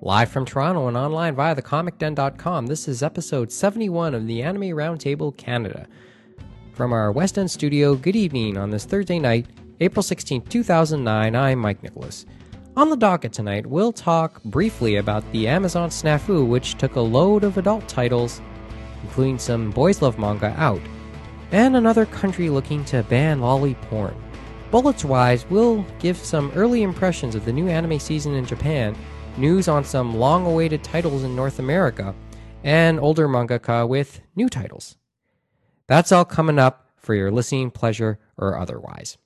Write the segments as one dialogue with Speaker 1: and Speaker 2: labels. Speaker 1: Live from Toronto and online via thecomicden.com, this is episode 71 of the Anime Roundtable Canada. From our West End studio, good evening on this Thursday night, April 16, 2009. I'm Mike Nicholas. On the docket tonight, we'll talk briefly about the Amazon snafu, which took a load of adult titles, including some boys' love manga, out, and another country looking to ban lolly porn. Bullets wise, we'll give some early impressions of the new anime season in Japan, news on some long awaited titles in North America, and older mangaka with new titles. That's all coming up for your listening pleasure or otherwise.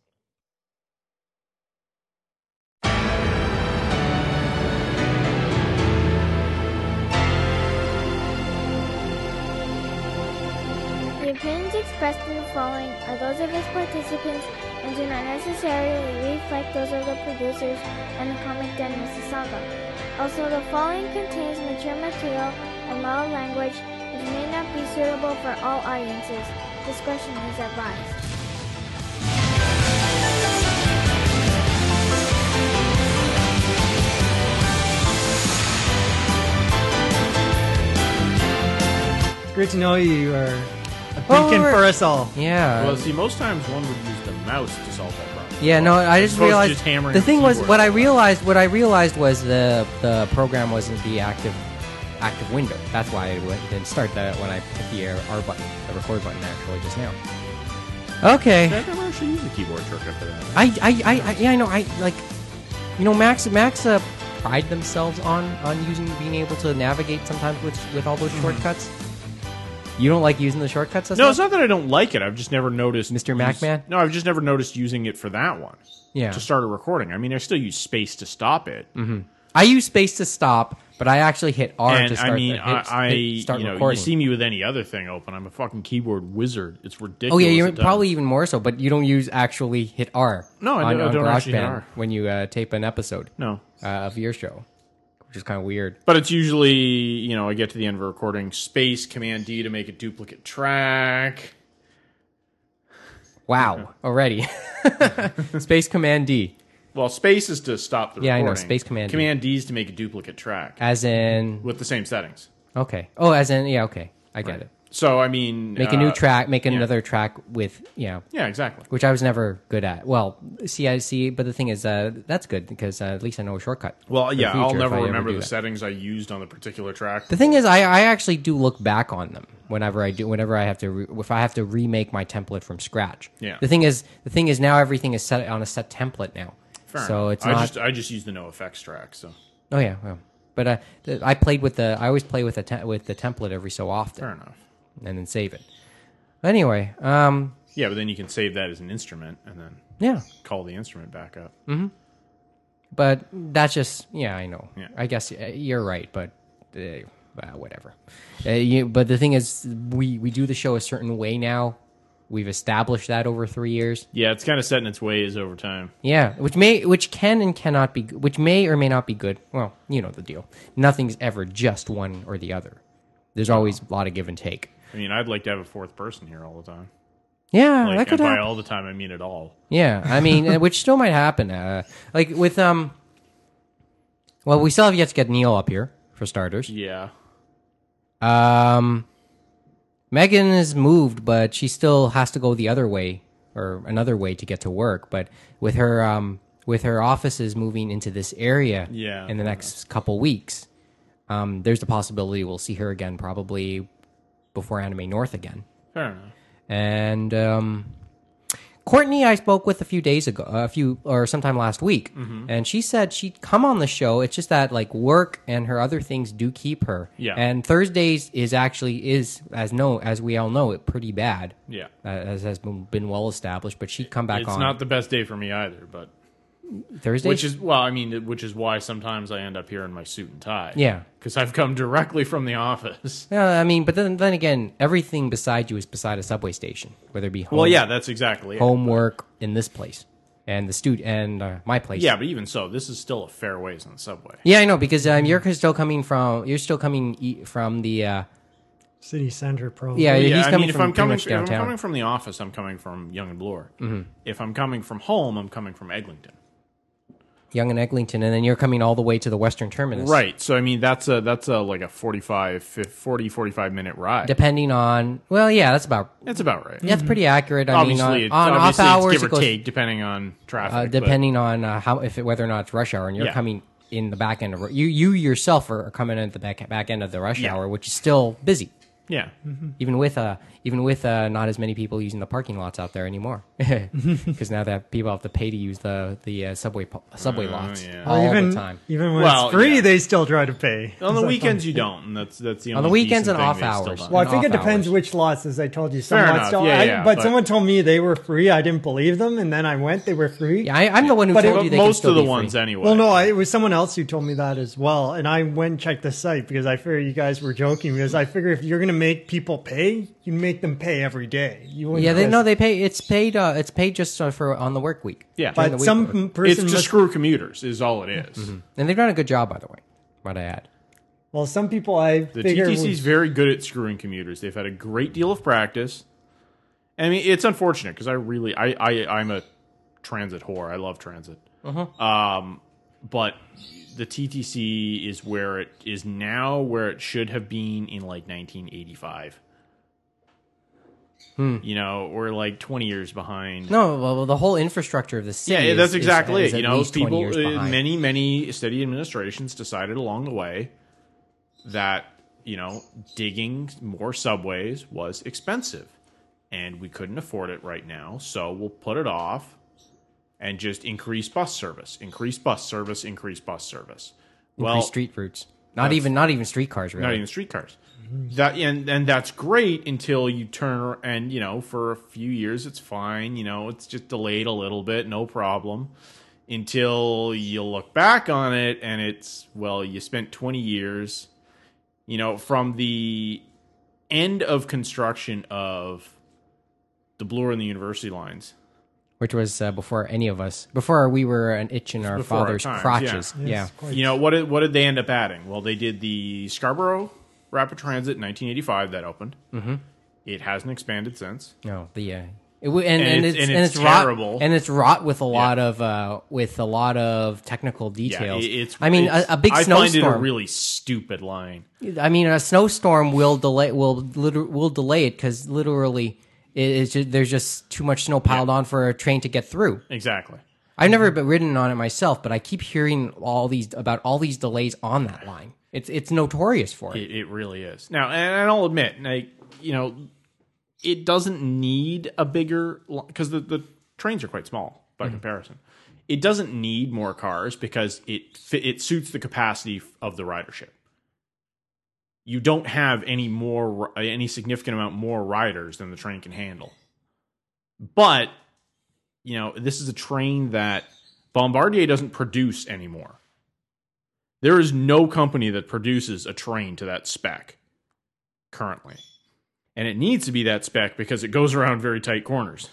Speaker 2: The opinions expressed in the following are those of its participants and do not necessarily reflect those of the producers and the comic den Mississauga. Also, the following contains mature material and mild language which may not be suitable for all audiences. Discretion is advised.
Speaker 3: Great to know you are a
Speaker 1: Oh,
Speaker 3: beacon
Speaker 1: we're-
Speaker 3: for us all.
Speaker 1: Yeah.
Speaker 4: Well, see, most times one would use the mouse to solve that problem.
Speaker 1: Uh, Yeah, no, I just
Speaker 4: As opposed to
Speaker 1: realized
Speaker 4: just hammering
Speaker 1: the
Speaker 4: the
Speaker 1: thing was
Speaker 4: keyboard.
Speaker 1: what I realized. What I realized was the the program wasn't the active active window. That's why I went- didn't start that when I hit the uh, R button, the record button, actually just now. Okay,
Speaker 4: I never actually used a keyboard shortcut for that.
Speaker 1: I I, I, I yeah, I know. I like you know Max Max uh, pride themselves on on using being able to navigate sometimes with with all those shortcuts. You don't like using the shortcuts? as
Speaker 4: Mm-hmm. No,
Speaker 1: much?
Speaker 4: it's not that I don't like it. I've just never noticed.
Speaker 1: Mr.
Speaker 4: use-
Speaker 1: Macman?
Speaker 4: No, I've just never noticed using it for that one.
Speaker 1: Yeah. Mm-hmm.
Speaker 4: To start a recording. I mean, I still use space to stop it.
Speaker 1: I use space to stop, but I actually hit R to
Speaker 4: And
Speaker 1: start.
Speaker 4: I mean,
Speaker 1: the, hit-
Speaker 4: I, I
Speaker 1: hit start
Speaker 4: you know,
Speaker 1: recording.
Speaker 4: you see me with any other thing open. I'm a fucking keyboard wizard. It's
Speaker 1: Oh
Speaker 4: ridiculous.
Speaker 1: yeah, you're
Speaker 4: at times.
Speaker 1: probably even more so. But you don't use actually hit R.
Speaker 4: No, I
Speaker 1: on,
Speaker 4: don't- I
Speaker 1: on
Speaker 4: don't actually hit
Speaker 1: GarageBand
Speaker 4: R.
Speaker 1: when you uh, tape an episode
Speaker 4: no.
Speaker 1: uh, of your show, which is kind of weird.
Speaker 4: But it's usually you know I get to the end of a recording, space command D to make a duplicate track.
Speaker 1: Wow, already. Space Command D,
Speaker 4: Well, space is to stop the
Speaker 1: Yeah, I know,
Speaker 4: recording.
Speaker 1: space command D.
Speaker 4: Command D is to make a duplicate track
Speaker 1: as in
Speaker 4: with the same settings.
Speaker 1: okay. Oh, as in yeah, okay. I get it.
Speaker 4: So I mean,
Speaker 1: Make a new
Speaker 4: uh,
Speaker 1: track. Make another track with you know,
Speaker 4: Yeah, exactly.
Speaker 1: which I was never good at. Well, see, I see. But the thing is, uh, that's good because uh, at least I know a shortcut.
Speaker 4: Well,
Speaker 1: for the
Speaker 4: yeah, I'll
Speaker 1: future if
Speaker 4: never
Speaker 1: I ever
Speaker 4: remember
Speaker 1: do
Speaker 4: the
Speaker 1: that.
Speaker 4: settings I used on the particular track.
Speaker 1: The thing is, I, I actually do look back on them whenever I do, whenever I have to, re, if I have to remake my template from scratch.
Speaker 4: Yeah.
Speaker 1: The thing is, the thing is now everything is set on a set template now.
Speaker 4: Fair
Speaker 1: so
Speaker 4: enough.
Speaker 1: it's
Speaker 4: I
Speaker 1: not.
Speaker 4: just uh, I just used the no effects track. So
Speaker 1: oh yeah. Well, but uh, th- I played with the. I always play with the te- with the template every so often,
Speaker 4: fair enough.
Speaker 1: and then save it. Anyway, um,
Speaker 4: Yeah, but then you can save that as an instrument and then
Speaker 1: yeah.
Speaker 4: call the instrument back up.
Speaker 1: Mm-hmm. But that's just yeah, I know.
Speaker 4: Yeah.
Speaker 1: I guess uh, you're right, but uh, uh, whatever. Uh, you, but the thing is, we we do the show a certain way now. We've established that over three years.
Speaker 4: Yeah, it's kind of set in its ways over time.
Speaker 1: Yeah, which may, which can and cannot be, which may or may not be good. Well, you know the deal. Nothing's ever just one or the other. There's always a lot of give and take.
Speaker 4: I mean, I'd like to have a fourth person here all the time.
Speaker 1: Yeah,
Speaker 4: Like,
Speaker 1: that could
Speaker 4: and by
Speaker 1: happen.
Speaker 4: all the time, I mean it all.
Speaker 1: Yeah, I mean, uh, which still might happen. Uh, like with um, well, we still have yet to get Neil up here for starters.
Speaker 4: Yeah.
Speaker 1: Um, Megan is moved, but she still has to go the other way or another way to get to work. But with her um, with her offices moving into this area,
Speaker 4: Yeah.
Speaker 1: in the next couple weeks, um, there's the possibility we'll see her again probably before Anime North again.
Speaker 4: Fair enough.
Speaker 1: And um, Courtney, I spoke with a few days ago, a few or sometime last week,
Speaker 4: Mm-hmm.
Speaker 1: and she said she'd come on the show. It's just that like work and her other things do keep her.
Speaker 4: Yeah.
Speaker 1: And Thursdays is actually is as no as we all know it pretty bad.
Speaker 4: Yeah.
Speaker 1: Uh, as has been, been well established, but she'd come back
Speaker 4: It's
Speaker 1: on
Speaker 4: not the best day for me either, but
Speaker 1: Thursday.
Speaker 4: which is well, I mean, which is why sometimes I end up here in my suit and tie.
Speaker 1: Yeah.
Speaker 4: because I've come directly from the office.
Speaker 1: yeah, I mean, but then then again, everything beside you is beside a subway station, whether it be home,
Speaker 4: Well, yeah, that's exactly it.
Speaker 1: homework in this place and the stud and uh, my place.
Speaker 4: Yeah, but even so, this is still a fair ways on the subway.
Speaker 1: Yeah, I know because um, you're still coming from you're still coming e- from the uh,
Speaker 3: City center, probably.
Speaker 1: yeah,
Speaker 4: yeah,
Speaker 1: he's
Speaker 4: I
Speaker 1: coming
Speaker 4: mean, if
Speaker 1: from
Speaker 4: I'm
Speaker 1: pretty
Speaker 4: coming,
Speaker 1: much
Speaker 4: if I'm
Speaker 1: downtown. Mm-hmm.
Speaker 4: coming from the office, I'm coming from Young and Bloor. If I'm coming from home, I'm coming from Eglinton.
Speaker 1: Young and Eglinton, and then you're coming all the way to the western terminus.
Speaker 4: Right. So I mean that's a that's a like a 45 fif- 40 45 minute ride.
Speaker 1: Depending on, well, yeah, that's about,
Speaker 4: That's about right.
Speaker 1: yeah, that's pretty accurate. I
Speaker 4: Mm-hmm. Obviously,
Speaker 1: mean,
Speaker 4: it's,
Speaker 1: on, on
Speaker 4: obviously
Speaker 1: off hours,
Speaker 4: it's give
Speaker 1: it
Speaker 4: or
Speaker 1: goes-
Speaker 4: take depending on traffic.
Speaker 1: uh,
Speaker 4: but-
Speaker 1: depending on uh, how if it, whether or not it's rush hour and you're
Speaker 4: Yeah.
Speaker 1: coming in the back end of you you yourself are coming in at the back back end of the rush
Speaker 4: Yeah.
Speaker 1: hour, which is still busy,
Speaker 4: yeah.
Speaker 1: even with uh even with uh, not as many people using the parking lots out there anymore, because now that people have to pay to use the the uh, subway po- subway lots
Speaker 4: Oh, yeah.
Speaker 1: all
Speaker 3: even,
Speaker 1: the time.
Speaker 3: Even when
Speaker 4: Well,
Speaker 3: it's free,
Speaker 4: yeah.
Speaker 3: they still try to pay.
Speaker 4: On the
Speaker 3: So-
Speaker 4: weekends you don't, and that's that's the
Speaker 1: um, On the
Speaker 4: only
Speaker 1: weekends
Speaker 4: decent
Speaker 1: and
Speaker 4: thing
Speaker 1: off
Speaker 4: they've
Speaker 1: hours.
Speaker 4: still done.
Speaker 3: Well, I think it
Speaker 1: off
Speaker 3: depends
Speaker 1: hours.
Speaker 3: which lots, as I told you. Some
Speaker 4: Fair
Speaker 3: lots
Speaker 4: enough.
Speaker 3: don't.
Speaker 4: Yeah,
Speaker 3: I-
Speaker 4: yeah,
Speaker 3: but,
Speaker 4: but-
Speaker 3: someone told me they were free. I didn't believe them, and then I went. They were free.
Speaker 1: Yeah, I, I'm the one who
Speaker 3: But it-
Speaker 1: told you
Speaker 4: But
Speaker 1: they can
Speaker 4: most
Speaker 1: still
Speaker 4: of the
Speaker 1: be free.
Speaker 4: ones anyway.
Speaker 3: Well, no, I, it was someone else who told me that as well, and I went and checked the site because I figured you guys were joking. Because I figure if you're going to make people pay, you make them pay every day. You wouldn't
Speaker 1: Yeah, they
Speaker 3: just-
Speaker 1: no, they pay. It's paid. Uh, it's paid just uh, for on the work week.
Speaker 4: Yeah.
Speaker 1: during the
Speaker 3: But
Speaker 1: week
Speaker 3: some
Speaker 1: work week.
Speaker 3: person
Speaker 4: it's to
Speaker 3: must-
Speaker 4: screw commuters is all it is.
Speaker 1: and they've done a good job, by the way. Might I add?
Speaker 3: well, some people I
Speaker 4: The
Speaker 3: figure
Speaker 4: TTC
Speaker 3: would-
Speaker 4: is very good at screwing commuters. They've had a great deal of practice. I mean, it's unfortunate because I really, I, I, I'm a transit whore. I love transit.
Speaker 1: Uh-huh.
Speaker 4: Um, but the TTC is where it is now, where it should have been in like 1985.
Speaker 1: Hmm.
Speaker 4: You know, we're like 20 years behind.
Speaker 1: No, well, the whole infrastructure of the city.
Speaker 4: Yeah,
Speaker 1: is-
Speaker 4: that's
Speaker 1: is-
Speaker 4: exactly
Speaker 1: is
Speaker 4: it.
Speaker 1: at
Speaker 4: You know,
Speaker 1: least 20
Speaker 4: people,
Speaker 1: years
Speaker 4: uh,
Speaker 1: behind.
Speaker 4: many, many city administrations decided along the way that you know digging more subways was expensive, and we couldn't afford it right now, so we'll put it off and just increase bus service, increase bus service, increase bus service.
Speaker 1: Increased street routes. Not even not even streetcars really.
Speaker 4: Not even streetcars. That and and that's great until you turn and you know for a few years it's fine. You know it's just delayed a little bit, no problem. Until you look back on it and it's well, you spent twenty years, you know, from the end of construction of the Bloor and the University lines.
Speaker 1: which was uh, before any of us, before we were an itch in our
Speaker 4: Before our
Speaker 1: father's
Speaker 4: times,
Speaker 1: crotches.
Speaker 4: yeah.
Speaker 1: Yeah.
Speaker 3: Yes, quite-
Speaker 4: You know what? Did, what did they end up adding? Well, they did the Scarborough Rapid Transit in 1985 that opened. Mm-hmm. It hasn't expanded since.
Speaker 1: No, the uh, it, w- and,
Speaker 4: And
Speaker 1: and,
Speaker 4: it's-
Speaker 1: it's,
Speaker 4: and
Speaker 1: and
Speaker 4: it's
Speaker 1: it's rot
Speaker 4: terrible.
Speaker 1: and it's rot with a lot of uh, with a lot of technical details.
Speaker 4: Yeah, it- it's.
Speaker 1: I mean,
Speaker 4: it's-
Speaker 1: a, a big
Speaker 4: I
Speaker 1: snowstorm.
Speaker 4: find it a really stupid line.
Speaker 1: I mean, a snowstorm will delay will liter- will delay it because literally, it, it's just, there's just too much snow piled on for a train to get through.
Speaker 4: Exactly.
Speaker 1: I've never
Speaker 4: Mm-hmm.
Speaker 1: been ridden on it myself, but I keep hearing all these about all these delays on that line. It's it's notorious for it.
Speaker 4: It, it really is. Now, and I'll admit, like you know, it doesn't need a bigger because the the trains are quite small by comparison. It doesn't need more cars because it fi- it suits the capacity of the ridership. You don't have any more ri- any significant amount more riders than the train can handle. But you know, this is a train that Bombardier doesn't produce anymore. There is no company that produces a train to that spec currently. And it needs to be that spec because it goes around very tight corners.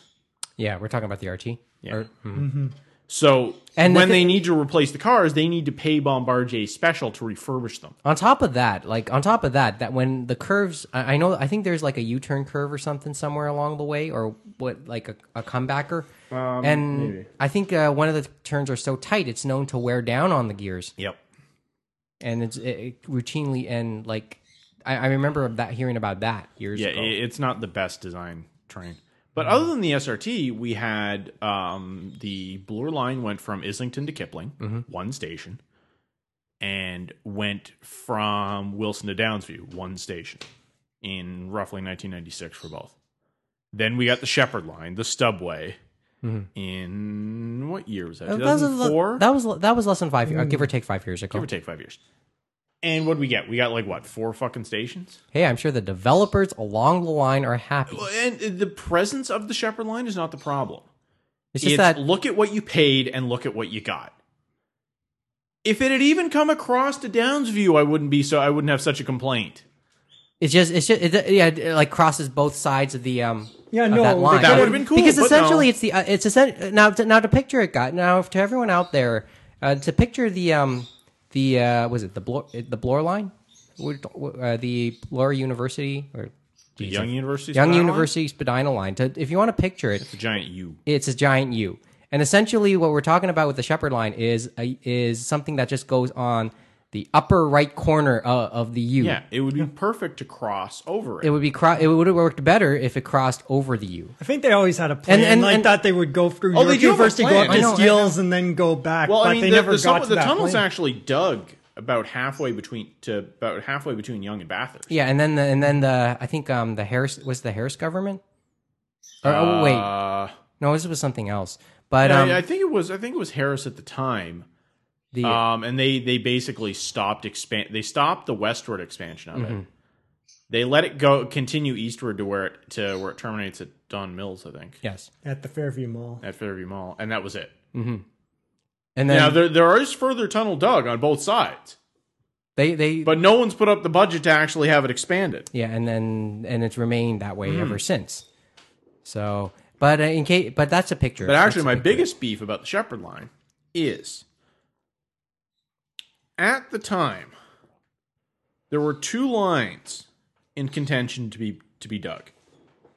Speaker 1: Yeah, we're talking about the RT.
Speaker 4: Yeah.
Speaker 1: Or- mm.
Speaker 4: So
Speaker 1: And the
Speaker 4: when
Speaker 1: thi-
Speaker 4: they need to replace the cars, they need to pay Bombardier Special to refurbish them.
Speaker 1: on top of that, like on top of that, that when the curves, I, I know, I think there's like a U-turn curve or something somewhere along the way, or what, like a, a comebacker. and I think uh, one of the turns are so tight, it's known to wear down on the gears,
Speaker 4: Yep.
Speaker 1: and it's it, it routinely and like I, I remember that hearing about that years
Speaker 4: Yeah,
Speaker 1: ago.
Speaker 4: i- it's not the best design train. But other than the SRT, we had um, the Bloor line went from Islington to Kipling, one station, and went from Wilson to Downsview, one station, in roughly 1996 for both. Then we got the Shepherd line, the Stubway, in what year was that?
Speaker 1: Uh, that was,
Speaker 4: 2004?
Speaker 1: that was that was less than five, years, give or take five years ago.
Speaker 4: Give or take five years. And what did we get? We got like what, four fucking stations?
Speaker 1: Hey, I'm sure the developers along the line are happy.
Speaker 4: And uh, the presence of the Shepherd line is not the problem.
Speaker 1: It's just
Speaker 4: It's
Speaker 1: that
Speaker 4: look at what you paid and look at what you got. If it had even come across to Downsview, I wouldn't be so I wouldn't have such a complaint.
Speaker 1: It's just, it's just, it, yeah, it, like crosses both sides of the um.
Speaker 3: Yeah,
Speaker 1: of
Speaker 3: no,
Speaker 1: that
Speaker 3: they
Speaker 1: line.
Speaker 3: That
Speaker 4: could've- would've been cool,
Speaker 1: because
Speaker 4: but
Speaker 1: essentially
Speaker 4: no.
Speaker 1: it's the uh, it's essen- now to, now to picture it, guy. Now to everyone out there, uh, to picture the um the uh was it the Blor, the Blore line, Would- uh, the Blore University or
Speaker 4: The Young University.
Speaker 1: Young University Spadina line. To, if you want to picture it,
Speaker 4: the giant U.
Speaker 1: it's a giant U. And essentially, what we're talking about with the Shepherd line is a, is something that just goes on the upper right corner of, of the U.
Speaker 4: Yeah, it would be perfect to cross over it.
Speaker 1: It would be cro- it would have worked better if it crossed over the U.
Speaker 3: I think they always had a plan.
Speaker 1: And- and-
Speaker 3: I
Speaker 1: and-
Speaker 3: thought they would go through
Speaker 4: Oh, they
Speaker 3: Yorkview
Speaker 4: do have a
Speaker 3: first to go
Speaker 4: plan.
Speaker 3: up
Speaker 1: I
Speaker 3: to
Speaker 1: know, I
Speaker 3: Steeles and then go back.
Speaker 4: well,
Speaker 3: but
Speaker 4: I mean,
Speaker 3: they
Speaker 4: the,
Speaker 3: never
Speaker 4: the,
Speaker 3: got
Speaker 4: tunnel-
Speaker 3: to
Speaker 4: the
Speaker 3: that
Speaker 4: tunnel's
Speaker 3: plan.
Speaker 4: actually dug about halfway between to about halfway between Young and Bathurst.
Speaker 1: Yeah, and then the, and then the I think um the Harris was the Harris government. Or, oh wait,
Speaker 4: Uh,
Speaker 1: no, this was something else. But
Speaker 4: I-
Speaker 1: um,
Speaker 4: I think it was I think it was Harris at the time.
Speaker 1: the,
Speaker 4: Um, and they they basically stopped expand. They stopped the westward expansion of it. They let it go continue eastward to where it to where it terminates at Don Mills, I think,
Speaker 1: yes,
Speaker 3: at the Fairview Mall.
Speaker 4: at Fairview Mall, and that was it.
Speaker 1: and then
Speaker 4: now there there is further tunnel dug on both sides,
Speaker 1: they they
Speaker 4: but no one's put up the budget to actually have it expanded.
Speaker 1: yeah, and then and it's remained that
Speaker 4: Hmm.
Speaker 1: way ever since. So, but uh, in case, but that's a picture.
Speaker 4: But actually,
Speaker 1: That's a
Speaker 4: my
Speaker 1: picture.
Speaker 4: biggest beef about the Shepherd line is at the time there were two lines in contention to be to be dug.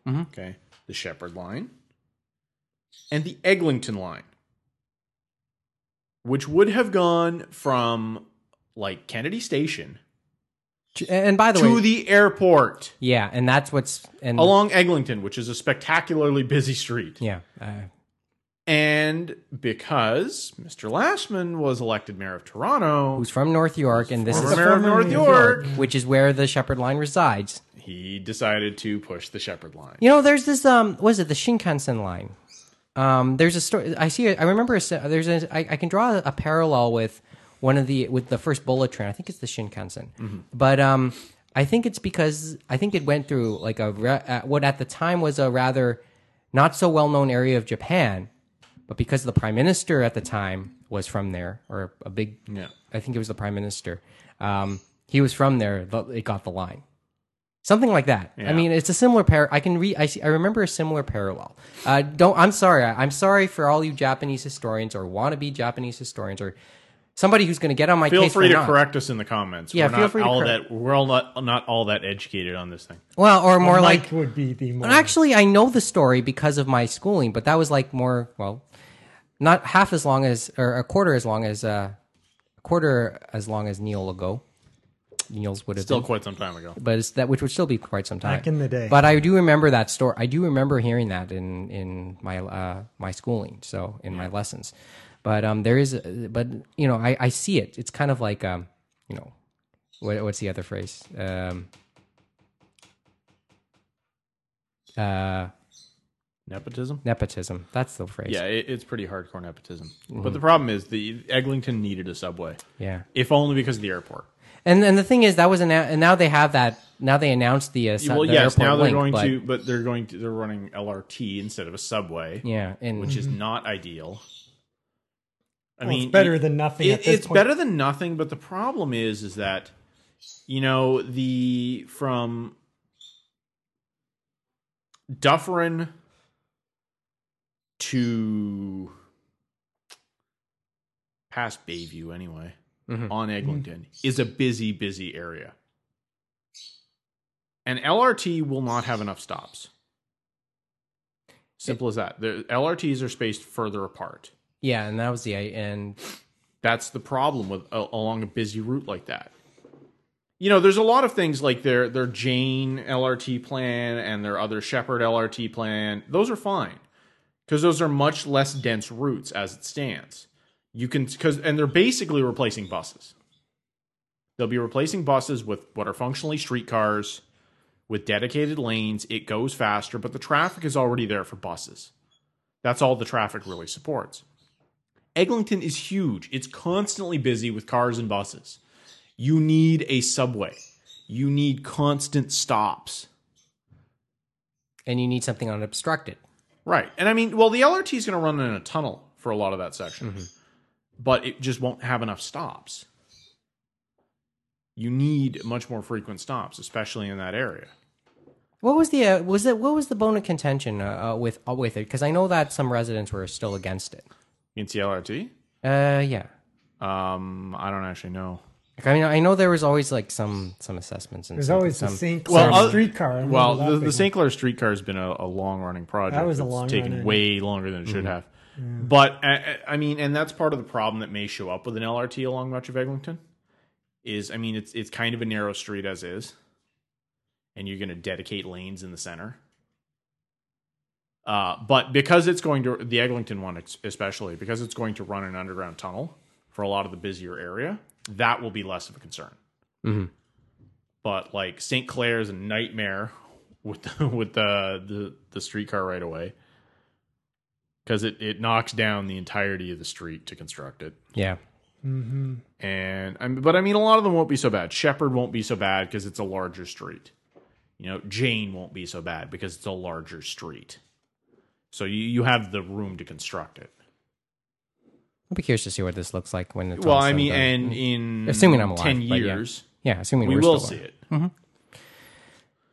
Speaker 1: Mm-hmm.
Speaker 4: Okay, the Shepherd line and the Eglinton line, which would have gone from like Kennedy Station
Speaker 1: and by the
Speaker 4: to
Speaker 1: way, Mm-hmm.
Speaker 4: the airport
Speaker 1: yeah, and that's what's and
Speaker 4: along Eglinton, which is a spectacularly busy street.
Speaker 1: yeah, uh,
Speaker 4: And because Mr. Lashman was elected mayor of Toronto,
Speaker 1: who's from North York, and this
Speaker 4: former
Speaker 1: is
Speaker 4: mayor of North York,
Speaker 1: which is where the Shepherd line resides.
Speaker 4: he decided to push the Shepherd line.
Speaker 1: You know, there's this um, was it the Shinkansen line? Um, there's a story I see. I remember a, se- there's a I, I can draw a parallel with one of the with the first bullet train. I think it's the Shinkansen, but um, I think it's because I think it went through like a ra- uh, what at the time was a rather not so well known area of Japan, but because the prime minister at the time was from there or a big
Speaker 4: Yeah.
Speaker 1: I think it was the prime minister. Um, he was from there. but It got the line, something like that. I mean, it's a similar pair. I can read. I see. I remember a similar parallel. Uh, don't. I'm sorry. I, I'm sorry for all you Japanese historians or wannabe Japanese historians or somebody who's going to get on my
Speaker 4: Feel
Speaker 1: case.
Speaker 4: free
Speaker 1: for
Speaker 4: to
Speaker 1: not.
Speaker 4: correct us in the comments.
Speaker 1: Yeah,
Speaker 4: we're
Speaker 1: feel
Speaker 4: not
Speaker 1: free to
Speaker 4: all
Speaker 1: correct-
Speaker 4: that we're all not, not all that educated on this thing.
Speaker 1: Well, or more
Speaker 3: Mike
Speaker 1: like
Speaker 3: would be the more.
Speaker 1: And actually, I know the story because of my schooling, but that was like more well, not half as long as or a quarter as long as uh, a quarter as long as Neil ago. Neil's would have
Speaker 4: Still
Speaker 1: been.
Speaker 4: quite some time ago.
Speaker 1: but it's that which would still be quite some time
Speaker 3: Back in the day.
Speaker 1: But I do remember that story. I do remember hearing that in in my uh, my schooling, so in my lessons. But um, there is, but you know, I I see it. It's kind of like um, you know, what, what's the other phrase? Um, uh,
Speaker 4: Nepotism.
Speaker 1: nepotism. That's the phrase.
Speaker 4: Yeah, it, it's pretty hardcore nepotism.
Speaker 1: Mm-hmm.
Speaker 4: But the problem is the Eglinton needed a subway,
Speaker 1: Yeah.
Speaker 4: if only because of the airport.
Speaker 1: And and the thing is, that was an and now they have that. Now they announced the uh,
Speaker 4: well,
Speaker 1: the airport
Speaker 4: yes, now they're
Speaker 1: link,
Speaker 4: going
Speaker 1: but-
Speaker 4: to, but they're going to, they're running LRT instead of a subway,
Speaker 1: yeah, and
Speaker 4: which is not ideal. I
Speaker 3: Well, it's
Speaker 4: mean,
Speaker 3: better
Speaker 4: it-
Speaker 3: than nothing
Speaker 4: It-
Speaker 3: at this
Speaker 4: it's
Speaker 3: point.
Speaker 4: better than nothing but the problem is is that you know the from dufferin to past bayview
Speaker 3: Hmm.
Speaker 4: anyway
Speaker 1: Mm-hmm.
Speaker 4: on eglinton is a busy busy area and lrt will not have enough stops simple as that the lrts are spaced further apart
Speaker 1: yeah, and that was the and
Speaker 4: that's the problem with a, along a busy route like that. You know, there's a lot of things like their their Jane LRT plan and their other Shepherd LRT plan. Those are fine because those are much less dense routes as it stands. You can because and they're basically replacing buses. They'll be replacing buses with what are functionally streetcars with dedicated lanes. It goes faster, but the traffic is already there for buses. That's all the traffic really supports. Eglinton is huge. It's constantly busy with cars and buses. You need a subway. You need constant stops.
Speaker 1: and you need something unobstructed.
Speaker 4: Right. And I mean, well, the LRT is going to run in a tunnel for a lot of that section, but it just won't have enough stops. You need much more frequent stops, especially in that area.
Speaker 1: What was the uh, was it what was the bone of contention uh, uh, with uh, with it? Because I know that some residents were still against it.
Speaker 4: Against the LRT?
Speaker 1: Uh, yeah.
Speaker 4: Um, I don't actually know.
Speaker 1: Like, I mean, I know there was always like some some assessments and
Speaker 3: There's
Speaker 1: some,
Speaker 3: always the
Speaker 1: some,
Speaker 3: St.
Speaker 4: Well,
Speaker 3: Clair
Speaker 4: other-
Speaker 3: streetcar. I remember
Speaker 4: Well,
Speaker 3: that
Speaker 4: the,
Speaker 3: big
Speaker 4: the St. Clair streetcar has been a, a long running project.
Speaker 3: was a
Speaker 4: It's
Speaker 3: long
Speaker 4: taken
Speaker 3: running.
Speaker 4: way longer than it should have. But I, I- I mean, and that's part of the problem that may show up with an LRT along much of Eglinton. Is I mean, it's it's kind of a narrow street as is, and you're going to dedicate lanes in the center. Uh, but because it's going to the Eglinton one ex- especially because it's going to run an underground tunnel for a lot of the busier area, that will be less of a concern.
Speaker 1: Mhm.
Speaker 4: But like St. Clair's a nightmare with the, with the the the streetcar right away because it it knocks down the entirety of the street to construct it.
Speaker 1: Yeah.
Speaker 4: And I mean, but I mean, a lot of them won't be so bad. Shepherd won't be so bad because it's a larger street. You know, Jane won't be so bad because it's a larger street. So you you have the room to construct it.
Speaker 1: I'll be curious to see what this looks like when it's
Speaker 4: well,
Speaker 1: all
Speaker 4: I
Speaker 1: said
Speaker 4: mean,
Speaker 1: done.
Speaker 4: and in
Speaker 1: Assuming I'm alive,
Speaker 4: ten
Speaker 1: but yeah.
Speaker 4: years,
Speaker 1: yeah, assuming
Speaker 4: we
Speaker 1: we're
Speaker 4: will
Speaker 1: still
Speaker 4: see
Speaker 1: alive.
Speaker 4: it.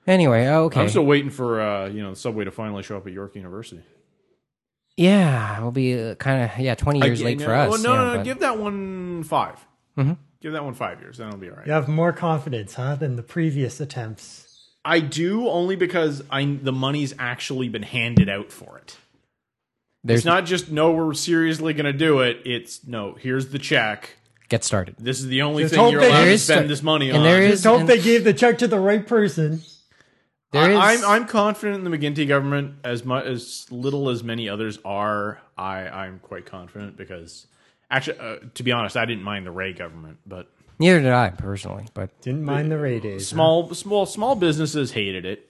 Speaker 1: Anyway, oh, okay.
Speaker 4: I'm still waiting for uh, you know the subway to finally show up at York University.
Speaker 1: yeah, it'll be uh, kind of yeah, twenty years
Speaker 4: Again,
Speaker 1: late
Speaker 4: no,
Speaker 1: for us.
Speaker 4: Well, no,
Speaker 1: yeah,
Speaker 4: no, no,
Speaker 1: but- Mm-hmm.
Speaker 4: give that one five. Give that one five years. Then it'll be all right.
Speaker 3: You have more confidence, huh, than the previous attempts.
Speaker 4: I do only because I the money's actually been handed out for it.
Speaker 1: there's
Speaker 4: It's not just no, we're seriously going to do it. It's no, here's the check.
Speaker 1: get started.
Speaker 4: This is the only
Speaker 3: Just
Speaker 4: thing
Speaker 3: hope
Speaker 4: you're
Speaker 3: that
Speaker 4: allowed
Speaker 3: there
Speaker 4: to
Speaker 1: is
Speaker 4: spend
Speaker 1: cer-
Speaker 4: this money
Speaker 1: and
Speaker 4: on.
Speaker 1: there is-
Speaker 3: Just hope
Speaker 1: And-
Speaker 3: they gave the check to the right person.
Speaker 1: There is.
Speaker 4: I, am I'm confident in the McGinty government as much as little as many others are. I I'm quite confident because actually, uh, to be honest, I didn't mind the Ray government, but
Speaker 1: Neither did I personally, but
Speaker 3: Didn't mind the Ray days. huh?
Speaker 4: small small small businesses hated it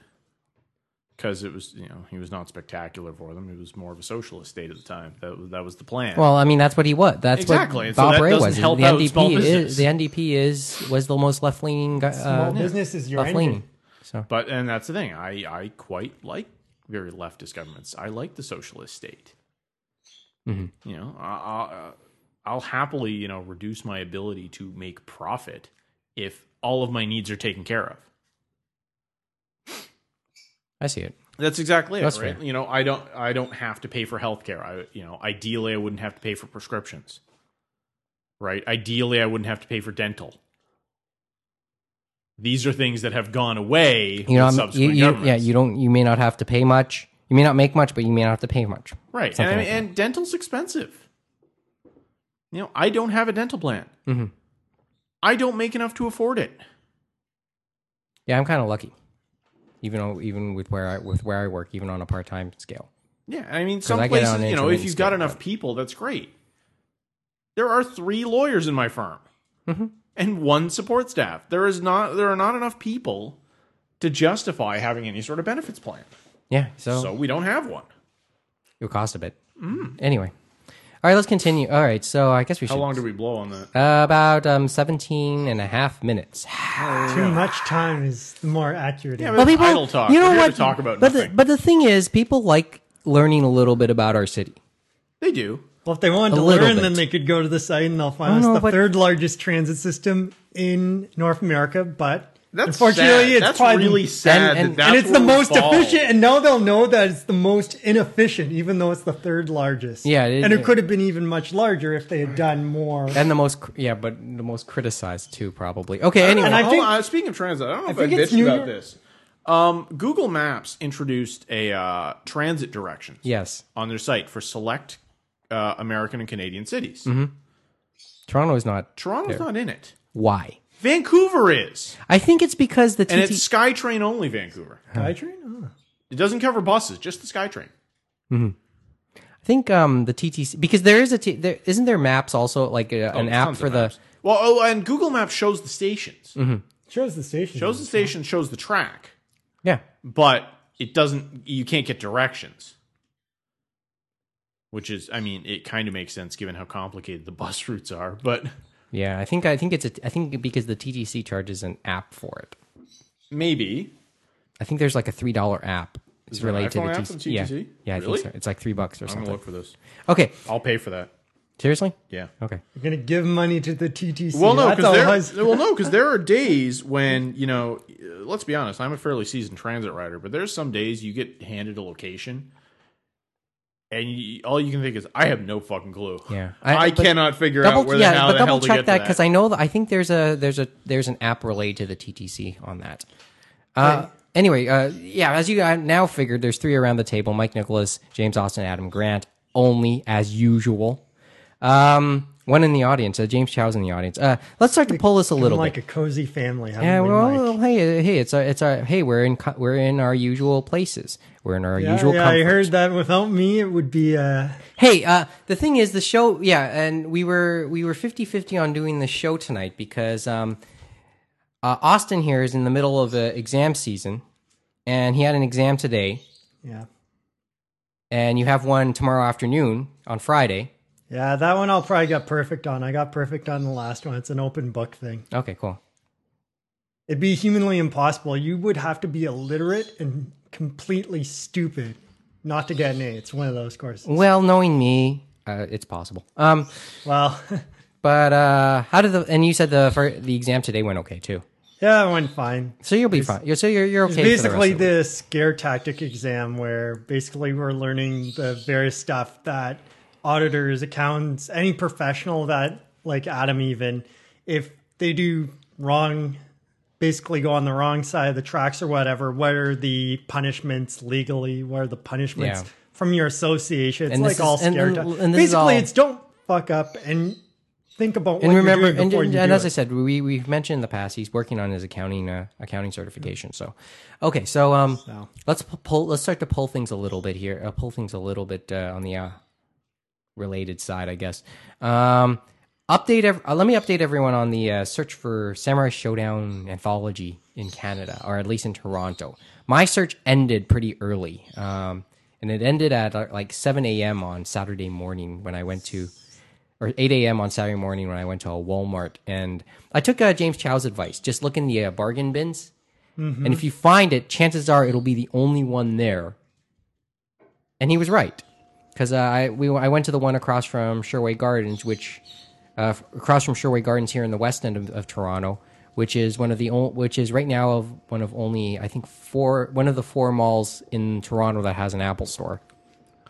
Speaker 4: because it was you know he was not spectacular for them. He was more of a socialist state at the time. That that was the plan.
Speaker 1: well, I mean that's what he was. That's
Speaker 4: Exactly,
Speaker 1: what
Speaker 4: and so
Speaker 1: Bob
Speaker 4: that
Speaker 1: Ray
Speaker 4: doesn't
Speaker 1: was.
Speaker 4: help
Speaker 1: the
Speaker 4: out
Speaker 1: NDP
Speaker 4: small business.
Speaker 1: is the NDP is was the most left leaning.
Speaker 3: Small
Speaker 1: Uh,
Speaker 3: business is your
Speaker 1: left
Speaker 3: engine.
Speaker 1: leaning. So
Speaker 4: But and that's the thing. I I quite like very leftist governments. I like the socialist state. You know, I, I, uh, I'll happily you know reduce my ability to make profit if all of my needs are taken care of.
Speaker 1: I see it.
Speaker 4: That's exactly it,
Speaker 1: That's
Speaker 4: right?
Speaker 1: fair.
Speaker 4: You know, I don't I don't have to pay for healthcare. I you know, ideally I wouldn't have to pay for prescriptions. Right? Ideally I wouldn't have to pay for dental. These are things that have gone away
Speaker 1: You know,
Speaker 4: with
Speaker 1: I'm, you,
Speaker 4: subsequent
Speaker 1: you,
Speaker 4: governments.
Speaker 1: yeah, you don't. You may not have to pay much. You may not make much, but you may not have to pay much.
Speaker 4: Right. And,
Speaker 1: Something
Speaker 4: I mean,
Speaker 1: like
Speaker 4: and dental's expensive. You know, I don't have a dental plan.
Speaker 1: Mhm.
Speaker 4: I don't make enough to afford it.
Speaker 1: Yeah, I'm kind of lucky, even though, even with where I with where I work, even on a part time scale.
Speaker 4: Yeah, I mean, some
Speaker 1: I get it on
Speaker 4: places,
Speaker 1: an
Speaker 4: you know, if
Speaker 1: intermittent
Speaker 4: you've got
Speaker 1: schedule,
Speaker 4: enough
Speaker 1: but-
Speaker 4: people, that's great. There are three lawyers in my firm, and one support staff. There is not, there are not enough people to justify having any sort of benefits plan,
Speaker 1: Yeah, so,
Speaker 4: so we don't have one.
Speaker 1: it'll cost a bit. Anyway, all right, let's continue. All right, so I guess we should.
Speaker 4: How long do we blow on that?
Speaker 1: About um, 17 and a half minutes.
Speaker 3: Too much time is the more accurate.
Speaker 4: Yeah,
Speaker 3: answer.
Speaker 4: but people, idle talk.
Speaker 1: You know
Speaker 4: We're here
Speaker 1: what?
Speaker 4: to talk about
Speaker 1: but
Speaker 4: nothing.
Speaker 1: The, but the thing is, people like learning a little bit about our city.
Speaker 4: they do.
Speaker 3: Well, if they
Speaker 1: A
Speaker 3: wanted to
Speaker 1: little
Speaker 3: learn,
Speaker 1: bit.
Speaker 3: then they could go to the site and they'll
Speaker 1: Oh,
Speaker 3: find us
Speaker 1: no,
Speaker 3: the
Speaker 1: but-
Speaker 3: third largest transit system in North America. But
Speaker 4: That's
Speaker 3: unfortunately,
Speaker 4: sad.
Speaker 3: it's
Speaker 4: that's
Speaker 3: probably
Speaker 4: really sad.
Speaker 1: and-
Speaker 4: that that's
Speaker 3: and it's the
Speaker 4: where we
Speaker 3: most
Speaker 4: fall.
Speaker 3: efficient. And now they'll know that it's the most inefficient, even though it's the third largest.
Speaker 1: Yeah, it-
Speaker 3: and it
Speaker 1: it-
Speaker 3: could have been even much larger if they had done more.
Speaker 1: And the most, cr- yeah, but the most criticized too, probably. Okay, anyway.
Speaker 3: And I
Speaker 4: Oh,
Speaker 3: think-
Speaker 4: uh, speaking of transit, I don't know if I
Speaker 3: think it's
Speaker 4: bitched
Speaker 3: New
Speaker 4: about
Speaker 3: York-
Speaker 4: this. Um, Google Maps introduced a uh, transit directions
Speaker 1: yes,
Speaker 4: on their site for select uh, American and Canadian cities.
Speaker 1: Mm-hmm. Toronto is not.
Speaker 4: Toronto's
Speaker 1: there.
Speaker 4: not in it.
Speaker 1: Why?
Speaker 4: Vancouver is,
Speaker 1: I think it's because the TT.
Speaker 4: and it's SkyTrain only. Vancouver.
Speaker 3: Skytrain? Oh.
Speaker 4: It doesn't cover buses, just the SkyTrain.
Speaker 1: I think um the TTC because there is a t- there isn't there maps also like a, an app
Speaker 4: Oh, Tons
Speaker 1: for
Speaker 4: of
Speaker 1: the Mm-hmm.
Speaker 4: maps. Well, oh, and Google Maps shows the stations.
Speaker 3: Shows the station.
Speaker 4: Shows the station. Shows the track,
Speaker 1: yeah
Speaker 4: but it doesn't. You can't get directions. Which is, I mean, it kind of makes sense given how complicated the bus routes are, but.
Speaker 1: yeah I think I think it's a, I think because the TTC charges an app for it.
Speaker 4: Maybe.
Speaker 1: I think there's like a three dollar app. It's
Speaker 4: there an
Speaker 1: related to the
Speaker 4: iPhone app
Speaker 1: TTC.
Speaker 4: for the
Speaker 1: Yeah,
Speaker 4: TTC?
Speaker 1: yeah, I
Speaker 4: Really?
Speaker 1: think so. It's like three bucks or
Speaker 4: I'm going
Speaker 1: something.
Speaker 4: to look for this.
Speaker 1: Okay,
Speaker 4: I'll pay for that.
Speaker 1: seriously?
Speaker 4: Yeah.
Speaker 1: Okay.
Speaker 3: You're going to give money to the TTC.
Speaker 4: Well, no,
Speaker 3: That's all it
Speaker 4: because
Speaker 3: was.
Speaker 4: there, well, no, 'cause there are days when, you know, uh, let's be honest, I'm a fairly seasoned transit rider, but there's some days you get handed a location and you, all you can think is, I have no fucking clue.
Speaker 1: Yeah.
Speaker 4: I,
Speaker 1: I- but
Speaker 4: cannot figure out
Speaker 1: Double,
Speaker 4: where the,
Speaker 1: yeah,
Speaker 4: how
Speaker 1: but
Speaker 4: the hell
Speaker 1: double
Speaker 4: to
Speaker 1: check
Speaker 4: get
Speaker 1: that
Speaker 4: to
Speaker 1: because I know that I think there's a there's a there's an app related to the TTC on that. Uh, Anyway, uh, yeah, as you uh, now figured, there's three around the table: Mike Nicholas, James Austin, Adam Grant. only as usual. Um, one in the audience. Uh, James Chow's in the audience. Uh, let's start to pull this a little
Speaker 3: like
Speaker 1: bit.
Speaker 3: a cozy family. having
Speaker 1: Yeah,
Speaker 3: me,
Speaker 1: well,
Speaker 3: like-
Speaker 1: hey, uh, hey, it's our, it's our, hey, we're in, co- we're in our usual places. We're in our
Speaker 3: yeah,
Speaker 1: usual.
Speaker 3: yeah, I
Speaker 1: comfort.
Speaker 3: heard that without me, it would be. Uh,
Speaker 1: Hey, uh, the thing is, the show, yeah, and we were we were 50-50 on doing the show tonight because um, uh, Austin here is in the middle of uh, exam season, and he had an exam today,
Speaker 3: yeah,
Speaker 1: and you have one tomorrow afternoon on Friday.
Speaker 3: yeah, that one I'll probably got perfect on. I got perfect on the last one. It's an open book thing.
Speaker 1: Okay, cool.
Speaker 3: It'd be humanly impossible. You would have to be illiterate and completely stupid not to get an A. It's one of those courses.
Speaker 1: Well, knowing me, uh, it's possible. Um,
Speaker 3: Well,
Speaker 1: but uh, how did the and you said the fir- the exam today went okay too,
Speaker 3: yeah, it went fine.
Speaker 1: so you'll be fine. You're, so you're you're
Speaker 3: It's
Speaker 1: okay.
Speaker 3: basically
Speaker 1: for the rest of the week.
Speaker 3: this scare tactic exam where basically we're learning the various stuff that auditors, accountants, any professional that like Adam even, if they do wrong, basically go on the wrong side of the tracks or whatever, what are the punishments legally? What are the punishments
Speaker 1: Yeah.
Speaker 3: from your association? It's
Speaker 1: And
Speaker 3: like
Speaker 1: this
Speaker 3: all
Speaker 1: is- and-
Speaker 3: scare
Speaker 1: and-
Speaker 3: tactics.
Speaker 1: and this is
Speaker 3: basically
Speaker 1: all-
Speaker 3: it's don't fuck up and think about what
Speaker 1: and remember,
Speaker 3: you're doing
Speaker 1: and,
Speaker 3: before
Speaker 1: and,
Speaker 3: you
Speaker 1: and
Speaker 3: do
Speaker 1: as I
Speaker 3: it.
Speaker 1: said, we we've mentioned in the past he's working on his accounting uh, accounting certification. So, okay, so um,
Speaker 3: So.
Speaker 1: let's pu- pull let's start to pull things a little bit here. Uh, pull things a little bit uh, on the uh, related side, I guess. Um, update. Ev- uh, let me update everyone on the uh, search for Samurai Showdown anthology in Canada, or at least in Toronto. My search ended pretty early, um, and it ended at uh, like 7 a.m. on Saturday morning when I went to, or 8 a.m. on Saturday morning when I went to a Walmart, and I took uh, James Chow's advice: just look in the uh, bargain bins. And if you find it, chances are it'll be the only one there and he was right because uh, I we I went to the one across from Sherway Gardens, which uh, f- across from Sherway Gardens here in the west end of, of Toronto, which is one of the ol- which is right now of one of only I think four one of the four malls in Toronto that has an Apple store.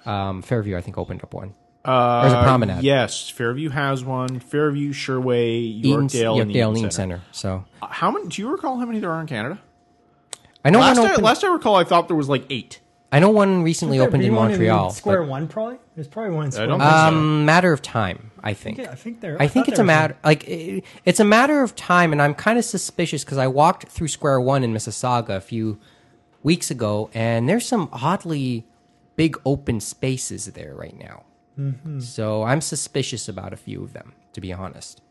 Speaker 1: Um, Fairview I think opened up one. Uh, There's a promenade.
Speaker 4: Yes, Fairview has one. Fairview, Sherway,
Speaker 1: Eaton's-
Speaker 4: Yorkdale, and
Speaker 1: Yorkdale
Speaker 4: the Eaton
Speaker 1: Eaton
Speaker 4: Center.
Speaker 1: Center. So
Speaker 4: Uh, How many? Do you recall how many there are in Canada?
Speaker 1: I know
Speaker 4: Last
Speaker 1: one
Speaker 4: I,
Speaker 1: opened,
Speaker 4: last I recall, I thought there was like eight.
Speaker 1: I know one recently
Speaker 3: There'd
Speaker 1: opened
Speaker 3: be
Speaker 1: in
Speaker 3: one
Speaker 1: Montreal.
Speaker 3: Square
Speaker 1: but,
Speaker 3: One, probably. There's probably one in Square
Speaker 4: don't
Speaker 3: One.
Speaker 4: think so.
Speaker 1: um, matter of time I think.
Speaker 3: Yeah, I think there.
Speaker 1: I think
Speaker 3: thought
Speaker 1: it's a
Speaker 3: there was
Speaker 1: matter like it, it's a matter of time, and I'm kind of suspicious because I walked through Square One in Mississauga a few weeks ago, and there's some oddly big open spaces there right now.
Speaker 3: Mm-hmm.
Speaker 1: So I'm suspicious about a few of them, to be honest.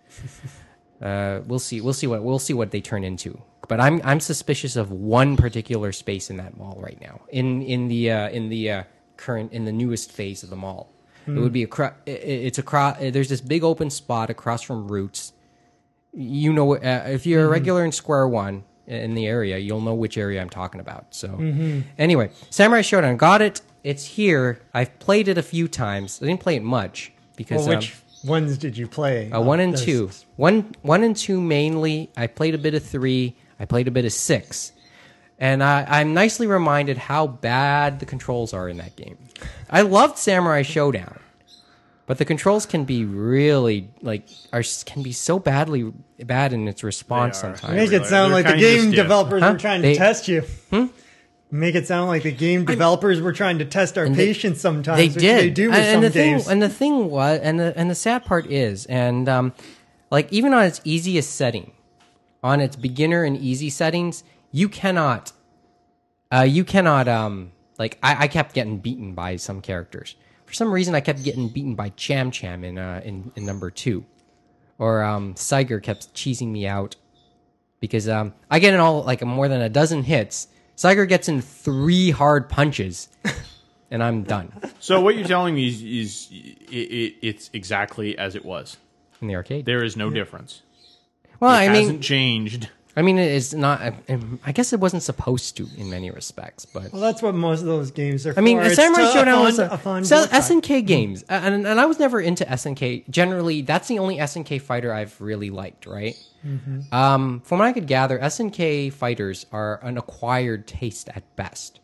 Speaker 1: uh, we'll see. We'll see what we'll see what they turn into. But I'm I'm suspicious of one particular space in that mall right now. In in the uh, in the uh, current in the newest phase of the mall, it would be across. It's across. There's this big open spot across from Roots. You know, uh, if you're a
Speaker 3: Mm-hmm.
Speaker 1: regular in Square One in the area, you'll know which area I'm talking about. So
Speaker 3: Mm-hmm.
Speaker 1: anyway, Samurai Showdown, got it. It's here. I've played it a few times. I didn't play it much because
Speaker 3: Well,
Speaker 1: um,
Speaker 3: which ones did you play?
Speaker 1: uh, one and
Speaker 3: There's-
Speaker 1: two. One one and two mainly. I played a bit of three. I played a bit of six, and I, I'm nicely reminded how bad the controls are in that game. I loved Samurai Showdown, but the controls can be really like are s- can be so badly bad in its response
Speaker 4: They are.
Speaker 3: You
Speaker 1: sometimes.
Speaker 3: Make it
Speaker 4: Really,
Speaker 3: sound
Speaker 4: they're
Speaker 3: like the
Speaker 4: kinda
Speaker 3: game
Speaker 4: just, yeah.
Speaker 3: developers
Speaker 1: Huh?
Speaker 3: were trying
Speaker 1: They- Hmm?
Speaker 3: to test you. Make it sound like the game developers were trying to test our
Speaker 1: they-
Speaker 3: patience sometimes.
Speaker 1: they
Speaker 3: which
Speaker 1: did.
Speaker 3: They do with
Speaker 1: and,
Speaker 3: some
Speaker 1: and the
Speaker 3: games.
Speaker 1: thing, and the thing was, and the and the sad part is, and um, like even on its easiest setting, on its beginner and easy settings, you cannot, uh, you cannot um, like I, I kept getting beaten by some characters. For some reason, I kept getting beaten by Cham Cham in uh, in, in number two, or um, Saiger kept cheesing me out because um, I get in all like more than a dozen hits. Saiger gets in three hard punches, and I'm done.
Speaker 4: So what you're telling me is, is it, it, it's exactly as it was.
Speaker 1: in the arcade.
Speaker 4: There is no difference.
Speaker 1: well,
Speaker 4: It
Speaker 1: I
Speaker 4: hasn't
Speaker 1: mean,
Speaker 4: changed.
Speaker 1: I mean, it's not. I, I guess it wasn't supposed to in many respects, but
Speaker 3: well, that's what most of those games are.
Speaker 1: I mean,
Speaker 3: for. It's
Speaker 1: Samurai
Speaker 3: still a
Speaker 1: Showdown
Speaker 3: fun-
Speaker 1: was
Speaker 3: a
Speaker 1: a,
Speaker 3: fun
Speaker 1: so
Speaker 3: war type.
Speaker 1: SNK games, uh, and and I was never into SNK. Generally, that's the only SNK fighter I've really liked. Right? Um, from what I could gather, SNK fighters are an acquired taste at best.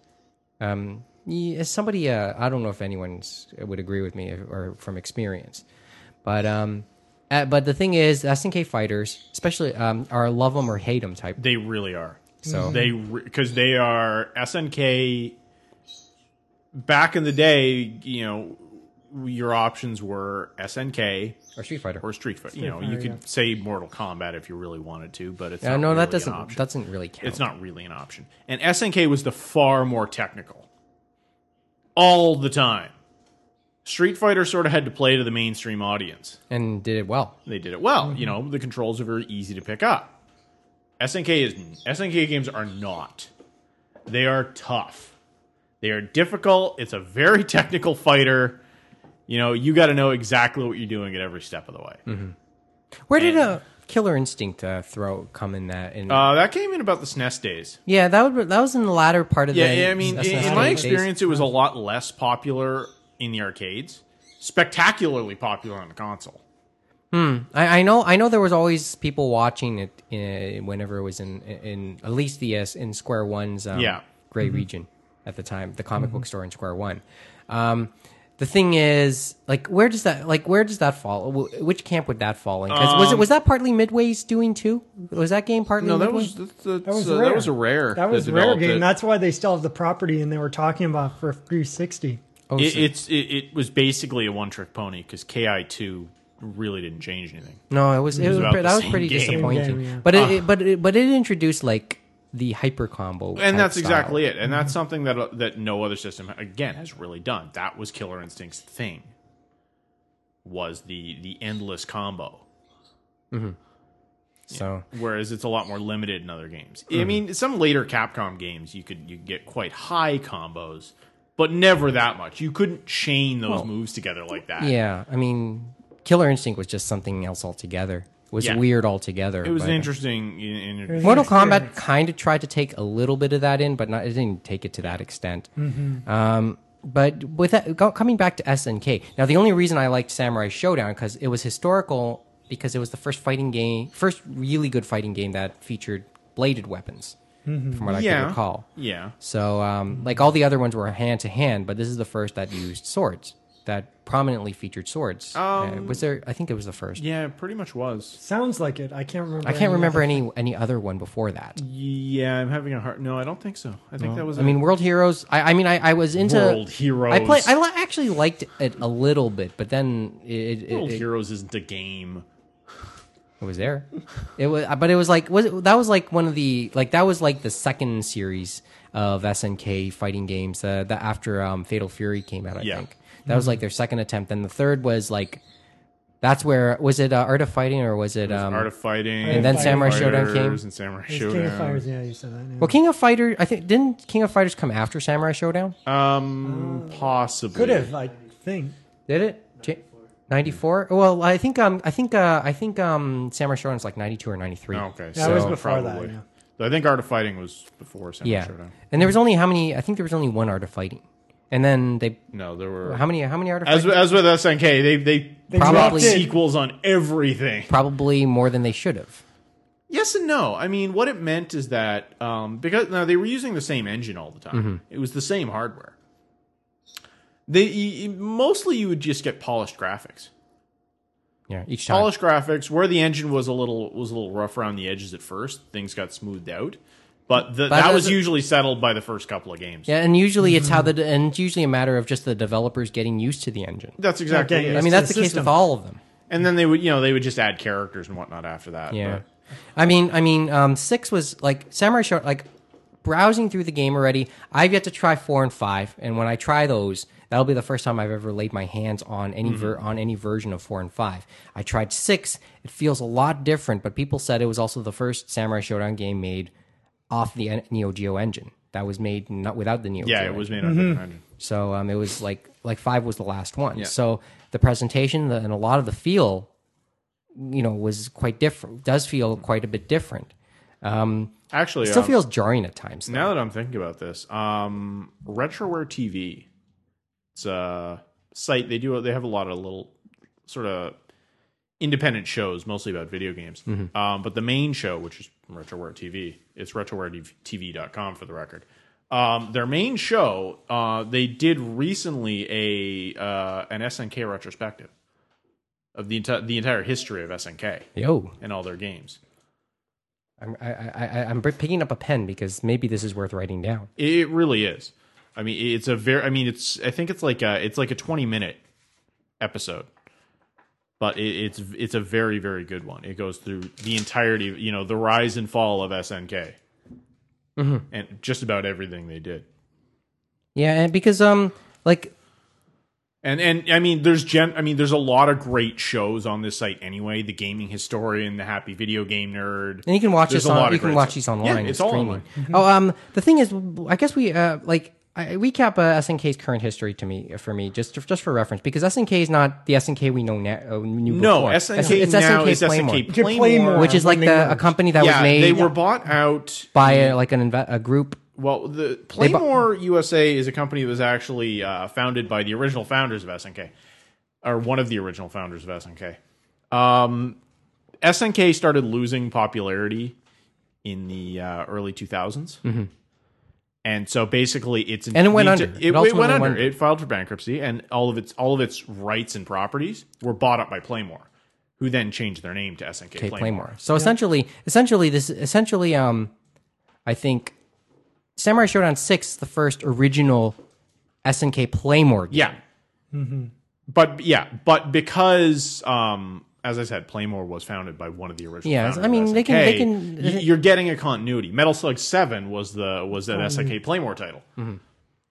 Speaker 1: Um, yeah, somebody, uh, I don't know if anyone would agree with me or from experience, but um, uh, but the thing is, SNK fighters, especially, um, are love them or hate them type.
Speaker 4: They really are.
Speaker 1: So-
Speaker 4: they because they are SNK. Back in the day, you know, your options were SNK
Speaker 1: or Street Fighter.
Speaker 4: or Street Fighter. You know, you could say Mortal Kombat if you really wanted to, but it's
Speaker 1: yeah,
Speaker 4: not
Speaker 1: Uh, no,
Speaker 4: really
Speaker 1: that
Speaker 4: an
Speaker 1: doesn't
Speaker 4: option.
Speaker 1: doesn't really count.
Speaker 4: it's not really an option. And SNK was the far more technical. All the time. Street Fighter sort of had to play to the mainstream audience.
Speaker 1: and did it well.
Speaker 4: They did it well. You
Speaker 3: Mm-hmm.
Speaker 4: know, the controls are very easy to pick up. SNK is SNK games are not. They are tough. They are difficult. It's a very technical fighter. You know, you got to know exactly what you're doing at every step of the way.
Speaker 3: Mm-hmm.
Speaker 1: Where did a Killer Instinct uh, throw come in that? In,
Speaker 4: Uh, that came in about the SNES days.
Speaker 1: yeah, that would, that was in the latter part of
Speaker 4: Yeah,
Speaker 1: the.
Speaker 4: yeah, I mean,
Speaker 3: E
Speaker 4: in, in
Speaker 1: SNES
Speaker 4: my
Speaker 1: days.
Speaker 4: experience, it was a lot less popular in the arcades. Spectacularly popular on the console.
Speaker 1: I, I know I know there was always people watching it uh, whenever it was in in at least the uh, in Square One's um,
Speaker 4: Yeah. Mm-hmm.
Speaker 1: gray region at the time, the comic book store in Square One. Um, the thing is, like, where does that like where does that fall? Wh- Which camp would that fall in? 'Cause was it was that partly Midway's doing too? Was that game partly?
Speaker 4: Um, No, that
Speaker 1: Midway?
Speaker 4: was that's,
Speaker 3: That
Speaker 4: that's,
Speaker 3: was
Speaker 4: uh,
Speaker 3: rare.
Speaker 4: that was a rare.
Speaker 3: That was rare
Speaker 4: developed
Speaker 3: game.
Speaker 4: it.
Speaker 3: That's why they still have the property, and they were talking about for 360.
Speaker 1: Oh,
Speaker 4: It,
Speaker 1: so-
Speaker 4: it's it, it was basically a one trick pony because Ki two really didn't change anything.
Speaker 1: No, it was it, was,
Speaker 4: about
Speaker 1: pre-
Speaker 4: the
Speaker 1: that was
Speaker 4: same
Speaker 1: pretty
Speaker 4: game. Ah.
Speaker 1: disappointing.
Speaker 3: Same game, yeah.
Speaker 1: But it, it- but it, but it introduced like the hyper combo,
Speaker 4: And that's exactly it. And that's something that uh, that no other system again has really done. That was Killer Instinct's thing. Was the the endless combo.
Speaker 1: So
Speaker 4: whereas it's a lot more limited in other games. I mean, some later Capcom games you could you could get quite high combos, but never that much. You couldn't chain those moves together like that.
Speaker 1: yeah, I mean, Killer Instinct was just something else altogether. It was
Speaker 4: Yeah.
Speaker 1: weird altogether.
Speaker 4: It was
Speaker 1: but-
Speaker 4: an interesting. In, in,
Speaker 1: Mortal Kombat
Speaker 3: experience.
Speaker 1: kind of tried to take a little bit of that in, but not it didn't take it to that extent. Um, but with that, go, coming back to SNK, now the only reason I liked Samurai Showdown because it was historical because it was the first fighting game, first really good fighting game that featured bladed weapons, from what I
Speaker 4: Yeah.
Speaker 1: can recall.
Speaker 4: yeah,
Speaker 1: So, um, like all the other ones were hand to hand, but this is the first that used swords that prominently featured swords. Uh, was there? I think it was the first.
Speaker 4: yeah, it pretty much was.
Speaker 3: Sounds like it. I can't remember.
Speaker 1: I can't
Speaker 3: any
Speaker 1: remember
Speaker 3: other-
Speaker 1: any any other one before that.
Speaker 4: Yeah, I'm having a hard. No, I don't think so. I think that was.
Speaker 1: I mean, World Heroes. I, I mean, I, I was into
Speaker 4: World Heroes.
Speaker 1: I play. I li- actually liked it a little bit, but then it it,
Speaker 4: World
Speaker 1: it, it,
Speaker 4: Heroes isn't a game.
Speaker 1: was there. It was, but it was like was it, that was like one of the like that was like the second series of SNK fighting games uh, that after um, Fatal Fury came out. I
Speaker 4: Yeah.
Speaker 1: think that was like their second attempt, and the third was like that's where was it uh, Art of Fighting or was it, um,
Speaker 4: Art of Fighting,
Speaker 1: and then Samurai Showdown came.
Speaker 4: and Samurai
Speaker 3: It's King of
Speaker 4: Showdown.
Speaker 3: Fighters. Yeah, you said that. yeah.
Speaker 1: Well, King of Fighter. I think didn't King of Fighters come after Samurai Showdown?
Speaker 4: Um, possibly
Speaker 3: Uh, Could have, I think.
Speaker 1: Did it? Ninety four. Well, I think um, I think uh, I think um, Samurai Shodown's like ninety two or ninety three.
Speaker 4: Oh, Okay,
Speaker 3: That was
Speaker 1: So,
Speaker 3: before
Speaker 4: probably.
Speaker 3: that. Yeah.
Speaker 4: I think Art of Fighting was before Samurai
Speaker 1: Yeah,
Speaker 4: Showdown.
Speaker 1: and there was only how many? I think there was only one art of fighting, and then they
Speaker 4: No, there were
Speaker 1: how many? How many art of
Speaker 4: As
Speaker 1: fighting?
Speaker 4: as with SNK, they they,
Speaker 1: Probably-
Speaker 4: dropped sequels on everything.
Speaker 1: Probably more than they should have.
Speaker 4: Yes and no. I mean, what it meant is that um, because now they were using the same engine all the
Speaker 1: Mm-hmm.
Speaker 4: time. It was the same hardware. They y- y- mostly you would just get polished graphics.
Speaker 1: Yeah, each time.
Speaker 4: Polished graphics where the engine was a little was a little rough around the edges at first. Things got smoothed out, but, the, that was
Speaker 1: as a-
Speaker 4: usually settled by the first couple of games.
Speaker 1: yeah, and usually it's how the and it's usually a matter of just the developers getting used to the engine.
Speaker 4: That's exactly.
Speaker 3: Okay,
Speaker 4: it.
Speaker 1: I mean,
Speaker 3: the
Speaker 1: that's the, case
Speaker 3: system.
Speaker 1: with all of them.
Speaker 4: and then they would you know they would just add characters and whatnot after that.
Speaker 1: Yeah.
Speaker 4: but-
Speaker 1: I mean, I mean, um, six was like Samurai Show. Like browsing through the game already, I've yet to try four and five, and when I try those, that'll be the first time I've ever laid my hands on any
Speaker 4: Mm-hmm.
Speaker 1: ver- on any version of four and five. I tried six; it feels a lot different, but people said it was also the first Samurai Showdown game made off the en- Neo Geo engine that was made not without the Neo.
Speaker 4: yeah,
Speaker 1: Geo
Speaker 4: it was made on a different engine.
Speaker 1: so um, it was like like five was the last one. So the presentation the, and a lot of the feel, you know, was quite different. Does feel quite a bit different. Um,
Speaker 4: Actually,
Speaker 1: Still
Speaker 4: um,
Speaker 1: feels jarring at times. though.
Speaker 4: Now that I'm thinking about this, um, Retroware TV, it's a site they do. They have a lot of little sort of independent shows, mostly about video games. Um, but the main show, which is Retroware TV, it's retrowaretv.com for the record. Um, their main show, uh, they did recently a uh, an SNK retrospective of the entire the entire history of SNK
Speaker 1: Yo,
Speaker 4: and all their games.
Speaker 1: I'm I, I, I, I'm picking up a pen because maybe this is worth writing down.
Speaker 4: It it really is. I mean, it's a very. I mean, it's. I think it's like a. It's like a twenty minute episode, but it, it's it's a very very good one. It goes through the entirety, of, you know, the rise and fall of SNK,
Speaker 1: Mm-hmm.
Speaker 4: and just about everything they did.
Speaker 1: Yeah, and because um, like
Speaker 4: And and I mean, there's gen. I mean, there's a lot of great shows on this site anyway. The Gaming Historian, The Happy Video Game Nerd,
Speaker 1: And you can watch
Speaker 4: There's
Speaker 1: this
Speaker 4: a lot
Speaker 1: on.
Speaker 4: of
Speaker 1: You can
Speaker 4: great
Speaker 1: watch
Speaker 4: stuff.
Speaker 1: these online.
Speaker 4: Yeah, it's
Speaker 1: and
Speaker 4: all
Speaker 1: streaming.
Speaker 4: online.
Speaker 1: oh, um, the thing is, I guess we uh, like I recap uh, SNK's current history to me for me just just for reference because SNK is not the SNK we know now. Uh, knew
Speaker 4: No,
Speaker 1: before.
Speaker 4: SNK now is
Speaker 1: Playmore,
Speaker 4: SNK
Speaker 3: Playmore.
Speaker 4: Playmore,
Speaker 1: which is like
Speaker 3: When they
Speaker 1: the, a
Speaker 3: merged.
Speaker 1: company that
Speaker 4: yeah,
Speaker 1: was made
Speaker 4: they were bought out.
Speaker 1: by uh, like an inve- a group.
Speaker 4: Well, the
Speaker 1: bu-
Speaker 4: Playmore USA is a company that was actually uh, founded by the original founders of SNK, or one of the original founders of SNK. Um, SNK started losing popularity in the uh, early 2000s. And so basically, it's
Speaker 1: Mm-hmm. And it went under.
Speaker 4: It,
Speaker 1: It
Speaker 4: it
Speaker 1: ultimately
Speaker 4: went
Speaker 1: went
Speaker 4: under.
Speaker 1: under.
Speaker 4: It filed for bankruptcy, and all of its all of its rights and properties were bought up by Playmore, who then changed their name to SNK
Speaker 1: Okay,
Speaker 4: Playmore.
Speaker 1: Playmore. So essentially, essentially this essentially um, I think Samurai Showdown Six, the first original SNK Playmore. Game.
Speaker 4: Yeah.
Speaker 1: Mm-hmm.
Speaker 4: But yeah, but because um as I said, Playmore was founded by one of the original.
Speaker 1: Yeah,
Speaker 4: founders
Speaker 1: I mean,
Speaker 4: of
Speaker 1: they can- they
Speaker 4: SNK,
Speaker 1: can-
Speaker 4: y- You're getting a continuity. Metal Slug Seven was the was
Speaker 1: Mm-hmm.
Speaker 4: an SNK Playmore title,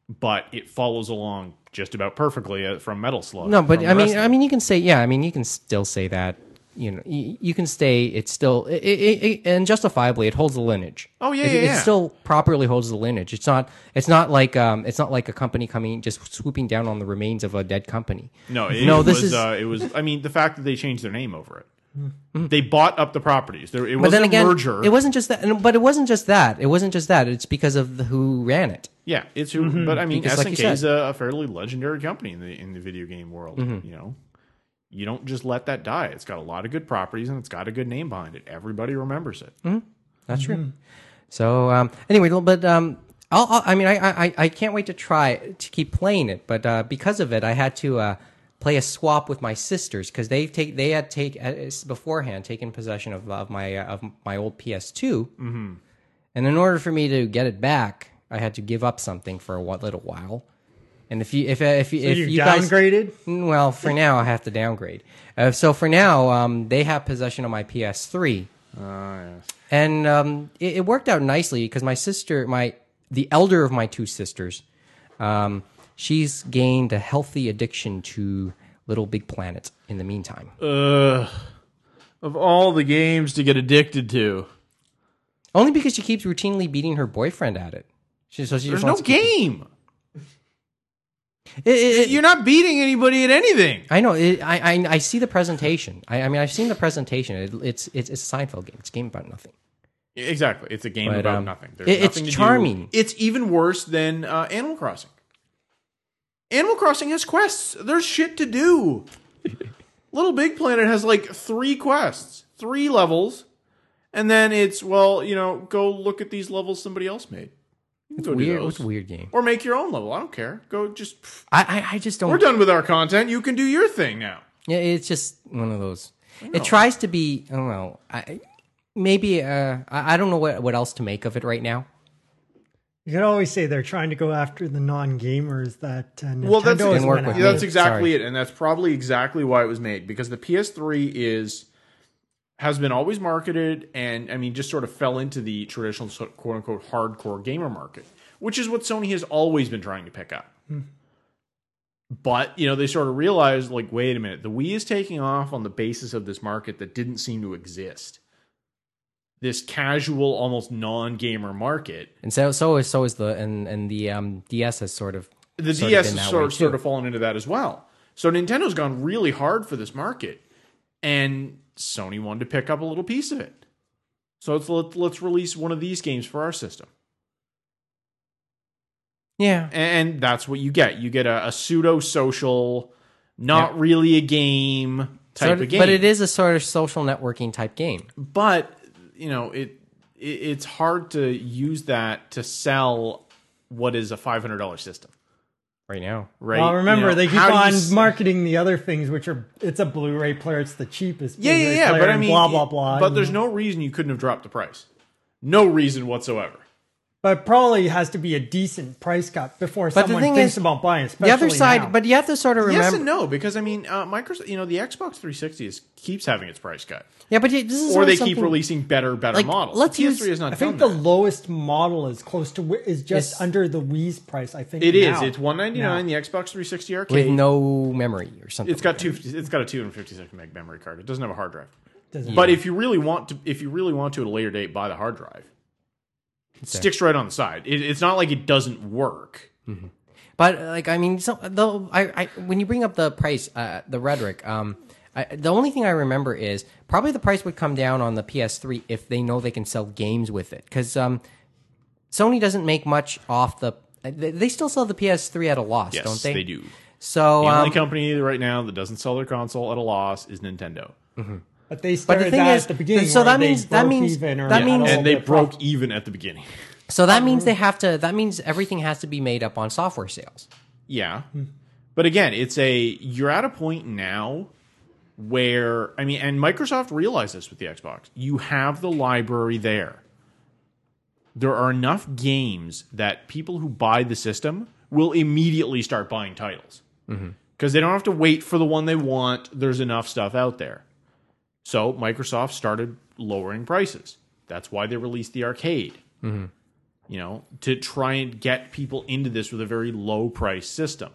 Speaker 4: but it follows along just about perfectly uh, from Metal Slug.
Speaker 1: No, but
Speaker 4: from
Speaker 1: I
Speaker 4: the rest
Speaker 1: mean,
Speaker 4: of
Speaker 1: I
Speaker 4: it.
Speaker 1: mean, you can say, yeah, I mean, you can still say that. You know, you, you can say it's still, i i i and justifiably, it holds the lineage.
Speaker 4: Oh, yeah,
Speaker 1: it,
Speaker 4: yeah,
Speaker 1: it
Speaker 4: yeah.
Speaker 1: still properly holds the lineage. It's not, it's not like, um, it's not like a company coming just swooping down on the remains of a dead company.
Speaker 4: no, it,
Speaker 1: no,
Speaker 4: it
Speaker 1: this is-
Speaker 4: was, uh, it was. I mean, the fact that they changed their name over it. They bought up the properties. There, it
Speaker 1: Mm-hmm. But
Speaker 4: was
Speaker 1: then
Speaker 4: a
Speaker 1: again,
Speaker 4: merger.
Speaker 1: it wasn't just that. and- But it wasn't just that. It wasn't just that. It's because of the, who ran it.
Speaker 4: Yeah, it's who. But I mean,
Speaker 1: Because like you
Speaker 4: SNK is a, a fairly legendary company in the in the video game world. You know, you don't just let that die. It's got a lot of good properties and it's got a good name behind it. Everybody remembers it.
Speaker 1: That's true. So um, anyway, little- but um, I'll, I'll, I mean, I, I I- I can't wait to try to keep playing it, but uh, because of it, I had to uh, play a swap with my sisters because they take they had take uh, s- beforehand taken possession of of my uh, of my old PS2, mm-hmm. and in order for me to get it back, I had to give up something for a wh- little while. And if you if uh, if you if
Speaker 3: you,
Speaker 1: you guys
Speaker 3: downgraded?
Speaker 1: Mm, Well, for now, I have to downgrade. Uh, so for now, um, they have possession of my PS3.
Speaker 4: Ah,
Speaker 1: And um, it, it worked out nicely because my sister, my the elder of my two sisters, um, she's gained a healthy addiction to Little Big Planet. In the meantime,
Speaker 4: Uh. Of all the games to get addicted to,
Speaker 1: only because she keeps routinely beating her boyfriend at it. She, so she
Speaker 4: there's
Speaker 1: just
Speaker 4: no
Speaker 1: wants to keep-
Speaker 4: game.
Speaker 1: It- it- it-
Speaker 4: You're not beating anybody at anything.
Speaker 1: I know. It, I, I I see the presentation. I, I mean, I've seen the presentation. It, it's it's it's a Seinfeld game. It's a game about nothing.
Speaker 4: Exactly, it's a game
Speaker 1: But,
Speaker 4: about
Speaker 1: um,
Speaker 4: nothing.
Speaker 1: it-
Speaker 4: There's
Speaker 1: it's
Speaker 4: nothing to do.
Speaker 1: charming.
Speaker 4: It's even worse than uh, Animal Crossing. Animal Crossing has quests. There's shit to do. Little Big Planet has like three quests, three levels, and then it's well, you know, go look at these levels somebody else made. You can go do
Speaker 1: Weird.
Speaker 4: those.
Speaker 1: It's a weird game.
Speaker 4: Or make your own level. I don't care. Go just. pff,
Speaker 1: I I, I just don't.
Speaker 4: We're done with our content. You can do your thing now.
Speaker 1: Yeah, it's just one of those. It tries to be. I don't know. I, maybe uh, I, I don't know what what else to make of it right now.
Speaker 3: You could always say they're trying to go after the non-gamers that uh, Nintendo
Speaker 4: Well, that's
Speaker 3: has
Speaker 1: Didn't work
Speaker 3: went
Speaker 1: with me.
Speaker 3: after.
Speaker 4: that's
Speaker 1: Sorry.
Speaker 4: exactly it, and that's probably exactly why it was made because the PS3 is has been always marketed, and I mean, just sort of fell into the traditional so- quote unquote hardcore gamer market, which is what Sony has always been trying to pick up. But you know, they sort of realized, like, wait a minute, the Wii is taking off on the basis of this market that didn't seem to exist. This casual, almost non-gamer market
Speaker 1: And so so is so is the and and the um, DS has sort of
Speaker 4: the
Speaker 1: sort of
Speaker 4: DS
Speaker 1: been
Speaker 4: has
Speaker 1: that
Speaker 4: sort
Speaker 1: way
Speaker 4: of,
Speaker 1: too.
Speaker 4: sort of fallen into that as well. So Nintendo's gone really hard for this market, and Sony wanted to pick up a little piece of it. So it's, let, let's release one of these games for our system,
Speaker 1: yeah.
Speaker 4: and, and that's what you get. You get a, a pseudo social, not really a game type
Speaker 1: Sort of-
Speaker 4: of game,
Speaker 1: But it is a sort of social networking type game.
Speaker 4: But you know, it, it it's hard to use that to sell what is a five hundred dollar system,
Speaker 1: Right now,
Speaker 4: right?
Speaker 3: Well, remember
Speaker 4: You know,
Speaker 3: they keep
Speaker 4: how do you
Speaker 3: on
Speaker 4: s-
Speaker 3: marketing the other things, which are it's a Blu-ray player, it's the cheapest.
Speaker 4: Yeah, yeah,
Speaker 3: Blu-ray
Speaker 4: yeah.
Speaker 3: player,
Speaker 4: But I
Speaker 3: and
Speaker 4: mean,
Speaker 3: blah blah blah.
Speaker 4: But there's no reason you couldn't have dropped the price. No reason whatsoever.
Speaker 3: But probably has to be a decent price cut before
Speaker 1: the
Speaker 3: someone
Speaker 1: thing
Speaker 3: thinks
Speaker 1: is,
Speaker 3: about buying.
Speaker 1: The other
Speaker 3: especially
Speaker 1: side,
Speaker 3: now.
Speaker 1: but you have to sort of remember.
Speaker 4: Yes and no, because I mean, uh, Microsoft. You know, the Xbox 360 is, keeps having its price cut,
Speaker 1: Yeah, but you- this is
Speaker 4: or
Speaker 1: sort of
Speaker 4: they keep
Speaker 1: something-
Speaker 4: releasing better, better
Speaker 1: like,
Speaker 4: models.
Speaker 1: let's
Speaker 4: The PS3
Speaker 1: use-
Speaker 4: is not.
Speaker 3: I think the
Speaker 4: done that.
Speaker 3: lowest model is close to Wi- is just
Speaker 1: Yes.
Speaker 3: under the Wii's price. I think
Speaker 4: It is.
Speaker 3: now.
Speaker 4: It's 199. The Xbox 360
Speaker 1: with
Speaker 4: arcade.
Speaker 1: no memory or something.
Speaker 4: it's got two. It's got a 256 meg memory card. It doesn't have a hard drive.
Speaker 3: Doesn't
Speaker 4: But if you really want to, if you really want to at a later date, buy the hard drive. It sticks right on the side. It, it's not like it doesn't work.
Speaker 1: But like, I mean, so though I, I when you bring up the price, uh, the rhetoric, um, I, the only thing I remember is probably the price would come down on the PS3 if they know they can sell games with it, because um, Sony doesn't make much off the. They they still sell the PS3 at a loss,
Speaker 4: Yes,
Speaker 1: don't they?
Speaker 4: they do.
Speaker 1: So
Speaker 4: The only
Speaker 1: um,
Speaker 4: company right now that doesn't sell their console at a loss is Nintendo,
Speaker 3: But they started
Speaker 1: but the thing
Speaker 3: that
Speaker 1: is,
Speaker 3: at the beginning.
Speaker 1: so
Speaker 3: where
Speaker 1: that
Speaker 3: they
Speaker 1: means that
Speaker 3: broke
Speaker 1: means
Speaker 3: even or
Speaker 1: that
Speaker 3: at
Speaker 1: means
Speaker 3: all
Speaker 4: and they
Speaker 3: the
Speaker 4: broke
Speaker 3: profit.
Speaker 4: even at the beginning.
Speaker 1: so that means they have to. That means everything has to be made up on software sales.
Speaker 4: Yeah. But again, it's a you're at a point now where I mean, and Microsoft realized this with the Xbox. You have the library there. There are enough games that people who buy the system will immediately start buying titles because they don't have to wait for the one they want. There's enough stuff out there. So Microsoft started lowering prices. That's why they released the arcade you know, to try and get people into this with a very low price system.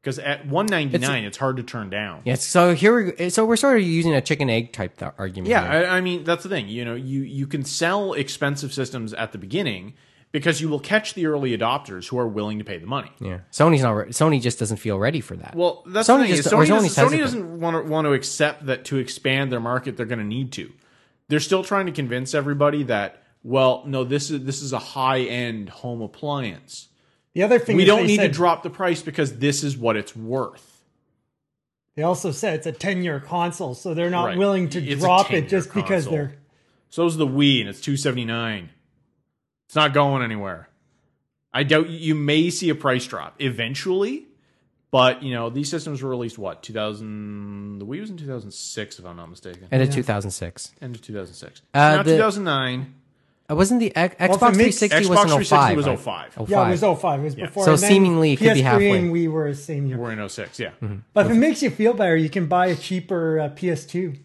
Speaker 4: Because at one ninety nine, it's, hard to turn down.
Speaker 1: Yes. So here, we, so we're sort of using a chicken egg type th- argument.
Speaker 4: Yeah,
Speaker 1: here.
Speaker 4: I, I mean that's the thing. You know, you you can sell expensive systems at the beginning because you will catch the early adopters who are willing to pay the money.
Speaker 1: Yeah, Sony's not. Re- Sony just doesn't feel ready for that.
Speaker 4: Well, that's
Speaker 1: Sony
Speaker 4: the thing. is
Speaker 1: just- or
Speaker 4: Sony,
Speaker 1: Sony's
Speaker 4: doesn't, Sony
Speaker 1: hesitant.
Speaker 4: doesn't want to want to accept that to expand their market, they're going to need to. They're still trying to convince everybody that well, no, this is this is a high end home appliance.
Speaker 3: The other thing
Speaker 4: We
Speaker 3: is
Speaker 4: don't
Speaker 3: they
Speaker 4: need to
Speaker 3: said-
Speaker 4: drop the price because this is what it's worth.
Speaker 3: They also said it's a ten year console, so they're not
Speaker 4: Right.
Speaker 3: willing to
Speaker 4: It's a
Speaker 3: drop
Speaker 4: 10-year
Speaker 3: it just because
Speaker 4: console.
Speaker 3: they're
Speaker 4: So is the Wii, and it's two seventy nine. It's not going anywhere. I doubt you may see a price drop eventually, but you know these systems were released what two thousand. The Wii was in two thousand six, if I'm not mistaken.
Speaker 1: And in 2006,
Speaker 4: End of two thousand six.
Speaker 1: Uh,
Speaker 4: not
Speaker 1: the-
Speaker 4: two thousand nine.
Speaker 1: uh, wasn't the X- Xbox
Speaker 3: if it makes-
Speaker 1: 360
Speaker 4: Xbox
Speaker 1: was in 05?
Speaker 4: 360 was
Speaker 1: right?
Speaker 4: 05.
Speaker 3: yeah, it was oh- 05. It was before.
Speaker 1: So
Speaker 3: and then
Speaker 1: seemingly it could be
Speaker 3: PS3
Speaker 1: halfway.
Speaker 3: and we were the same year.
Speaker 4: We're in 06, Yeah.
Speaker 1: Mm-hmm.
Speaker 3: But if it makes you feel better, you can buy a cheaper uh, PS2.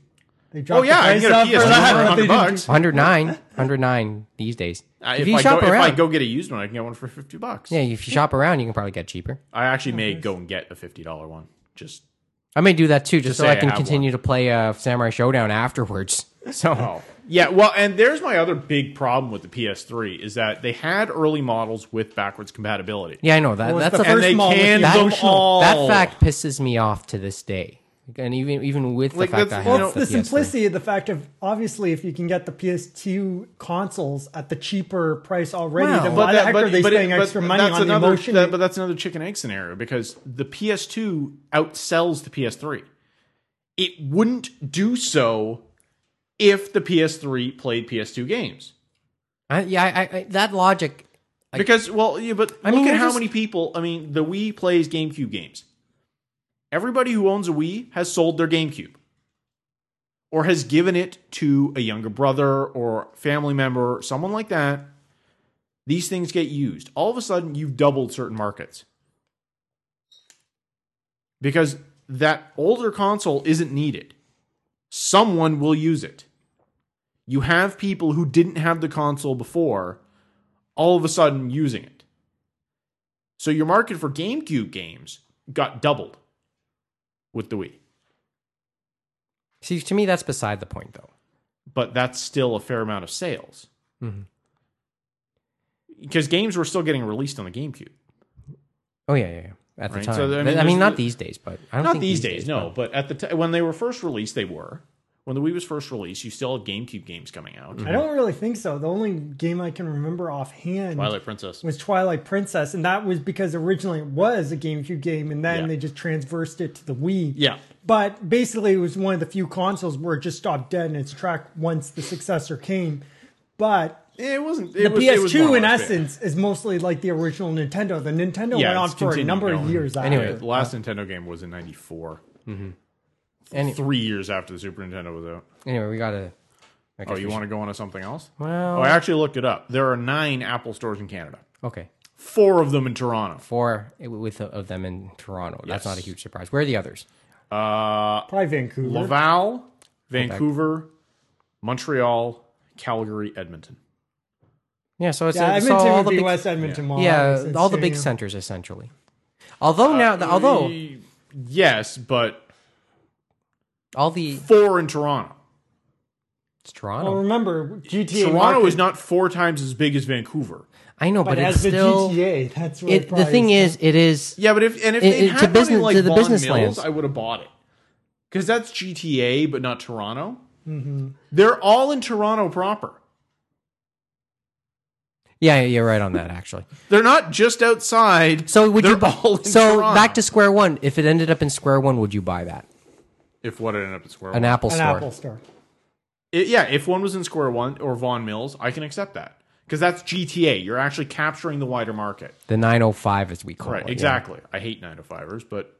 Speaker 3: They dropped
Speaker 4: Oh yeah,
Speaker 3: the
Speaker 4: I
Speaker 3: price
Speaker 4: can get a
Speaker 3: up
Speaker 4: PS3 for
Speaker 3: for that, but they didn't
Speaker 4: 100
Speaker 3: do-
Speaker 4: bucks.
Speaker 1: 109, 109 these days.
Speaker 4: Uh,
Speaker 1: if
Speaker 4: if,
Speaker 1: you
Speaker 4: I go,
Speaker 1: shop
Speaker 4: if
Speaker 1: around,
Speaker 4: I go get a used one, I can get one for fifty bucks.
Speaker 1: yeah, if you shop around, you can probably get cheaper.
Speaker 4: I actually may go and get a fifty dollar one. Just
Speaker 1: I may do that too, just,
Speaker 4: Just
Speaker 1: so
Speaker 4: say
Speaker 1: I
Speaker 4: I
Speaker 1: can
Speaker 4: have
Speaker 1: continue to play uh, Samurai Showdown afterwards. So
Speaker 4: Yeah, well, and there's my other big problem with the PS3 is that they had early models with backwards compatibility.
Speaker 1: yeah, I know that.
Speaker 3: Well,
Speaker 1: that's
Speaker 3: it's the
Speaker 1: a
Speaker 3: first
Speaker 4: And they
Speaker 3: model with
Speaker 4: canned
Speaker 3: the
Speaker 4: them
Speaker 3: emotional-
Speaker 4: all.
Speaker 1: that fact pisses me off to this day, and even even with
Speaker 4: Like,
Speaker 1: the fact that I
Speaker 4: that's-
Speaker 1: have
Speaker 4: well,
Speaker 1: the,
Speaker 3: the
Speaker 1: PS3.
Speaker 3: simplicity of the fact of obviously if you can get the PS2 consoles at the cheaper price already,
Speaker 1: Wow.
Speaker 3: then
Speaker 1: But
Speaker 3: why the
Speaker 4: that-
Speaker 3: heck are they
Speaker 4: but it-
Speaker 3: spending
Speaker 4: but
Speaker 3: extra money
Speaker 4: that's
Speaker 3: on the
Speaker 4: another,
Speaker 3: emotion?
Speaker 4: that- but that's another chicken egg scenario because the PS2 outsells the PS3. It wouldn't do so if the PS3 played PS2 games.
Speaker 1: I, yeah, I, I, that logic.
Speaker 4: Because well, yeah, but
Speaker 1: I
Speaker 4: look
Speaker 1: mean,
Speaker 4: at
Speaker 1: they're
Speaker 4: how
Speaker 1: just-
Speaker 4: many people. I mean, the Wii plays GameCube games. Everybody who owns a Wii has sold their GameCube, or has given it to a younger brother or family member, someone like that. These things get used. All of a sudden, you've doubled certain markets because that older console isn't needed. Someone will use it. You have people who didn't have the console before all of a sudden using it. So your market for GameCube games got doubled with the Wii.
Speaker 1: See, to me, that's beside the point, though.
Speaker 4: But that's still a fair amount of sales. Because games were still getting released on the GameCube.
Speaker 1: Oh yeah, yeah, yeah. At the
Speaker 4: Right,
Speaker 1: time,
Speaker 4: so, I
Speaker 1: I
Speaker 4: mean,
Speaker 1: mean,
Speaker 4: there's-
Speaker 1: not these days, but I don't
Speaker 4: Not
Speaker 1: think
Speaker 4: these days, no. But at the t- when they were first released, they were. When the Wii was first released, you still had GameCube games coming out.
Speaker 3: I don't really think so. The only game I can remember offhand
Speaker 4: Twilight Princess.
Speaker 3: was Twilight Princess, and that was because originally it was a GameCube game, and then
Speaker 4: Yeah.
Speaker 3: they just transversed it to the Wii.
Speaker 4: Yeah.
Speaker 3: But basically, it was one of the few consoles where it just stopped dead in its track once the successor came. But
Speaker 4: It wasn't.
Speaker 3: the
Speaker 4: It was, it was more
Speaker 3: PS2,
Speaker 4: or
Speaker 3: in
Speaker 4: less bad.
Speaker 3: essence, is mostly like the original Nintendo. The Nintendo
Speaker 4: Yeah,
Speaker 3: went on
Speaker 4: it's
Speaker 3: for a
Speaker 4: continued
Speaker 3: number of
Speaker 4: going.
Speaker 3: years
Speaker 1: Anyway,
Speaker 4: Yeah,
Speaker 3: after.
Speaker 4: the last Nintendo game was in '94,
Speaker 1: Any,
Speaker 4: three years after the Super Nintendo was out.
Speaker 1: anyway, we gotta I guess
Speaker 4: Oh, you
Speaker 1: we
Speaker 4: want to go on to something else?
Speaker 1: Well-
Speaker 4: oh, I actually looked it up. There are nine Apple stores in Canada.
Speaker 1: should- Okay.
Speaker 4: Four of them in Toronto.
Speaker 1: Four i- with the- of them in Toronto. That's not a
Speaker 4: Yes.
Speaker 1: huge surprise. Where are the others?
Speaker 4: Uh,
Speaker 3: Probably Vancouver.
Speaker 4: Laval, Vancouver, Montreal, Calgary, Edmonton.
Speaker 1: Yeah, so it's,
Speaker 3: yeah,
Speaker 1: it's
Speaker 3: Edmonton
Speaker 1: all
Speaker 3: would
Speaker 1: the
Speaker 3: be
Speaker 1: big,
Speaker 3: West Edmonton Mall.
Speaker 1: yeah,
Speaker 3: It's-
Speaker 1: all the
Speaker 3: it's-
Speaker 1: big
Speaker 3: yeah.
Speaker 1: centers essentially. Although now, although
Speaker 4: E- yes, but
Speaker 1: all the
Speaker 4: four in Toronto.
Speaker 1: it's Toronto.
Speaker 3: Well,
Speaker 4: Um,
Speaker 3: remember GTA.
Speaker 4: Toronto
Speaker 3: market,
Speaker 4: is not four times as big as Vancouver.
Speaker 1: I know,
Speaker 3: but,
Speaker 1: but, it's
Speaker 3: as the
Speaker 1: still
Speaker 3: GTA, that's where
Speaker 1: it, the thing is, it is
Speaker 4: Yeah, but if and if
Speaker 1: It-
Speaker 4: they
Speaker 1: it's
Speaker 4: had
Speaker 1: a
Speaker 4: one
Speaker 1: business-
Speaker 4: in like
Speaker 1: to the
Speaker 4: Vaughan
Speaker 1: business
Speaker 4: Mills,
Speaker 1: lands.
Speaker 4: I would have bought it because that's GTA, but not Toronto.
Speaker 1: Mm-hmm.
Speaker 4: They're all in Toronto proper.
Speaker 1: yeah, you're right on that actually.
Speaker 4: They're not just outside.
Speaker 1: So would
Speaker 4: They're
Speaker 1: you
Speaker 4: all in
Speaker 1: so
Speaker 4: Toronto.
Speaker 1: back to square one? If it ended up in square one, would you buy that
Speaker 4: if what it ended up in Square
Speaker 1: an
Speaker 4: One?
Speaker 1: Apple
Speaker 3: an
Speaker 1: store?
Speaker 3: Apple store.
Speaker 4: I- yeah, if one was in Square One or Vaughan Mills, I can accept that because that's GTA. You're actually capturing the wider market.
Speaker 1: The 905 as we call
Speaker 4: Right,
Speaker 1: it. yeah.
Speaker 4: exactly. I hate 905ers, but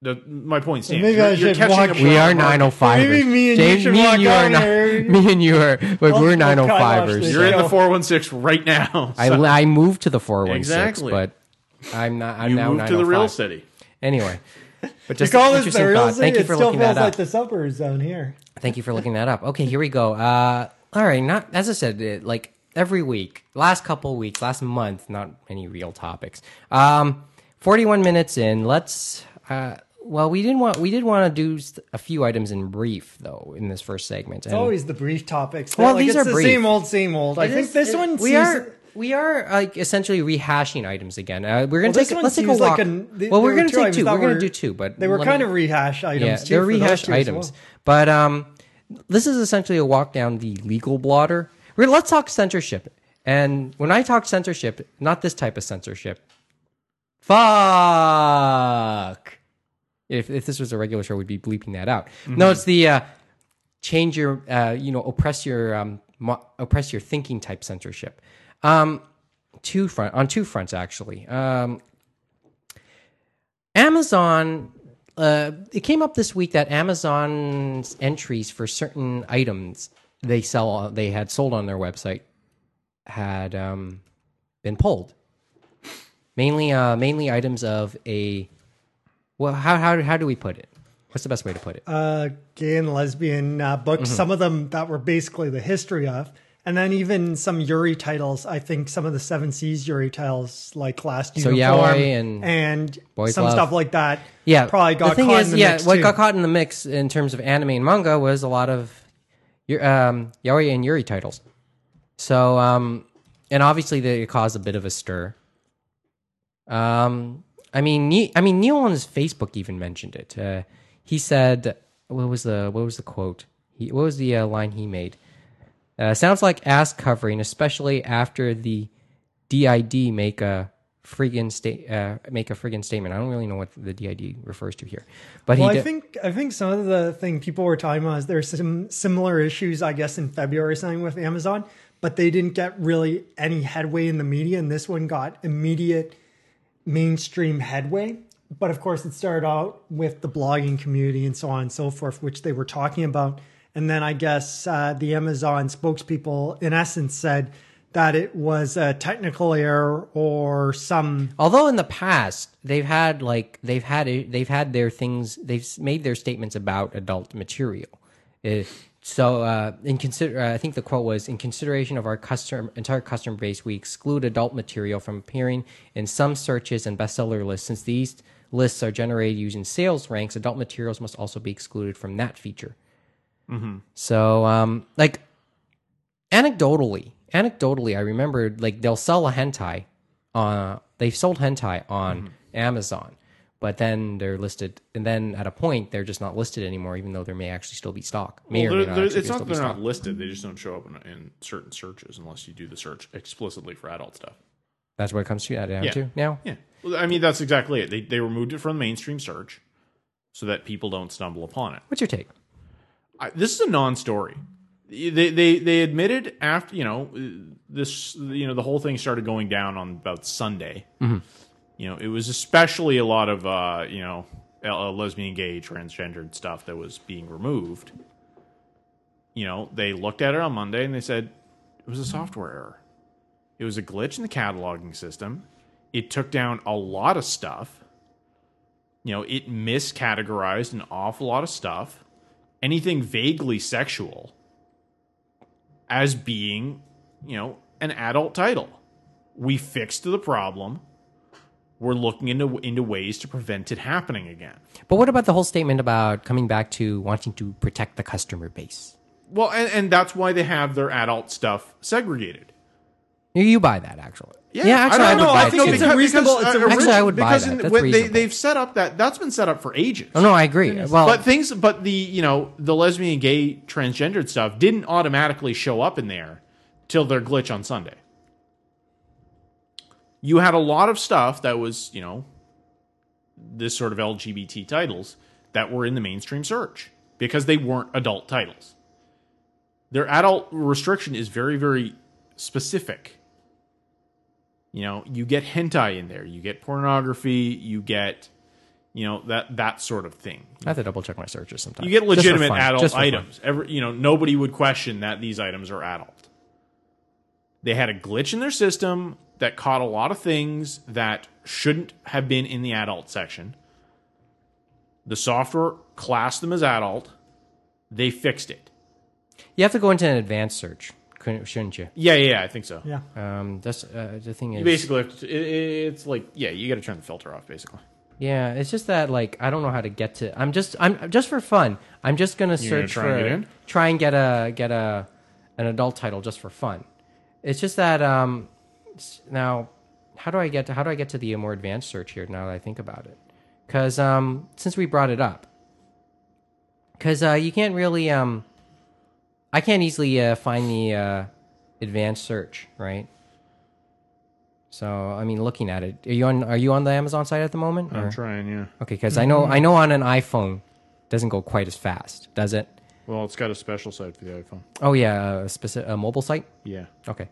Speaker 4: the, my point stands.
Speaker 3: Maybe
Speaker 4: you're,
Speaker 3: I
Speaker 4: you're
Speaker 3: should
Speaker 4: catching
Speaker 3: walk-
Speaker 4: a
Speaker 1: We
Speaker 4: broad
Speaker 1: are
Speaker 4: market.
Speaker 1: 905.
Speaker 3: Maybe me and you should
Speaker 1: me
Speaker 3: walk
Speaker 1: and you are
Speaker 3: on
Speaker 1: not.
Speaker 3: there.
Speaker 1: Me and you are. Like, we're
Speaker 3: we'll cut off
Speaker 1: 905ers.
Speaker 3: this.
Speaker 4: You're in
Speaker 3: So-
Speaker 4: the 416 right now.
Speaker 1: I,
Speaker 4: so
Speaker 1: I moved to the 416,
Speaker 4: Exactly.
Speaker 1: but I'm not. I'm
Speaker 4: you
Speaker 1: now
Speaker 4: moved to the
Speaker 1: 905.
Speaker 4: real city.
Speaker 1: Anyway, but
Speaker 3: You
Speaker 1: just an
Speaker 3: call this
Speaker 1: interesting
Speaker 3: the real
Speaker 1: thought.
Speaker 3: city?
Speaker 1: Thank you
Speaker 3: It
Speaker 1: for
Speaker 3: still feels
Speaker 1: looking that
Speaker 3: like
Speaker 1: up.
Speaker 3: the suburbs down here.
Speaker 1: Thank you for looking that up. Okay, here we go. Uh, all right, not as I said, it, like every week, last couple weeks, last month, not any real topics. Um, forty-one minutes in. Let's. Uh, well, we didn't want we did want to do s- a few items in brief though in this first segment.
Speaker 3: It's always the brief topics.
Speaker 1: Well,
Speaker 3: Like,
Speaker 1: these
Speaker 3: it's
Speaker 1: are
Speaker 3: the
Speaker 1: brief.
Speaker 3: same old, same old. I think this one
Speaker 1: we
Speaker 3: seems,
Speaker 1: are. We are like essentially rehashing items again. Uh, we're
Speaker 3: Well,
Speaker 1: gonna
Speaker 3: this
Speaker 1: take
Speaker 3: one
Speaker 1: let's take a
Speaker 3: seems
Speaker 1: walk.
Speaker 3: like an- th-
Speaker 1: well,
Speaker 3: there
Speaker 1: we're
Speaker 3: were
Speaker 1: gonna
Speaker 3: two
Speaker 1: take
Speaker 3: items
Speaker 1: two.
Speaker 3: that
Speaker 1: We're gonna
Speaker 3: were-
Speaker 1: do two, but
Speaker 3: They were
Speaker 1: let
Speaker 3: kind
Speaker 1: me-
Speaker 3: of rehash items.
Speaker 1: Yeah,
Speaker 3: too,
Speaker 1: they're
Speaker 3: for those
Speaker 1: rehash
Speaker 3: two as
Speaker 1: items.
Speaker 3: well.
Speaker 1: But um, this is essentially a walk down the legal blotter. We're, let's talk censorship. And when I talk censorship, not this type of censorship. Fuck. If, if this was a regular show, we'd be bleeping that out.
Speaker 3: Mm-hmm.
Speaker 1: No, it's the uh, change your, uh, you know, oppress your, um, mo- oppress your thinking type censorship. Um, two front on two fronts actually. Um, Amazon. Uh, it came up this week that Amazon's entries for certain items they sell they had sold on their website had um, been pulled. Mainly, uh, mainly items of a well, how how how do we put it? What's the best way to put it?
Speaker 3: uh, gay and lesbian uh, books,
Speaker 1: Mm-hmm.
Speaker 3: some of them that were basically the history of, and then even some Yuri titles. I think some of the Seven Seas Yuri titles, like Last
Speaker 1: So
Speaker 3: Uniform
Speaker 1: Yaoi and Boys
Speaker 3: some
Speaker 1: Love.
Speaker 3: stuff like that,
Speaker 1: yeah,
Speaker 3: probably got
Speaker 1: the thing
Speaker 3: caught
Speaker 1: is,
Speaker 3: in the
Speaker 1: yeah,
Speaker 3: mix
Speaker 1: what
Speaker 3: too.
Speaker 1: got caught in the mix in terms of anime and manga was a lot of your um, yaoi and yuri titles. So, um, and obviously, they caused a bit of a stir. Um, I mean, Ne- I mean, Neil on his Facebook even mentioned it. Uh, he said, "What was the what was the quote? He, what was the uh, line he made? Uh, sounds like ass covering, especially after the DID make a friggin' state uh, make a friggin' statement. I don't really know what the DID refers to here, but
Speaker 3: Well,
Speaker 1: he
Speaker 3: I
Speaker 1: did,
Speaker 3: think I think some of the thing people were talking about is there's some similar issues, I guess, in February or something with Amazon, but they didn't get really any headway in the media, and this one got immediate mainstream headway. But of course, it started out with the blogging community and so on and so forth, which they were talking about, and then I guess uh, the Amazon spokespeople, in essence, said that it was a technical error or some
Speaker 1: although in the past they've had like they've had they've had their things they've made their statements about adult material Uh, so uh, in consider uh, i think the quote was in consideration of our custom entire customer base we exclude adult material from appearing in some searches and bestseller lists since these lists are generated using sales ranks adult materials must also be excluded from that feature so um like anecdotally, anecdotally, I remember like they'll sell a hentai. Uh, they've sold hentai on
Speaker 4: Mm-hmm.
Speaker 1: Amazon, but then they're listed, and then at a point they're just not listed anymore, even though there may actually still be stock. May
Speaker 4: Well,
Speaker 1: or may
Speaker 4: they're-
Speaker 1: oh not
Speaker 4: they're-
Speaker 1: actually
Speaker 4: it's
Speaker 1: still
Speaker 4: not
Speaker 1: be
Speaker 4: they're
Speaker 1: stock.
Speaker 4: not listed. They just don't show up in, in certain searches unless you do the search explicitly for adult stuff.
Speaker 1: That's what it comes to that down
Speaker 4: Yeah.
Speaker 1: to now.
Speaker 4: Yeah, well, I mean that's exactly it. They they removed it from the mainstream search so that people don't stumble upon it.
Speaker 1: What's your take?
Speaker 4: I, this is a non-story. They they they admitted after you know this you know the whole thing started going down on about Sunday. You know it was especially a lot of uh, you know l- uh, lesbian, gay, transgendered stuff that was being removed. you know, they looked at it on Monday and they said it was a software error. It was a glitch in the cataloging system. It took down a lot of stuff. You know, it miscategorized an awful lot of stuff. Anything vaguely sexual as being, you know, an adult title. We fixed the problem. We're looking into into ways to prevent it happening again.
Speaker 1: But what about the whole statement about coming back to wanting to protect the customer base?
Speaker 4: Well, and, and that's why they have their adult stuff segregated.
Speaker 1: You- You buy that actually? actually,
Speaker 4: I
Speaker 1: I, would
Speaker 4: don't know.
Speaker 1: buy
Speaker 4: I
Speaker 1: it
Speaker 4: think
Speaker 1: too.
Speaker 4: it's a reasonable. It's a
Speaker 1: Actually,
Speaker 4: reasonable-
Speaker 1: I would buy
Speaker 4: uh, because
Speaker 1: that.
Speaker 4: in-
Speaker 1: That's
Speaker 4: when they,
Speaker 1: reasonable.
Speaker 4: they've set up that that's been set up for ages.
Speaker 1: Oh no, I agree. Well,
Speaker 4: but things, but the you know the lesbian, gay, transgendered stuff didn't automatically show up in there till their glitch on Sunday. You had a lot of stuff that was you know this sort of LGBT titles that were in the mainstream search because they weren't adult titles. Their adult restriction is very very specific. You know, you get hentai in there, you get pornography, you get you know that that sort of thing.
Speaker 1: I have to double check my searches sometimes.
Speaker 4: You get
Speaker 1: Just for
Speaker 4: legitimate
Speaker 1: fun.
Speaker 4: adult
Speaker 1: Just for fun.
Speaker 4: items. Every you know, nobody would question that these items are adult. They had a glitch in their system that caught a lot of things that shouldn't have been in the adult section. The software classed them as adult. They fixed it.
Speaker 1: You have to go into an advanced search, couldn't- shouldn't you?
Speaker 4: Yeah, yeah, yeah, I think so.
Speaker 3: Yeah.
Speaker 1: Um, that's uh, the thing is.
Speaker 4: You basically have to, it, it's like yeah, you got to turn the filter off basically.
Speaker 1: Yeah, it's just that like I don't know how to get to. I'm just I'm just for fun. I'm just gonna
Speaker 4: You're gonna
Speaker 1: search
Speaker 4: try
Speaker 1: for
Speaker 4: and get in?
Speaker 1: try and get a get a an adult title just for fun. It's just that um s- now how do I get to how do I get to the more advanced search here now that I think about it? Because um since we brought it up, because uh, you can't really um I can't easily uh, find the uh, advanced search right. So I mean, looking at it, are you on are you on the Amazon site at the moment? or-
Speaker 4: I'm trying, yeah.
Speaker 1: Okay, because I know I know on an iPhone doesn't go quite as fast, does it?
Speaker 4: Well, it's got a special site for the iPhone.
Speaker 1: Oh yeah, a specific a mobile site.
Speaker 4: Yeah.
Speaker 1: Okay,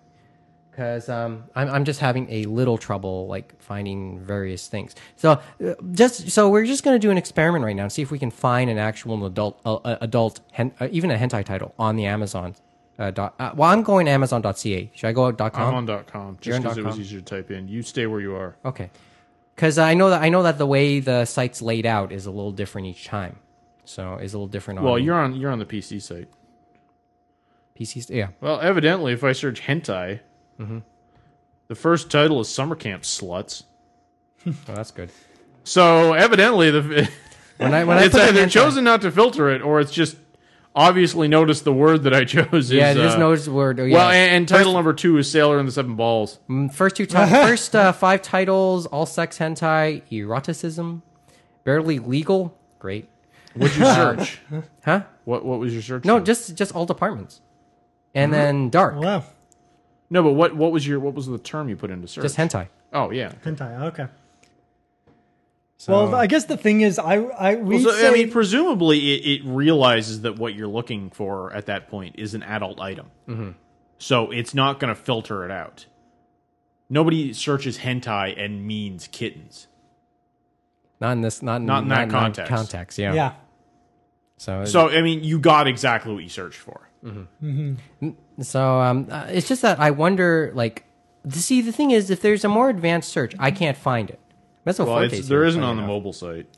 Speaker 1: because um, I'm I'm just having a little trouble like finding various things. So uh, just so we're just gonna do an experiment right now and see if we can find an actual adult uh, uh, adult hen, uh, even a hentai title on the Amazon. Uh, dot, uh, well, I'm going Amazon.ca. Should I go out dot com?
Speaker 4: I'm on dot .com
Speaker 1: You're
Speaker 4: just
Speaker 1: on
Speaker 4: because it was
Speaker 1: .com.
Speaker 4: easier to type in. You stay where you are.
Speaker 1: Okay, because I know that I know that the way the site's laid out is a little different each time. So is a little different on
Speaker 4: Well, you're on you're on the PC site.
Speaker 1: PCs. Yeah.
Speaker 4: Well, evidently, if I search hentai,
Speaker 1: Mm-hmm.
Speaker 4: the first title is summer camp sluts.
Speaker 1: Oh, that's good.
Speaker 4: So evidently, the
Speaker 1: When I when I
Speaker 4: it's
Speaker 1: put
Speaker 4: either
Speaker 1: in
Speaker 4: chosen not to filter it, or it's just obviously noticed the word that I chose.
Speaker 1: yeah,
Speaker 4: is,
Speaker 1: there's
Speaker 4: uh,
Speaker 1: no word. Oh, yeah.
Speaker 4: Well, and, and title number two is Sailor and the Seven Balls.
Speaker 1: Mm, first two ti- first uh, five titles: all sex hentai, eroticism, barely legal. Great, Uh,
Speaker 4: What'd you search?
Speaker 1: huh?
Speaker 4: what What was your search?
Speaker 1: No,
Speaker 4: term?
Speaker 1: just just all departments, and then dark,
Speaker 3: Wow.
Speaker 4: no, but what What was your What was the term you put into search?
Speaker 1: just hentai.
Speaker 4: Oh yeah.
Speaker 3: Hentai. Okay.
Speaker 1: So,
Speaker 3: well, I guess the thing is, I, I, we
Speaker 4: Well, so,
Speaker 3: say,
Speaker 4: I mean, presumably it, it realizes that what you're looking for at that point is an adult item. So it's not going to filter it out. Nobody searches hentai and means kittens.
Speaker 1: not in this, not in,
Speaker 4: Not in that context.
Speaker 1: context, yeah.
Speaker 3: yeah.
Speaker 1: So
Speaker 4: So, I mean, you got exactly what you searched for.
Speaker 1: So um, uh, it's just that I wonder, like, th- see, the thing is, if there's a more advanced search, I can't find it. That's what
Speaker 4: Well,
Speaker 1: Forte's
Speaker 4: it's,
Speaker 1: here,
Speaker 4: there isn't
Speaker 1: funny
Speaker 4: on the
Speaker 1: enough.
Speaker 4: mobile site.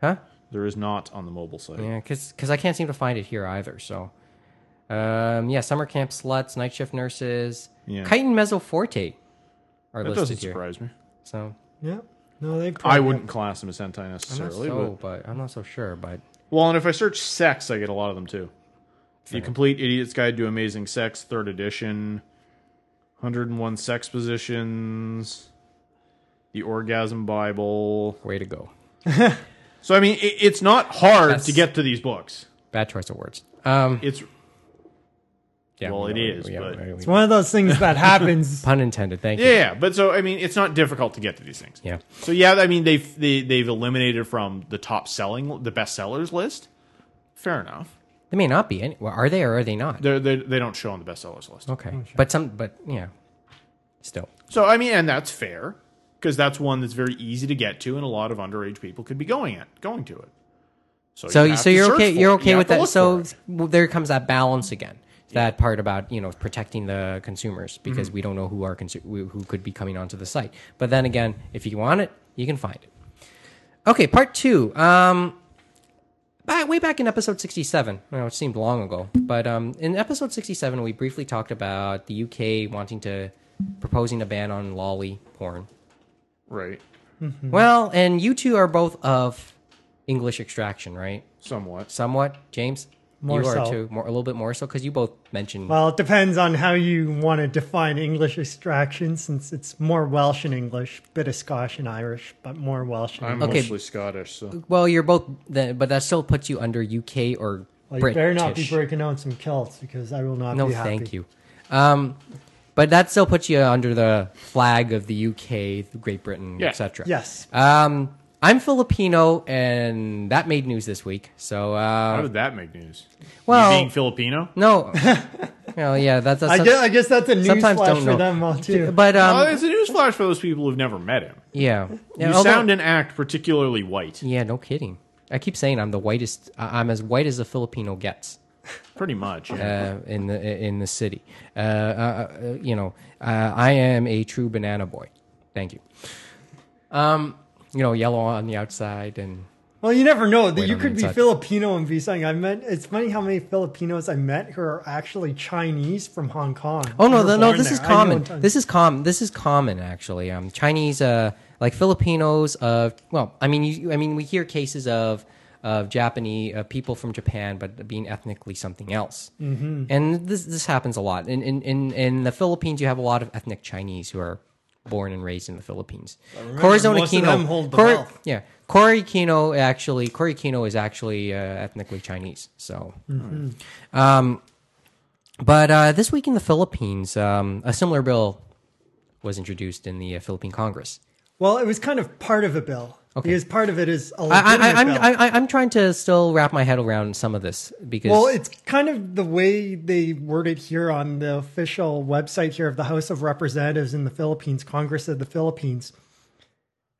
Speaker 1: huh?
Speaker 4: There is not on the mobile site.
Speaker 1: Yeah, because I can't seem to find it here either. So, um, yeah, summer camp sluts, night shift nurses,
Speaker 4: Yeah.
Speaker 1: chitin mesoforte are
Speaker 4: That
Speaker 1: listed
Speaker 4: doesn't
Speaker 1: here.
Speaker 4: surprise me.
Speaker 1: So
Speaker 3: Yeah. No, they
Speaker 4: I
Speaker 3: probably-
Speaker 4: wouldn't class them as hentai
Speaker 1: I'm not
Speaker 4: necessarily.
Speaker 1: so, but I'm not so sure. But
Speaker 4: but, well, and if I search sex, I get a lot of them too. The Complete Idiot's Guide to Amazing Sex, third edition, 101 Sex Positions, The Orgasm Bible.
Speaker 1: way to go,
Speaker 4: So, I mean, it, it's not hard
Speaker 1: That's-
Speaker 4: to get to these books.
Speaker 1: bad choice of words. Um,
Speaker 4: It's
Speaker 1: yeah,
Speaker 4: well,
Speaker 1: we
Speaker 4: it
Speaker 1: know-
Speaker 4: is,
Speaker 1: yeah,
Speaker 4: but-
Speaker 1: we-
Speaker 3: It's one of those things that happens.
Speaker 1: pun intended. Thank you.
Speaker 4: yeah, but so I mean, it's not difficult to get to these things.
Speaker 1: Yeah.
Speaker 4: So yeah, I mean, they've they, they've eliminated from the top selling, the best sellers list. Fair enough.
Speaker 1: They may not be. Any- well, are they or are they not?
Speaker 4: They're, they they don't show on the best sellers list.
Speaker 1: okay, but some, but yeah, still.
Speaker 4: So I mean, and that's fair because that's one that's very easy to get to, and a lot of underage people could be going at going to it.
Speaker 1: So
Speaker 4: you have
Speaker 1: so
Speaker 4: to
Speaker 1: you're
Speaker 4: search
Speaker 1: okay
Speaker 4: for
Speaker 1: you're
Speaker 4: it.
Speaker 1: okay
Speaker 4: You
Speaker 1: with
Speaker 4: have to
Speaker 1: that. So
Speaker 4: look for it.
Speaker 1: well, there comes that balance again. That part about you know protecting the consumers
Speaker 4: Mm-hmm.
Speaker 1: because we don't know who are consu- who who could be coming onto the site. But then again, if you want it, you can find it. Okay, part two. Um, back, way back in episode 67, well, it seemed long ago, but um, in episode 67, we briefly talked about the UK wanting to proposing a ban on lolly porn.
Speaker 4: right Mm-hmm.
Speaker 1: Well, and you two are both of English extraction, right?
Speaker 4: somewhat.
Speaker 1: Somewhat, James.
Speaker 3: More
Speaker 1: you are
Speaker 3: so.
Speaker 1: too, more, a little bit more so because you both mentioned.
Speaker 3: Well, it depends on how you want to define English extraction, since it's more Welsh and English, bit of Scotch and Irish, but more Welsh and
Speaker 4: I'm
Speaker 3: English.
Speaker 1: Okay.
Speaker 4: mostly Scottish, so
Speaker 1: well, you're both, the, but that still puts you under UK or
Speaker 3: Well, you
Speaker 1: British.
Speaker 3: better not be breaking out some kilts because I will not
Speaker 1: No,
Speaker 3: be happy.
Speaker 1: thank you. Um, but that still puts you under the flag of the UK, Great Britain,
Speaker 4: Yeah.
Speaker 1: etc.
Speaker 3: Yes.
Speaker 1: Um, I'm Filipino, and that made news this week. So,
Speaker 4: how
Speaker 1: uh,
Speaker 4: did that make news?
Speaker 1: well-
Speaker 4: you being Filipino.
Speaker 1: no, well, yeah, that's, that's
Speaker 3: I guess, I guess that's a
Speaker 1: sometimes
Speaker 3: newsflash
Speaker 1: don't
Speaker 3: for
Speaker 1: know.
Speaker 3: them all, too.
Speaker 1: But um,
Speaker 4: oh, it's a newsflash for those people who've never met him.
Speaker 1: yeah,
Speaker 4: You sound and act particularly white,
Speaker 1: yeah, no kidding. I keep saying I'm the whitest. I- I'm as white as a Filipino gets.
Speaker 4: pretty much.
Speaker 1: uh, in the in the city. Uh, uh, uh, you know, uh, I am a true banana boy. Thank you. Um, you know, yellow on the outside, and
Speaker 3: Well, you never know. That
Speaker 1: Wait
Speaker 3: you
Speaker 1: on
Speaker 3: could
Speaker 1: the
Speaker 3: be
Speaker 1: inside.
Speaker 3: Filipino and be something. I met. It's funny how many Filipinos I met who are actually Chinese from Hong Kong.
Speaker 1: oh no,
Speaker 3: They were
Speaker 1: the, no,
Speaker 3: born
Speaker 1: this
Speaker 3: there.
Speaker 1: is
Speaker 3: I know a
Speaker 1: common.
Speaker 3: ton.
Speaker 1: This is common. This is common actually. Um, Chinese, uh, like Filipinos of well, I mean, you, I mean, we hear cases of of Japanese uh, people from Japan, but being ethnically something else, mm-hmm. and this this happens a lot. In, in in in the Philippines, you have a lot of ethnic Chinese who are born and raised in the Philippines. Corazon
Speaker 3: most of
Speaker 1: Aquino-
Speaker 3: them hold the
Speaker 1: Cor-
Speaker 3: wealth.
Speaker 1: Yeah, Corey Kino actually. Corey Kino is actually uh, ethnically Chinese. So, um, but uh, this week in the Philippines, um, a similar bill was introduced in the uh, Philippine Congress.
Speaker 3: well, it was kind of part of a bill
Speaker 1: Okay.
Speaker 3: because part of it is
Speaker 1: I,
Speaker 3: a legitimate
Speaker 1: I, I'm
Speaker 3: bill.
Speaker 1: I, I- I'm trying to still wrap my head around some of this because
Speaker 3: well, it's kind of the way they word it here on the official website here of the House of Representatives in the Philippines, Congress of the Philippines.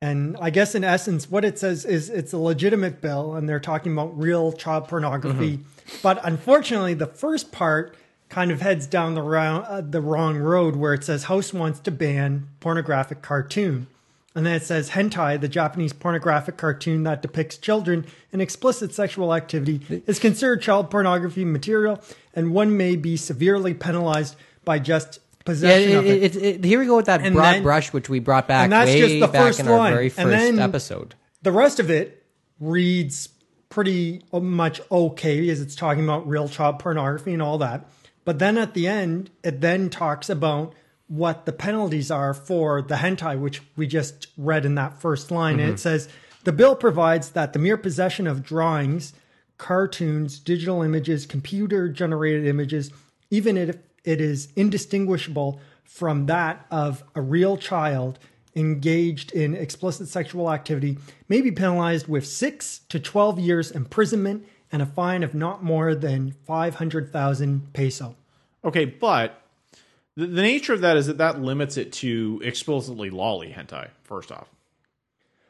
Speaker 3: And I guess in essence, what it says is it's a legitimate bill, and they're talking about real child pornography. But unfortunately, the first part kind of heads down the round, uh, the wrong road, where it says House wants to ban pornographic cartoon, and then it says hentai, the Japanese pornographic cartoon that depicts children in explicit sexual activity, is considered child pornography material, and one may be severely penalized by just
Speaker 1: yeah,
Speaker 3: possession
Speaker 1: it,
Speaker 3: of it.
Speaker 1: it, it- here we go with that
Speaker 3: And
Speaker 1: broad
Speaker 3: then-
Speaker 1: brush which we brought back
Speaker 3: and that's
Speaker 1: way
Speaker 3: just the
Speaker 1: back
Speaker 3: first
Speaker 1: in our
Speaker 3: line.
Speaker 1: very first
Speaker 3: And then-
Speaker 1: episode.
Speaker 3: The rest of it reads pretty much okay as it's talking about real child pornography and all that. But then at the end, it then talks about what the penalties are for the hentai, which we just read in that first line. And it says the bill provides that the mere possession of drawings, cartoons, digital images, computer generated images, even if it is indistinguishable from that of a real child engaged in explicit sexual activity, may be penalized with six to 12 years imprisonment and a fine of not more than 500,000 peso.
Speaker 4: Okay, but the, the nature of that is that that limits it to explicitly lolly hentai. First off,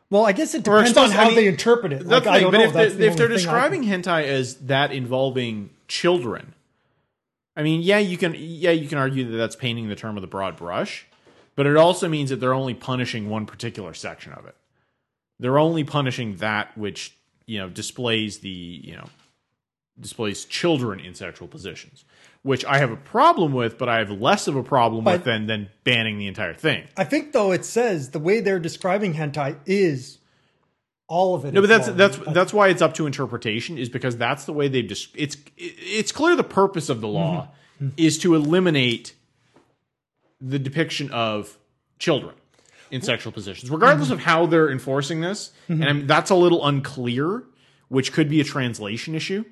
Speaker 3: Well, I guess it
Speaker 4: Or
Speaker 3: depends on
Speaker 4: explicit-
Speaker 3: how
Speaker 4: I mean,
Speaker 3: they interpret it.
Speaker 4: That's
Speaker 3: Like,
Speaker 4: the
Speaker 3: I
Speaker 4: thing,
Speaker 3: don't
Speaker 4: but
Speaker 3: know.
Speaker 4: if,
Speaker 3: That's
Speaker 4: they,
Speaker 3: the
Speaker 4: if they're
Speaker 3: only thing I-
Speaker 4: describing hentai as that involving children, I mean, yeah, you can yeah you can argue that that's painting the term with a broad brush, but it also means that they're only punishing one particular section of it. They're only punishing that which you know displays the you know displays children in sexual positions, which I have a problem with, but I have less of a problem
Speaker 3: But-
Speaker 4: with than than banning the entire thing.
Speaker 3: I think, though, it says the way they're describing hentai is all of it.
Speaker 4: No,
Speaker 3: is
Speaker 4: but that's
Speaker 3: wrong.
Speaker 4: that's that's why it's up to interpretation is because that's the way they've just it's it's clear the purpose of the law is to eliminate the depiction of children in sexual positions regardless of how they're enforcing this and I mean, that's a little unclear which could be a translation issue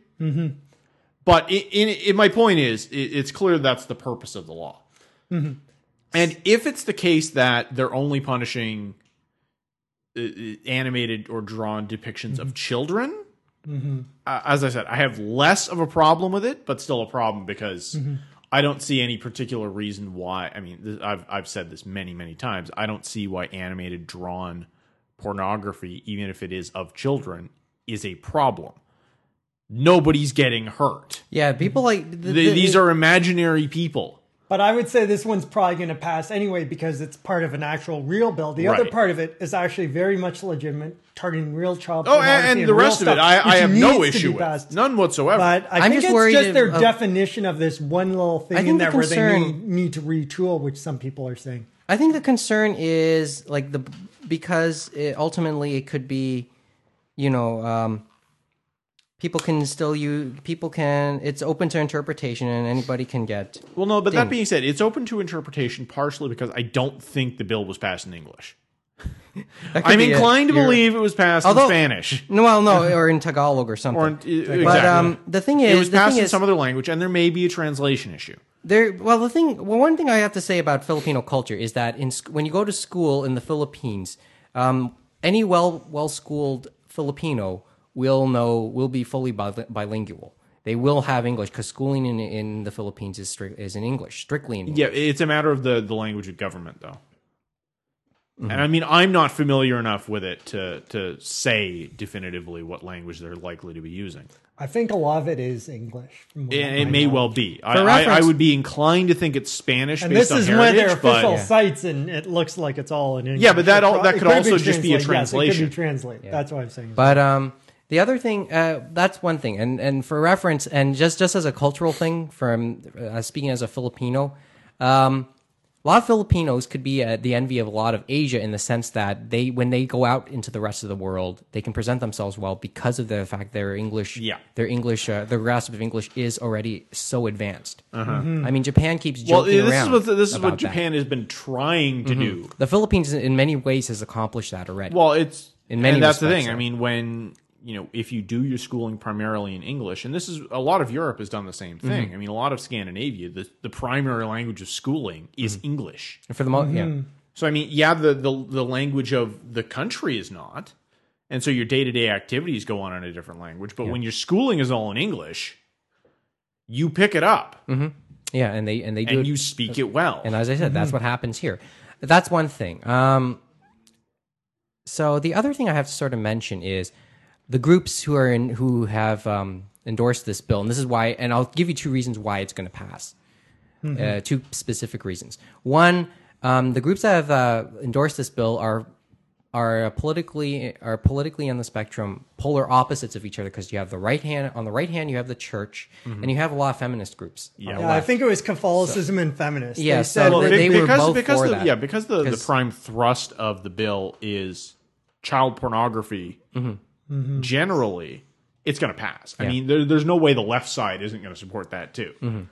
Speaker 4: but in, in, in my point is it, it's clear that's the purpose of the law and if it's the case that they're only punishing uh, uh, animated or drawn depictions
Speaker 3: Mm-hmm.
Speaker 4: of children, uh, as I said, I have less of a problem with it, but still a problem because
Speaker 3: Mm-hmm.
Speaker 4: I don't see any particular reason why. I mean, th- I've I've said this many many times. I don't see why animated drawn pornography, even if it is of children, is a problem. nobody's getting hurt.
Speaker 1: Yeah, people like th-
Speaker 4: Th- these are imaginary people.
Speaker 3: But I would say this one's probably going to pass anyway because it's part of an actual real bill. The other
Speaker 4: Right.
Speaker 3: part of it is actually very much legitimate, targeting real child.
Speaker 4: Oh,
Speaker 3: pornography
Speaker 4: and, and the
Speaker 3: real
Speaker 4: rest of it,
Speaker 3: stuff,
Speaker 4: I, I
Speaker 3: which
Speaker 4: have no
Speaker 3: needs to
Speaker 4: issue
Speaker 3: be
Speaker 4: with
Speaker 3: passed.
Speaker 4: none whatsoever.
Speaker 3: But I
Speaker 1: I'm
Speaker 3: think
Speaker 1: just
Speaker 3: it's
Speaker 1: worried
Speaker 3: just their
Speaker 1: of- of-
Speaker 3: definition of this one little thing
Speaker 1: think
Speaker 3: in
Speaker 1: the
Speaker 3: there where they
Speaker 1: concern-
Speaker 3: need, need to retool, which some people are saying.
Speaker 1: I think the concern is like the because it, ultimately it could be, you know, um, people can still use people can it's open to interpretation and anybody can get.
Speaker 4: well, no, but that being said, it's open to interpretation partially because I don't think the bill was passed in English.
Speaker 1: that could
Speaker 4: I'm
Speaker 1: be it.
Speaker 4: inclined to
Speaker 1: You're-
Speaker 4: believe it was passed
Speaker 1: Although-
Speaker 4: in Spanish.
Speaker 1: No, well, no, or in Tagalog or something.
Speaker 4: Or in- exactly.
Speaker 1: But um, the thing is,
Speaker 4: it was
Speaker 1: the
Speaker 4: passed
Speaker 1: thing
Speaker 4: in
Speaker 1: is,
Speaker 4: some other language, and there may be a translation issue.
Speaker 1: there well the thing well one thing i have to say about filipino culture is that in sc- when you go to school in the philippines um, any well well schooled filipino will know will be fully bil- bilingual they will have english because schooling in, in the philippines is strict is in english strictly in english.
Speaker 4: Yeah, it's a matter of the the language of government, though. And I mean, I'm not familiar enough with it to to say definitively what language they're likely to be using.
Speaker 3: I think a lot of it is English. from what
Speaker 4: It, it
Speaker 3: I
Speaker 4: may
Speaker 3: know.
Speaker 4: well be. I, I, I
Speaker 1: reference-
Speaker 4: would be inclined to think it's Spanish
Speaker 3: And
Speaker 4: based
Speaker 3: this
Speaker 4: on
Speaker 3: is one of
Speaker 4: heritage,
Speaker 3: their official
Speaker 4: but
Speaker 3: sites, and it looks like it's all in English.
Speaker 4: Yeah, but that
Speaker 3: It
Speaker 4: al-
Speaker 3: pro-
Speaker 4: that
Speaker 3: it
Speaker 4: could
Speaker 3: could've
Speaker 4: also
Speaker 3: been
Speaker 4: just be a
Speaker 3: translated. Yes, it could
Speaker 4: translation.
Speaker 3: be translated. That's what I'm saying.
Speaker 1: But um, the other thing, uh, that's one thing, and and for reference, and just just as a cultural thing, from uh, speaking as a Filipino, um, a lot of Filipinos could be uh, the envy of a lot of Asia in the sense that they, when they go out into the rest of the world, they can present themselves well because of the fact their English,
Speaker 4: Yeah.
Speaker 1: their English, uh, their grasp of English is already so advanced. Mm-hmm. I mean, Japan keeps
Speaker 4: Uh-huh. well,
Speaker 1: joking
Speaker 4: this is
Speaker 1: around
Speaker 4: what this is
Speaker 1: about
Speaker 4: what
Speaker 1: that. Mm-hmm.
Speaker 4: Japan has been trying to do.
Speaker 1: The Philippines, in many ways, has accomplished that already.
Speaker 4: Well, it's
Speaker 1: In many
Speaker 4: and that's the
Speaker 1: respects,
Speaker 4: thing. I
Speaker 1: though.
Speaker 4: mean, when you know, if you do your schooling primarily in English, and this is a lot of Europe has done the same
Speaker 1: Mm-hmm.
Speaker 4: thing. I mean, a lot of Scandinavia, the the primary language of schooling is
Speaker 1: Mm-hmm.
Speaker 4: English.
Speaker 1: for the most,
Speaker 4: mm-hmm.
Speaker 1: yeah.
Speaker 4: So I mean, yeah, the, the the language of the country is not, and so your day to day activities go on in a different language. But when your schooling is all in English, you pick it up
Speaker 1: Yeah, and they and they do it-
Speaker 4: and you speak it well.
Speaker 1: Mm-hmm. And as I said, that's what happens here. That's one thing. Um, so the other thing I have to sort of mention is the groups who are in who have um, endorsed this bill, and this is why. And I'll give you two reasons why it's going to pass. Uh, two specific reasons. One, um, the groups that have uh, endorsed this bill are are politically are politically on the spectrum polar opposites of each other because you have the right hand on the right hand you have the church and you have a lot of feminist groups on the
Speaker 3: Yeah, I think it was Catholicism and feminists.
Speaker 1: Yeah,
Speaker 3: they
Speaker 1: so
Speaker 3: said
Speaker 1: Well,
Speaker 3: that
Speaker 1: they-
Speaker 3: they
Speaker 1: were
Speaker 4: because
Speaker 1: both
Speaker 4: because
Speaker 1: for
Speaker 4: the,
Speaker 1: that.
Speaker 4: yeah because the, the
Speaker 1: 'Cause-
Speaker 4: prime thrust of the bill is child pornography.
Speaker 3: Mm-hmm.
Speaker 4: Generally, it's going to pass. I
Speaker 1: Yeah.
Speaker 4: mean, there, there's no way the left side isn't going to support that too.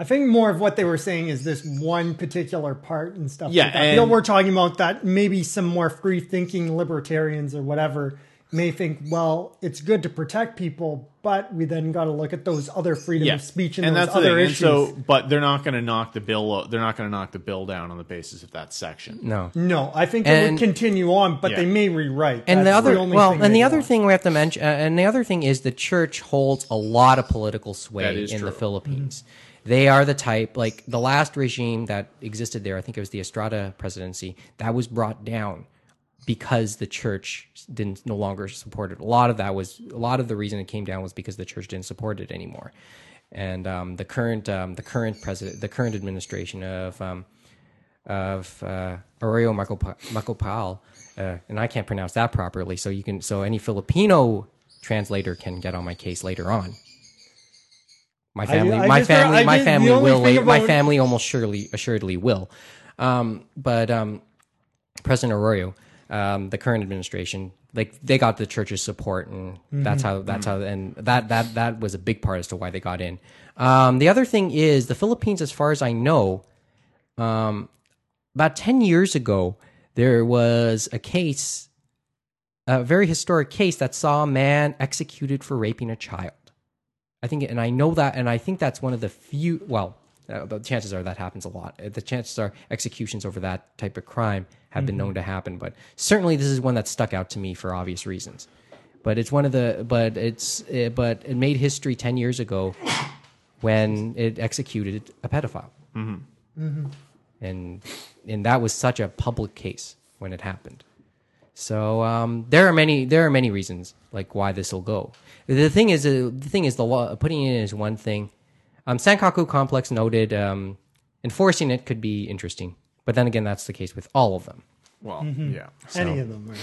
Speaker 3: I think more of what they were saying is this one particular part and stuff.
Speaker 4: Yeah,
Speaker 3: like that.
Speaker 4: and-
Speaker 3: Bill, we're talking about that maybe some more free thinking libertarians or whatever may think, well, it's good to protect people, but we then got to look at those other freedom
Speaker 4: yeah.
Speaker 3: of speech and,
Speaker 4: and
Speaker 3: those
Speaker 4: that's the
Speaker 3: other
Speaker 4: thing. And
Speaker 3: issues.
Speaker 4: so, but they're not going to knock the bill. They're not going to knock the bill down on the basis of that section.
Speaker 1: no
Speaker 3: no, I think it
Speaker 1: And-
Speaker 3: would continue on, but
Speaker 4: Yeah.
Speaker 3: they may rewrite.
Speaker 1: and the
Speaker 3: That's
Speaker 1: other
Speaker 3: only
Speaker 1: well
Speaker 3: thing
Speaker 1: and
Speaker 3: they
Speaker 1: the other
Speaker 3: want.
Speaker 1: thing we have to mention uh, and the other thing is the church holds a lot of political
Speaker 4: That
Speaker 1: sway
Speaker 4: is
Speaker 1: in the
Speaker 4: true.
Speaker 1: philippines they are the type like the last regime that existed there i think it was the estrada presidency that was brought down because the church didn't no longer support it a lot of that was a lot of the reason it came down was because the church didn't support it anymore and um, the current um, the current president the current administration of um, of uh, Aurelio Macopa- Macopal, uh, and I can't pronounce that properly. So you can, so any Filipino translator can get on my case later on. My family,
Speaker 3: I
Speaker 1: my
Speaker 3: just-
Speaker 1: family,
Speaker 3: I
Speaker 1: my
Speaker 3: just- the
Speaker 1: family
Speaker 3: only
Speaker 1: will.
Speaker 3: thing
Speaker 1: la- my
Speaker 3: about-
Speaker 1: family almost surely, assuredly will. Um, but um, President Arroyo, um, the current administration, like they got the church's support, and
Speaker 3: Mm-hmm.
Speaker 1: that's how that's how and that that that was a big part as to why they got in. Um, the other thing is the Philippines, as far as I know, about 10 years ago, there was a case, a very historic case that saw a man executed for raping a child. I think, and I know that, and I think that's one of the few, well, uh, the chances are that happens a lot. Uh, The chances are executions over that type of crime have been known to happen, but certainly this is one that stuck out to me for obvious reasons. But it's one of the, but it's, uh, but it made history 10 years ago when it executed a pedophile and and that was such a public case when it happened. So um, there are many there are many reasons like why this will go. The thing is uh, the thing is the law putting it in is one thing. Um, Sankaku Complex noted um, enforcing it could be interesting, but then again that's the case with all of them.
Speaker 4: Well, yeah.
Speaker 3: Mm-hmm. Any of them. Are,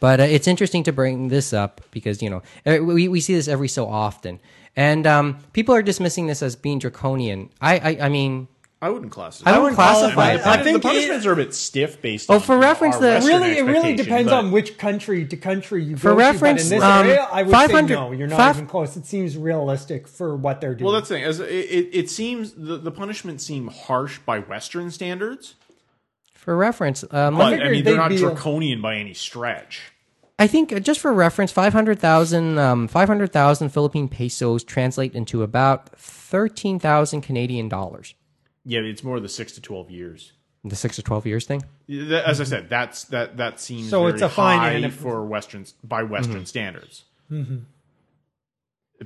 Speaker 1: But uh, it's interesting to bring this up because you know eh, we we see this every so often, and um, people are dismissing this as being draconian. I I, I mean,
Speaker 4: I wouldn't class it.
Speaker 1: I would classify
Speaker 3: qualify
Speaker 4: I,
Speaker 1: it.
Speaker 3: it. I
Speaker 4: think
Speaker 3: think
Speaker 4: the punishments are a bit stiff based.
Speaker 1: Oh,
Speaker 4: on,
Speaker 1: for
Speaker 4: you know,
Speaker 1: reference,
Speaker 4: our
Speaker 1: the-
Speaker 4: Western
Speaker 5: Really, it really
Speaker 4: expectation,
Speaker 5: depends
Speaker 4: but-
Speaker 5: on which country to country you go
Speaker 1: For
Speaker 5: to, but
Speaker 1: reference,
Speaker 5: in this
Speaker 1: um,
Speaker 5: area, I would
Speaker 1: 500
Speaker 5: say no. You're not
Speaker 1: five-
Speaker 5: even close. It seems realistic for what they're doing.
Speaker 4: Well, that's the thing. As it, it, it seems the, the punishments seem harsh by Western standards,
Speaker 1: For reference, um,
Speaker 4: but I
Speaker 5: figured
Speaker 4: mean they're
Speaker 5: they'd
Speaker 4: not
Speaker 5: be a-
Speaker 4: draconian by any stretch.
Speaker 1: I think uh, just for reference, 500,000 um, 500,000 Philippine pesos translate into about 13,000 Canadian dollars.
Speaker 4: Yeah, it's more the six to twelve years.
Speaker 1: The 6 to 12 years thing.
Speaker 4: That- As I said, that's that that seems
Speaker 3: So
Speaker 4: very
Speaker 3: it's a fine
Speaker 4: high
Speaker 3: and if-
Speaker 4: for Western by Western standards,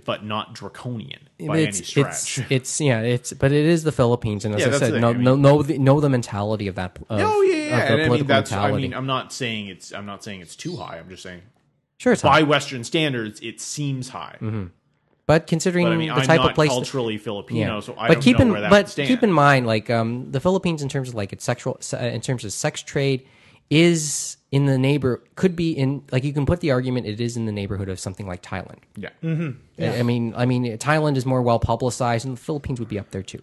Speaker 4: but not draconian by any
Speaker 1: it's,
Speaker 4: stretch.
Speaker 1: it's it's yeah, it's but it is the Philippines and as
Speaker 4: Yeah,
Speaker 1: I
Speaker 4: that's the
Speaker 1: said,
Speaker 4: thing,
Speaker 1: know
Speaker 4: I mean-
Speaker 1: know know the, know the mentality of that of,
Speaker 4: oh yeah, yeah.
Speaker 1: of the
Speaker 4: And I mean
Speaker 1: political
Speaker 4: that's. I
Speaker 1: mentality.
Speaker 4: mean, I'm not saying it's. I'm not saying it's too high. I'm just saying
Speaker 1: sure it's
Speaker 4: by
Speaker 1: high,
Speaker 4: Western standards, it seems high.
Speaker 1: but considering
Speaker 4: But I mean,
Speaker 1: the
Speaker 4: I'm
Speaker 1: type
Speaker 4: not
Speaker 1: of place
Speaker 4: culturally Filipino, so I
Speaker 1: but
Speaker 4: don't
Speaker 1: keep
Speaker 4: know
Speaker 1: in
Speaker 4: where that
Speaker 1: but
Speaker 4: would stand.
Speaker 1: keep in mind, like um, the Philippines in terms of like its sexual se- in terms of sex trade is in the neighbor could be in like you can put the argument it is in the neighborhood of something like Thailand.
Speaker 4: yeah.
Speaker 1: I I mean, I mean Thailand is more well publicized, and the Philippines would be up there too.
Speaker 3: I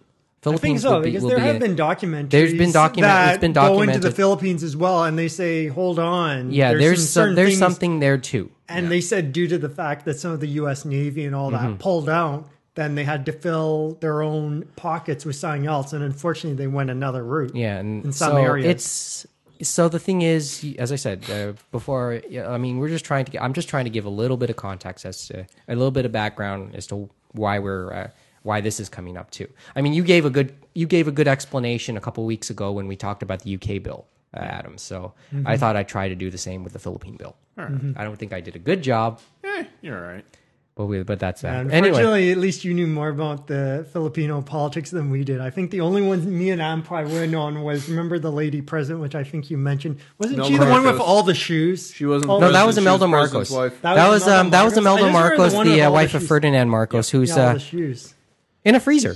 Speaker 3: think
Speaker 1: Philippines
Speaker 3: so
Speaker 1: would be,
Speaker 3: because
Speaker 1: will
Speaker 3: there
Speaker 1: be
Speaker 3: have
Speaker 1: a-
Speaker 3: been documentaries.
Speaker 1: There's been document-
Speaker 3: that
Speaker 1: it's been
Speaker 3: Go into the
Speaker 1: documented.
Speaker 3: Philippines as well, and they say, "Hold on."
Speaker 1: yeah. There's
Speaker 3: some
Speaker 1: some,
Speaker 3: certain
Speaker 1: there's
Speaker 3: things-
Speaker 1: something there too.
Speaker 3: And they said due to the fact that some of the U.S. Navy and all that
Speaker 1: Mm-hmm.
Speaker 3: pulled out, then they had to fill their own pockets with something else, and unfortunately, they went another route.
Speaker 1: Yeah, and
Speaker 3: in some
Speaker 1: so
Speaker 3: areas.
Speaker 1: it's so the thing is, as I said uh, before, yeah, I mean, we're just trying to. I'm just trying to give a little bit of context as to a little bit of background as to why we're uh, why this is coming up too. I mean, you gave a good you gave a good explanation a couple weeks ago when we talked about the UK bill, uh, Adam. So
Speaker 3: Mm-hmm.
Speaker 1: I thought I'd try to do the same with the Philippine bill. I don't think I did a good job,
Speaker 4: Eh, you're all right.
Speaker 1: but we, but that's that. Anyway.
Speaker 3: Unfortunately, at least you knew more about the Filipino politics than we did. I think the only one me and Ampai went on was remember the lady president, which I think you mentioned. Wasn't
Speaker 6: Imelda
Speaker 3: she the one with
Speaker 6: Marcos.
Speaker 3: all the shoes?
Speaker 6: She wasn't
Speaker 3: All
Speaker 1: No,
Speaker 3: the
Speaker 1: that
Speaker 6: President,
Speaker 1: was
Speaker 6: she was
Speaker 1: Imelda
Speaker 6: president's
Speaker 1: Marcos.
Speaker 6: wife.
Speaker 1: That,
Speaker 3: That was
Speaker 1: was, um,
Speaker 3: Imelda
Speaker 1: that was
Speaker 3: Marcos? I
Speaker 1: Imelda
Speaker 3: just remember the
Speaker 1: Marcos,
Speaker 3: one with
Speaker 1: the uh,
Speaker 3: all the
Speaker 1: wife of
Speaker 3: shoes.
Speaker 1: Ferdinand Marcos, who's
Speaker 3: Yeah, all
Speaker 1: uh,
Speaker 3: the shoes.
Speaker 1: in a freezer.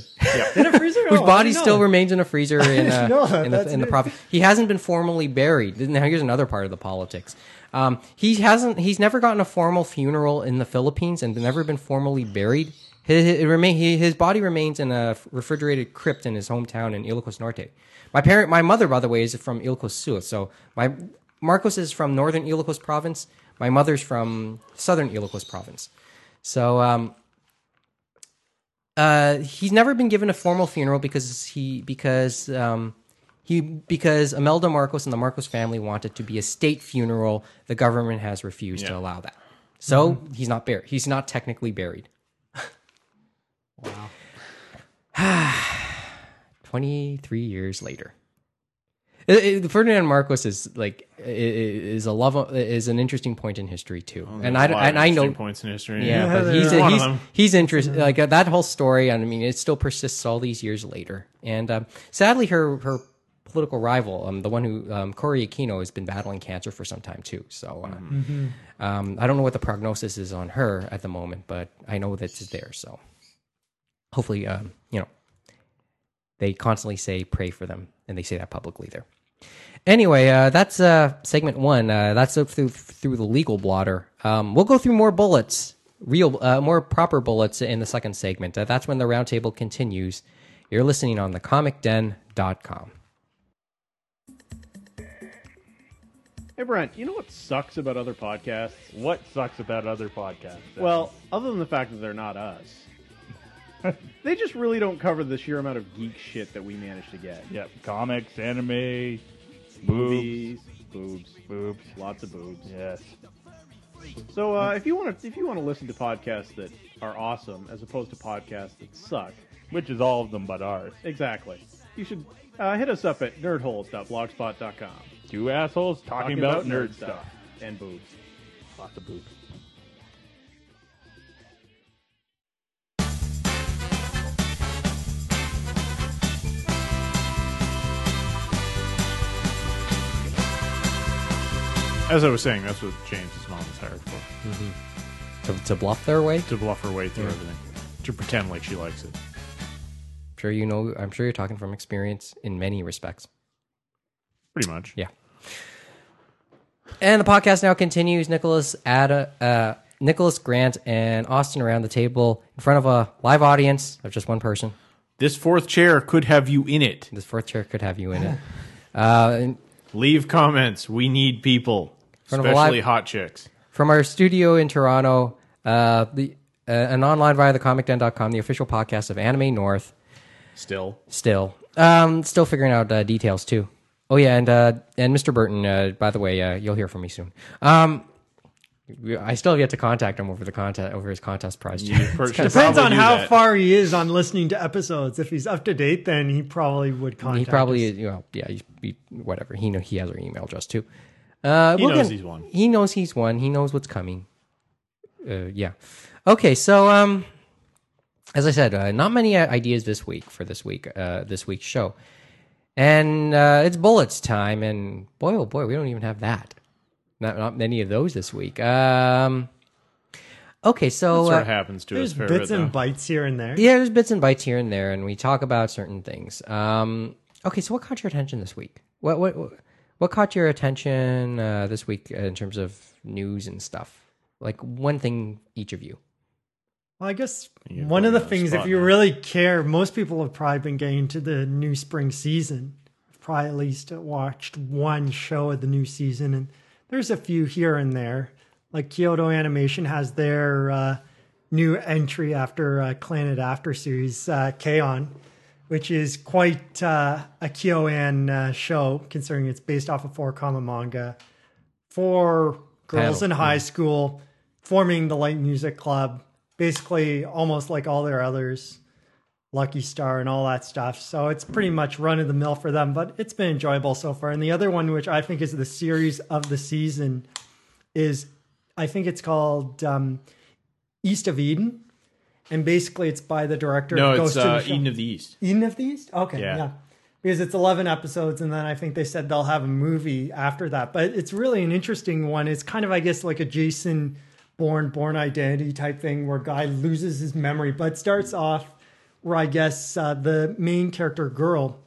Speaker 3: In a freezer?
Speaker 1: whose
Speaker 3: Oh, I
Speaker 1: body
Speaker 3: didn't know
Speaker 1: still
Speaker 3: that.
Speaker 1: remains in a freezer in, uh,
Speaker 3: know that.
Speaker 1: in, the,
Speaker 3: That's
Speaker 1: in the
Speaker 3: it.
Speaker 1: province. He hasn't been formally buried. Now here's another part of the politics. Um, he hasn't. He's never gotten a formal funeral in the Philippines and never been formally buried. His, his, it remain, he, his body remains in a refrigerated crypt in his hometown in Ilocos Norte. My parent, my mother, by the way, is from Ilocos Sur. So my Marcos is from northern Ilocos province. My mother's from southern Ilocos province. So um, uh, he's never been given a formal funeral because he because um, he because Imelda Marcos and the Marcos family wanted to be a state funeral. The government has refused to
Speaker 4: Yeah.
Speaker 1: allow that, so he's not buried. He's not technically buried. wow. Twenty three years later. It, it- Ferdinand Marcos is like i- i- is a love is an interesting point in history too, and I
Speaker 4: Oh, There's a lot of
Speaker 1: and I know
Speaker 4: interesting points in history.
Speaker 1: yeah, but
Speaker 3: there
Speaker 1: he's
Speaker 3: is. One
Speaker 1: he's,
Speaker 4: them.
Speaker 1: he's interesting. Like uh, that whole story, and I mean, it still persists all these years later. And um, sadly, her her political rival, um, the one who um, Cory Aquino, has been battling cancer for some time too. So uh, um, I don't know what the prognosis is on her at the moment, but I know that it's there. So hopefully, um, you know, they constantly say pray for them, and they say that publicly there. Anyway, uh, that's uh, segment one. Uh, that's up through through the legal blotter. Um, we'll go through more bullets, real uh, more proper bullets in the second segment. Uh, that's when the roundtable continues. You're listening on thecomicden.com.
Speaker 7: Hey, Brent, you know what sucks about other podcasts?
Speaker 8: What sucks about other podcasts? Adam?
Speaker 7: Well, other than the fact that they're not us, they just really don't cover the sheer amount of geek shit that we manage to get.
Speaker 8: yep, comics, anime, boobs,
Speaker 7: Movies, boobs,
Speaker 8: boobs.
Speaker 7: lots of boobs.
Speaker 8: Yes,
Speaker 7: So uh, if you want to, if you want to listen to podcasts that are awesome as opposed to podcasts that suck,
Speaker 8: which is all of them but ours.
Speaker 7: exactly, you should uh, hit us up at nerdholes.blogspot.com. Talking,
Speaker 8: Two assholes talking, about, nerd stuff.
Speaker 7: and boobs.
Speaker 8: Lots of boobs.
Speaker 4: as I was saying, that's what James's mom is hired for
Speaker 1: To, to bluff their way?
Speaker 4: to bluff her way through everything, to pretend like she likes it.
Speaker 1: I'm sure you know. I'm sure you're talking from experience in many respects.
Speaker 4: Pretty much.
Speaker 1: Yeah. And the podcast now continues. Nicholas Ada, uh, Nicholas Grant, and Austin around the table in front of a live audience of just one person.
Speaker 4: This fourth chair could have you in it.
Speaker 1: This fourth chair could have you in it. Uh, and
Speaker 4: Leave comments. We need people,
Speaker 1: Front of a live-
Speaker 4: especially hot chicks.
Speaker 1: from our studio in Toronto, uh, the uh, and online via thecomicden.com, the official podcast of Anime North.
Speaker 4: Still,
Speaker 1: Still, um, still figuring out uh, details too. Oh yeah, and uh, and Mr. Burton, uh, by the way, uh, you'll hear from me soon. Um, we- I still have yet to contact him over the contest over his contest prize.
Speaker 4: You
Speaker 1: check.
Speaker 4: per- should
Speaker 3: Depends
Speaker 4: probably
Speaker 3: on
Speaker 4: do
Speaker 3: how
Speaker 4: that.
Speaker 3: far he is on listening to episodes. If he's up to date, then he probably would contact.
Speaker 1: he probably,
Speaker 3: us.
Speaker 1: you know, yeah, he, he, whatever. He know he has our email address too. Uh,
Speaker 4: He
Speaker 1: we'll
Speaker 4: knows
Speaker 1: get-
Speaker 4: he's won.
Speaker 1: He knows he's won. He knows what's coming. Uh, yeah. Okay, so um, as I said, uh, not many uh, ideas this week for this week uh, this week's show, and uh, it's bullets time. And boy, oh boy, we don't even have that. Not not many of those this week. Um, okay, so
Speaker 4: Sort
Speaker 1: uh,
Speaker 4: of happens to
Speaker 3: There's
Speaker 4: us. for a
Speaker 3: bits
Speaker 4: bit,
Speaker 3: and
Speaker 4: though.
Speaker 3: bites here and there.
Speaker 1: yeah, there's bits and bites here and there, and we talk about certain things. Um, okay, so what caught your attention this week? What what what caught your attention uh, this week uh, in terms of news and stuff? Like one thing each of you.
Speaker 3: Well, I guess
Speaker 4: You
Speaker 3: one of
Speaker 4: put me
Speaker 3: the
Speaker 4: on the
Speaker 3: things, if
Speaker 4: spot
Speaker 3: you
Speaker 4: now.
Speaker 3: really care, most people have probably been getting to the new spring season. I've Probably at least watched one show of the new season, and there's a few here and there. Like Kyoto Animation has their uh, new entry after uh, Planet After series, uh, K-On! which is quite uh, a Kyoan uh, show, considering it's based off a four comma manga. Four girls
Speaker 1: Paddle,
Speaker 3: in high school forming the light music club, basically almost like all their others, Lucky Star and all that stuff. So it's pretty much run of the mill for them, but it's been enjoyable so far. And the other one, which I think is the series of the season, is I think it's called um, East of Eden. And basically, it's by the director.
Speaker 4: No,
Speaker 3: of
Speaker 4: it's
Speaker 3: Ghost in the
Speaker 4: uh,
Speaker 3: Shell.
Speaker 4: Eden of the East.
Speaker 3: Eden of the East? Okay,
Speaker 4: Yeah.
Speaker 3: yeah. Because it's 11 episodes, and then I think they said they'll have a movie after that. But it's really an interesting one. It's kind of, I guess, like a Jason Born, Born Identity type thing where guy loses his memory, but it starts off where I guess uh, the main character, girl,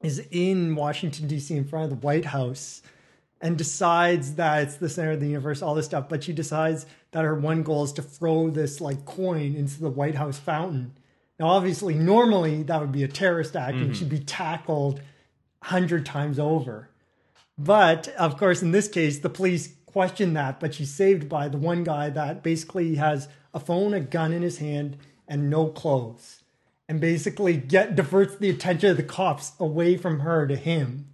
Speaker 3: is in Washington, D.C., in front of the White House and decides that it's the center of the universe, all this stuff. But she decides that her one goal is to throw this like coin into the White House fountain. Now, obviously, normally that would be a terrorist act and she'd be tackled a hundred times over. But of course, in this case, the police question that. But she's saved by the one guy that basically has a phone, a gun in his hand, and no clothes, and basically get diverts the attention of the cops away from her to him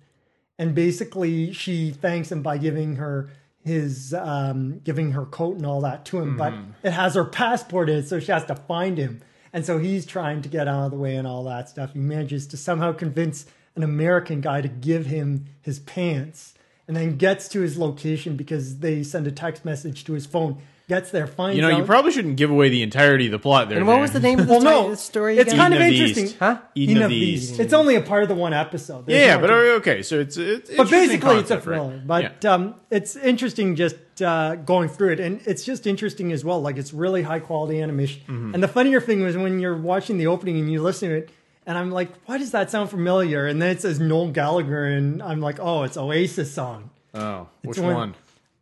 Speaker 3: and basically she thanks him by giving her his um giving her coat and all that to him
Speaker 4: Mm-hmm.
Speaker 3: but it has her passport in it so she has to find him and so he's trying to get out of the way and all that stuff he manages to somehow convince an american guy to give him his pants and then gets to his location because they send a text message to his phone gets there finds
Speaker 4: You know, you
Speaker 3: out-
Speaker 4: probably shouldn't give away the entirety of the plot there.
Speaker 1: And what was the
Speaker 4: James.
Speaker 1: name of the
Speaker 3: well
Speaker 1: story,
Speaker 3: no
Speaker 1: story
Speaker 3: it's
Speaker 1: again?
Speaker 3: kind
Speaker 4: Eden
Speaker 3: of
Speaker 4: of the East.
Speaker 3: interesting
Speaker 1: Huh?
Speaker 4: Eden, of the East.
Speaker 3: it's only a part of the one episode There's
Speaker 4: Yeah,
Speaker 3: more
Speaker 4: but uh,
Speaker 3: to-
Speaker 4: okay, so it's it's
Speaker 3: but basically it's a
Speaker 4: concept, right?
Speaker 3: thriller but
Speaker 4: Yeah.
Speaker 3: um, it's interesting just uh, going through it and it's just interesting as well like it's really high quality animation
Speaker 4: Mm-hmm.
Speaker 3: and the funnier thing was when you're watching the opening and you listen to it and i'm like why does that sound familiar and then it says noel gallagher and i'm like oh it's oasis song
Speaker 4: oh, which
Speaker 3: uh, one-
Speaker 4: one?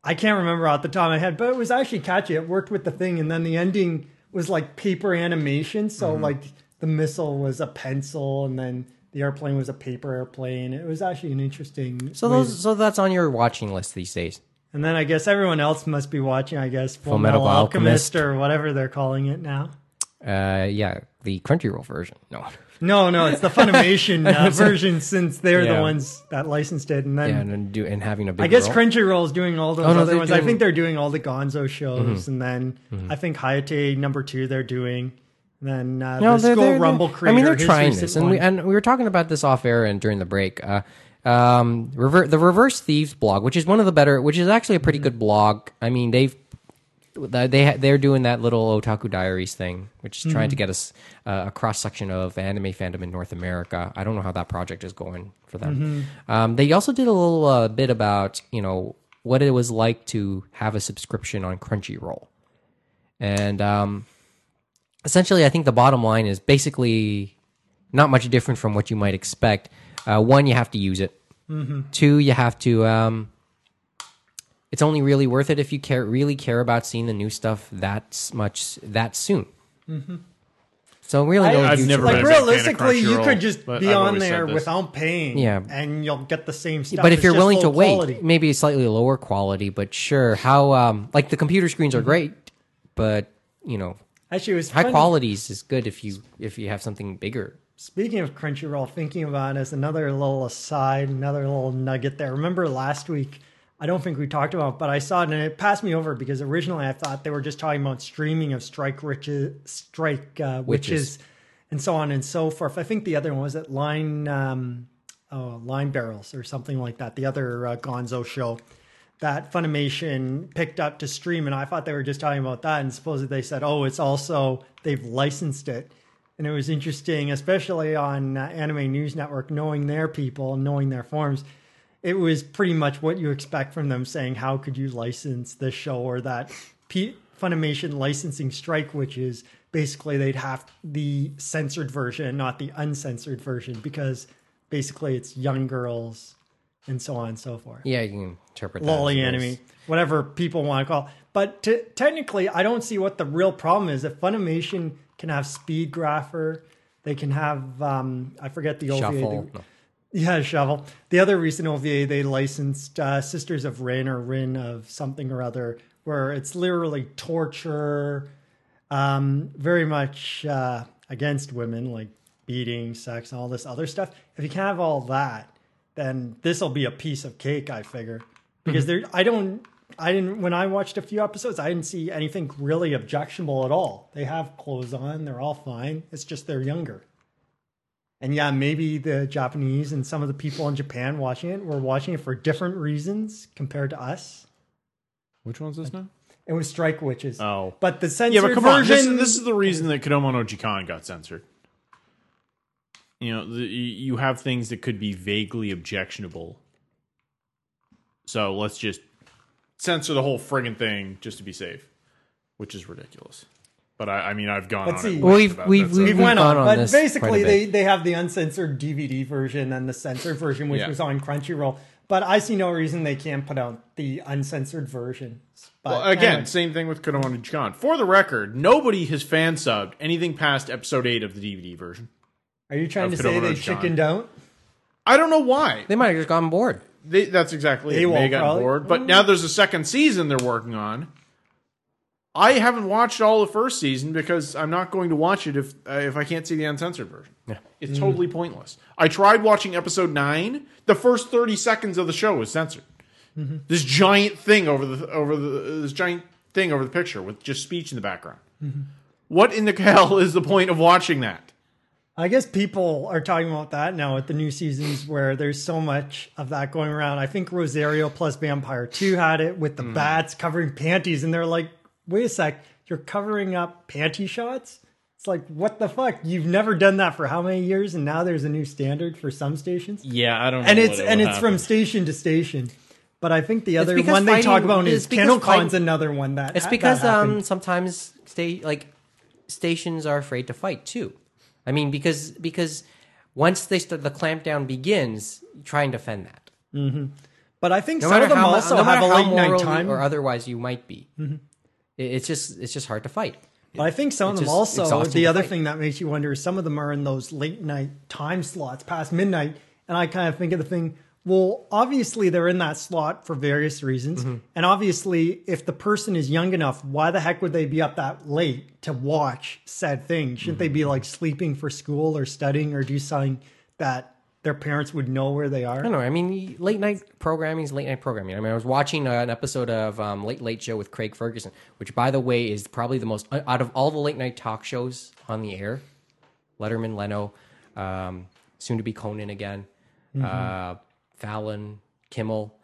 Speaker 3: I can't remember off the top of my head, but it was actually catchy. It worked with the thing, and then the ending was like paper animation. So like the missile was a pencil, and then the airplane was a paper airplane. It was actually an interesting.
Speaker 1: So
Speaker 3: way-
Speaker 1: those, so that's on your watching list these days.
Speaker 3: and then I guess everyone else must be watching. I guess Full,
Speaker 1: Metal
Speaker 3: Metal,
Speaker 1: Alchemist.
Speaker 3: Alchemist, or whatever they're calling it now.
Speaker 1: Uh, yeah, the Crunchyroll version.
Speaker 3: Hmm.
Speaker 1: No,
Speaker 3: No, no, it's the Funimation uh, version since they're
Speaker 1: Yeah.
Speaker 3: the ones that licensed it, and then.
Speaker 1: yeah, and, then do and having a big.
Speaker 3: I guess
Speaker 1: role.
Speaker 3: Crunchyroll's doing all those
Speaker 1: Oh, no, Mm-hmm.
Speaker 3: other
Speaker 1: they're
Speaker 3: ones. I
Speaker 1: doing-
Speaker 3: think they're doing all the Gonzo shows, and then I think Hayate number two they're doing. And then uh, the School Rumble creator.
Speaker 1: I mean, they're
Speaker 3: his
Speaker 1: trying
Speaker 3: recent
Speaker 1: this, and we
Speaker 3: one.
Speaker 1: and we were talking about this off air and during the break. Uh, um, rever- the Reverse Thieves blog, which is one of the better, which is actually a pretty good blog. I mean, they've they ha- they're doing that little otaku diaries thing, which is
Speaker 3: Mm-hmm.
Speaker 1: trying to get us uh, a cross section of anime fandom in North America. I don't
Speaker 3: Mm-hmm.
Speaker 1: know how that project is going for them. Um, they also did a little uh, bit about you know what it was like to have a subscription on Crunchyroll. And um, essentially, I think the bottom line is basically not much different from what you might expect. Uh, one, you have to use it. Two, you have to. Um, it's only really worth it if you care really care about seeing the new stuff that s- much that soon. So really, no
Speaker 4: I've
Speaker 1: huge
Speaker 4: never
Speaker 1: surprise.
Speaker 3: Like
Speaker 4: been a big fan of
Speaker 3: realistically, you
Speaker 4: Crunchyroll,
Speaker 3: could just
Speaker 4: but
Speaker 3: be
Speaker 4: I've
Speaker 3: on
Speaker 4: always said
Speaker 3: there
Speaker 4: this.
Speaker 3: without paying,
Speaker 1: Yeah.
Speaker 3: and you'll get the same stuff.
Speaker 1: but if
Speaker 3: It's
Speaker 1: you're
Speaker 3: just
Speaker 1: willing to
Speaker 3: low
Speaker 1: wait,
Speaker 3: quality.
Speaker 1: maybe slightly lower quality, but sure. How um like the computer screens are great, but you know
Speaker 3: actually, it was
Speaker 1: high
Speaker 3: funny.
Speaker 1: qualities is good if you if you have something bigger.
Speaker 3: Speaking of Crunchyroll, thinking about it as another little aside, another little nugget there. Remember last week, I don't think we talked about, it, but I saw it and it passed me over because originally I thought they were just talking about streaming of Strike Riches, Strike uh,
Speaker 1: Witches.
Speaker 3: Witches, and so on and so forth. I think the other one was at Line, um, oh, Line Barrels or something like that. The other uh, Gonzo show that Funimation picked up to stream, and I thought they were just talking about that. And supposedly they said, "Oh, it's also they've licensed it," and it was interesting, especially on uh, Anime News Network, knowing their people, and knowing their forms. It was pretty much what you expect from them saying, "How could you license this show or that?" P- Funimation licensing strike, which is basically they'd have the censored version, not the uncensored version, because basically it's young girls and so on and so forth
Speaker 1: Yeah, you can interpret that.
Speaker 3: lolly
Speaker 1: as it
Speaker 3: enemy,
Speaker 1: is.
Speaker 3: whatever people want to call. it. But t- technically, I don't see what the real problem is. If Funimation can have Speed Grapher, they can have um, I forget the OVA.
Speaker 1: Shuffle. No.
Speaker 3: Yeah, shovel. The other recent OVA they licensed uh, Sisters of Rin or Rin of something or other, where it's literally torture, um, very much uh, against women, like beating, sex, and all this other stuff. If you can have all that, then this will be a piece of cake, I figure, because
Speaker 4: Mm-hmm.
Speaker 3: there. I don't. I didn't. When I watched a few episodes, I didn't see anything really objectionable at all. They have clothes on. They're all fine. It's just they're younger. And yeah, maybe the Japanese and some of the people in Japan watching it were watching it for different reasons compared to us.
Speaker 4: Which one's this now?
Speaker 3: It was Strike Witches.
Speaker 4: Oh.
Speaker 3: But the censored
Speaker 4: Yeah, but come on.
Speaker 3: version.
Speaker 4: This, is- this is the reason that Kodomo no Jikan got censored. You know, the, you you have things that could be vaguely objectionable. So let's just censor the whole friggin' thing just to be safe, which is ridiculous. But I, I mean, I've gone
Speaker 3: Let's
Speaker 4: on.
Speaker 3: see.
Speaker 4: it
Speaker 3: Well,
Speaker 1: we've-
Speaker 4: about
Speaker 1: we've-
Speaker 4: that, so-
Speaker 1: we've
Speaker 3: it went
Speaker 1: gone
Speaker 3: on,
Speaker 1: on
Speaker 3: but
Speaker 1: this quite
Speaker 3: basically
Speaker 1: a
Speaker 3: they,
Speaker 1: bit.
Speaker 3: they have the uncensored DVD version and the censored version, which
Speaker 4: Yeah.
Speaker 3: was on Crunchyroll. But I see no reason they can't put out the uncensored version. But
Speaker 4: Well, again,
Speaker 3: anyway.
Speaker 4: same thing with Kodomo no Jikan. For the record, nobody has fan subbed anything past episode eight of the DVD version.
Speaker 3: are you trying
Speaker 4: I've
Speaker 3: to
Speaker 4: put
Speaker 3: say
Speaker 4: over
Speaker 3: they
Speaker 4: to John.
Speaker 3: chickened out?
Speaker 4: I don't know why.
Speaker 1: They might have just gotten bored.
Speaker 4: They, that's exactly
Speaker 3: They
Speaker 4: it. They
Speaker 3: won't
Speaker 4: got
Speaker 3: probably-
Speaker 4: bored. But now there's a second season they're working on. I haven't watched all the first season because I'm not going to watch it if uh, if I can't see the uncensored version. Yeah. It's totally pointless. I tried watching episode 9. The first 30 seconds of the show was censored. This giant thing over the over the this giant thing over the picture with just speech in the background. What in the hell is the point of watching that?
Speaker 3: I guess people are talking about that now with the new seasons where there's so much of that going around. I think Rosario plus Vampire 2 had it with the bats covering panties, and they're like, wait a sec, you're covering up panty shots? It's like, what the fuck? You've never done that for how many years, and now there's a new standard for some stations?
Speaker 6: Yeah, I don't know.
Speaker 3: and it's
Speaker 6: what
Speaker 3: and it's
Speaker 6: will
Speaker 3: from
Speaker 6: happen.
Speaker 3: station to station. But I think the other
Speaker 1: because
Speaker 3: one they talk
Speaker 1: fighting-
Speaker 3: about
Speaker 1: it's
Speaker 3: is
Speaker 1: because
Speaker 3: KennoCon's
Speaker 1: fight-
Speaker 3: another one that
Speaker 1: It's
Speaker 3: that
Speaker 1: because um
Speaker 3: happened.
Speaker 1: sometimes stay like stations are afraid to fight too. I mean because because once they start the clampdown begins, try and defend that.
Speaker 3: But I think
Speaker 1: no
Speaker 3: some
Speaker 1: matter
Speaker 3: of them
Speaker 1: how,
Speaker 3: also
Speaker 1: no
Speaker 3: have
Speaker 1: matter
Speaker 3: a
Speaker 1: how
Speaker 3: late night
Speaker 1: morally
Speaker 3: time. Mm-hmm.
Speaker 1: or otherwise you might be. It- It's just it's just hard to fight.
Speaker 3: But I think some of
Speaker 1: It's
Speaker 3: them
Speaker 1: just
Speaker 3: also.
Speaker 1: exhausting
Speaker 3: The
Speaker 1: to
Speaker 3: other
Speaker 1: fight.
Speaker 3: thing that makes you wonder is some of them are in those late night time slots past midnight, and I kind of think of the thing. Well, obviously they're in that slot for various reasons,
Speaker 1: Mm-hmm.
Speaker 3: and obviously if the person is young enough, why the heck would they be up that late to watch said thing? Shouldn't
Speaker 1: Mm-hmm.
Speaker 3: they be like sleeping for school or studying or do something that their parents would know where they are?
Speaker 1: I don't know. I mean, late night programming is late night programming. I mean, I was watching uh, an episode of um, Late Late Show with Craig Ferguson, which, by the way, is probably the most uh, out of all the late night talk shows on the air. Letterman, Leno, um, soon to be Conan again, uh, Fallon, Kimmel.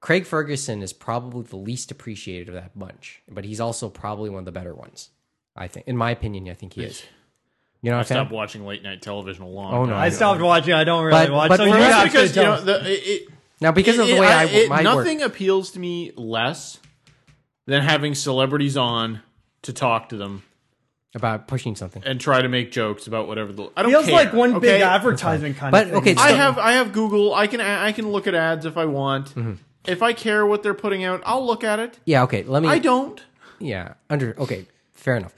Speaker 1: Craig Ferguson is probably the least appreciated of that bunch, but he's also probably one of the better ones. I think, in my opinion, I think he is. You know what I'm saying?
Speaker 4: Stop watching late night television a long
Speaker 1: Oh,
Speaker 4: time
Speaker 1: no.
Speaker 3: I stopped watching. I don't really
Speaker 1: But-
Speaker 3: watch.
Speaker 1: but
Speaker 3: so
Speaker 1: for us,
Speaker 3: you have
Speaker 4: That's
Speaker 3: to
Speaker 4: because you
Speaker 3: tell
Speaker 4: know
Speaker 3: us.
Speaker 4: the, it, it-
Speaker 1: Now, because of
Speaker 4: It-
Speaker 1: the way
Speaker 4: it-
Speaker 1: I,
Speaker 4: it-
Speaker 1: my work,
Speaker 4: nothing appeals to me less than having celebrities on to talk to them
Speaker 1: about pushing something.
Speaker 4: and try to make jokes about whatever the I don't
Speaker 3: Feels
Speaker 4: care,
Speaker 3: like one big
Speaker 4: okay?
Speaker 3: advertisement kind
Speaker 1: But,
Speaker 3: of thing.
Speaker 1: okay,
Speaker 4: I
Speaker 1: so-
Speaker 4: have I have Google. I can I can look at ads if I want.
Speaker 1: Mm-hmm.
Speaker 4: If I care what they're putting out, I'll look at it.
Speaker 1: Yeah, okay. Let me.
Speaker 4: I don't.
Speaker 1: Yeah, under okay, fair enough.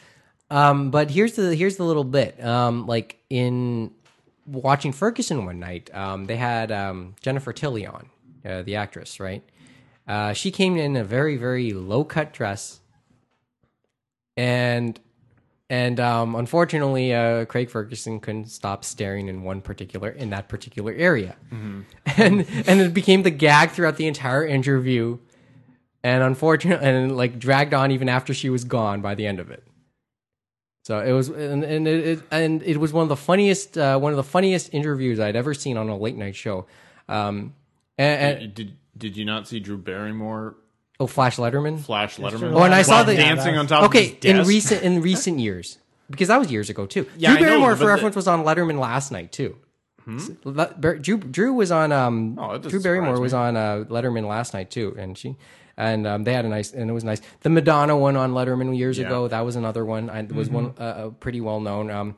Speaker 1: Um, but here's the here's the little bit. Um, like in watching Ferguson one night, um, they had um, Jennifer Tilly on, uh, the actress, right? Uh, she came in a very very low cut dress, and and um, unfortunately, uh, Craig Ferguson couldn't stop staring in one particular in that particular area,
Speaker 4: Mm-hmm.
Speaker 1: and and it became the gag throughout the entire interview and unfortunately, and like dragged on even after she was gone by the end of it. So it was, and, and it, it and it was one of the funniest, uh, one of the funniest interviews I'd ever seen on a late night show. Um, and, and-
Speaker 4: Did did you not see Drew Barrymore
Speaker 1: oh, Flash Letterman.
Speaker 4: Flash Letterman?
Speaker 1: Oh, and I saw
Speaker 4: while
Speaker 1: the
Speaker 4: dancing on top. of
Speaker 1: Okay,
Speaker 4: his
Speaker 1: in
Speaker 4: desk?
Speaker 1: recent in recent years, because that was years ago too.
Speaker 4: Yeah, I
Speaker 1: Drew
Speaker 4: know,
Speaker 1: Barrymore,
Speaker 4: but
Speaker 1: for
Speaker 4: the- Hmm?
Speaker 1: reference, was on Letterman last night too. S- Le- Bar- Drew, Drew was on. Um,
Speaker 4: Oh, that doesn't
Speaker 1: Drew Barrymore
Speaker 4: surprise
Speaker 1: was
Speaker 4: me.
Speaker 1: on uh, Letterman last night too, and she and um, they had a nice and it was nice. The Madonna one on Letterman years ago that was another one. I was one
Speaker 4: Mm-hmm.
Speaker 1: uh, uh, pretty well known. Um,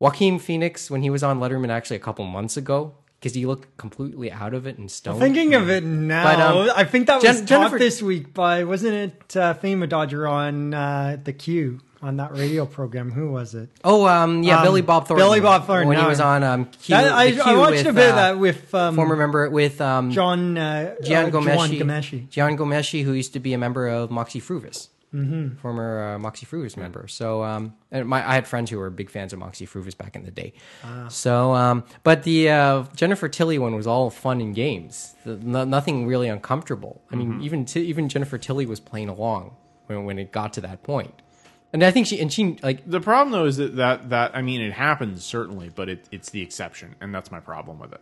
Speaker 1: Joaquin Phoenix when he was on Letterman actually a couple months ago because he looked completely out of it and stoned.
Speaker 3: Thinking of it now,
Speaker 1: But, um,
Speaker 3: I think that was
Speaker 1: Jen-
Speaker 3: taught
Speaker 1: Jennifer-
Speaker 3: this week by wasn't it uh, Fama Dodger on uh, the Q on that radio program? Who was it?
Speaker 1: Oh, um, yeah,
Speaker 3: Um,
Speaker 1: Billy Bob Thornton.
Speaker 3: Billy Bob Thornton,
Speaker 1: when he
Speaker 3: no.
Speaker 1: was on um, Q.
Speaker 3: That- I,
Speaker 1: the Q
Speaker 3: I watched
Speaker 1: with,
Speaker 3: a bit of
Speaker 1: uh,
Speaker 3: that with um,
Speaker 1: former member with um,
Speaker 3: John uh,
Speaker 1: Gian
Speaker 3: uh,
Speaker 1: Gomeshi.
Speaker 3: Juan Gomeshi.
Speaker 1: Gian Gomeshi, who used to be a member of Moxie Fruvis, mm-hmm. former uh, Moxie Fruvis member. So, um, and my, I had friends who were big fans of Moxie Fruvis back in the day.
Speaker 3: Ah.
Speaker 1: So, um, but the uh, Jennifer Tilly one was all fun and games. The, no, nothing really uncomfortable. I mean, even t- even Jennifer Tilly was playing along when when it got to that point. And I think she and she like
Speaker 4: The problem though is that, that that I mean it happens certainly, but it, it's the exception, and that's my problem with it.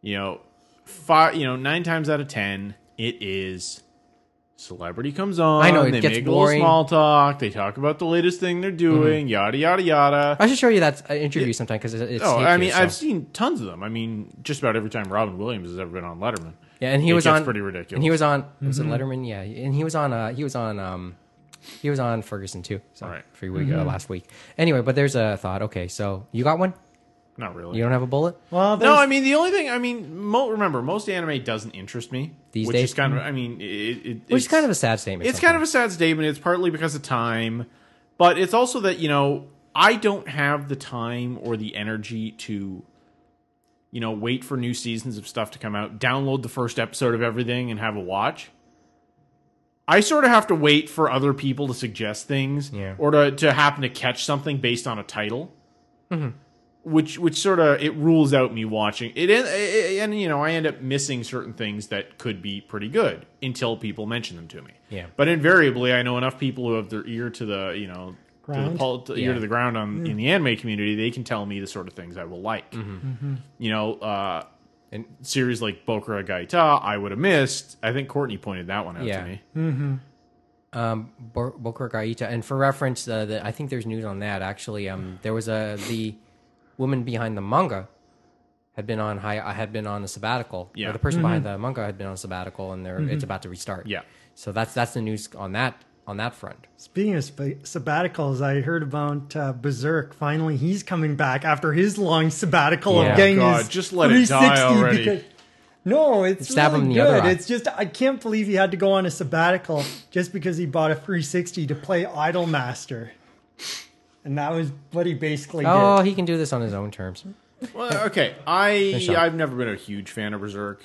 Speaker 4: You know, five, you know, nine times out of ten, it is celebrity comes on.
Speaker 1: I know, it
Speaker 4: they
Speaker 1: gets
Speaker 4: make
Speaker 1: boring. Mm-hmm.
Speaker 4: a little small talk. They talk about the latest thing they're doing, yada yada yada.
Speaker 1: I should show you that uh, interview sometime 'cause sometime because it's.
Speaker 4: Oh,
Speaker 1: taped
Speaker 4: I
Speaker 1: here,
Speaker 4: mean,
Speaker 1: so.
Speaker 4: I've seen tons of them. I mean, just about every time Robin Williams has ever been on Letterman.
Speaker 1: Yeah, and he
Speaker 4: It
Speaker 1: was
Speaker 4: gets
Speaker 1: on
Speaker 4: pretty ridiculous. Mm-hmm.
Speaker 1: And he was on was it Letterman? Yeah, and he was on uh he was on um he was on Ferguson too. So
Speaker 4: Right.
Speaker 1: free week uh, last week. Anyway, but there's a thought. Okay, so you got one?
Speaker 4: Not really.
Speaker 1: You don't have a bullet?
Speaker 3: Well,
Speaker 4: No,
Speaker 3: there's-
Speaker 4: I mean the only thing. I mean, mo- remember, most anime doesn't interest me.
Speaker 1: These
Speaker 4: which
Speaker 1: days? mm-hmm.
Speaker 4: is kind of. I mean, it,
Speaker 1: Which
Speaker 4: it,
Speaker 1: is
Speaker 4: it's-
Speaker 1: kind of a sad statement.
Speaker 4: It's kind of a sad statement. It's partly because of time, but it's also that you know I don't have the time or the energy to, you know, wait for new seasons of stuff to come out, download the first episode of everything, and have a watch. I sort of have to wait for other people to suggest things
Speaker 1: Yeah.
Speaker 4: or to, to happen to catch something based on a title. Which which sort of it rules out me watching it, en- eh, eh, and you know I end up missing certain things that could be pretty good until people mention them to me.
Speaker 1: Yeah.
Speaker 4: But invariably, I know enough people who have their ear to the you know to the
Speaker 3: Ground?
Speaker 4: pul- to- ear
Speaker 1: Yeah.
Speaker 4: to the ground on in the anime community. They can tell me the sort of things I will like.
Speaker 1: Mm-hmm.
Speaker 4: You know, uh, and series like Bokura Gaita, I would have missed. I think Courtney pointed that one out
Speaker 1: Yeah.
Speaker 4: to me.
Speaker 1: um Bo- Boca Raita. And for reference, uh, the, I think there's news on that actually. Um there was a the woman behind the manga had been on high I had been on a sabbatical.
Speaker 4: Yeah.
Speaker 1: Or the person behind the manga had been on sabbatical and they're it's about to restart.
Speaker 4: Yeah.
Speaker 1: So that's that's the news on that on that front.
Speaker 3: Speaking of sp- sabbaticals, I heard about uh, Berserk. Finally, he's coming back after his long sabbatical
Speaker 1: Yeah.
Speaker 3: of getting
Speaker 4: God,
Speaker 3: his
Speaker 4: just let it die
Speaker 3: 360
Speaker 4: already.
Speaker 3: no, it's
Speaker 1: Stab
Speaker 3: really
Speaker 1: him in the
Speaker 3: good.
Speaker 1: other eye.
Speaker 3: It's just I can't believe he had to go on a sabbatical just because he bought a 360 to play Idolmaster, and that was what he basically
Speaker 1: Oh,
Speaker 3: did.
Speaker 1: he can do this on his own terms.
Speaker 4: Well, Uh, okay, I
Speaker 1: up.
Speaker 4: I've never been a huge fan of Berserk.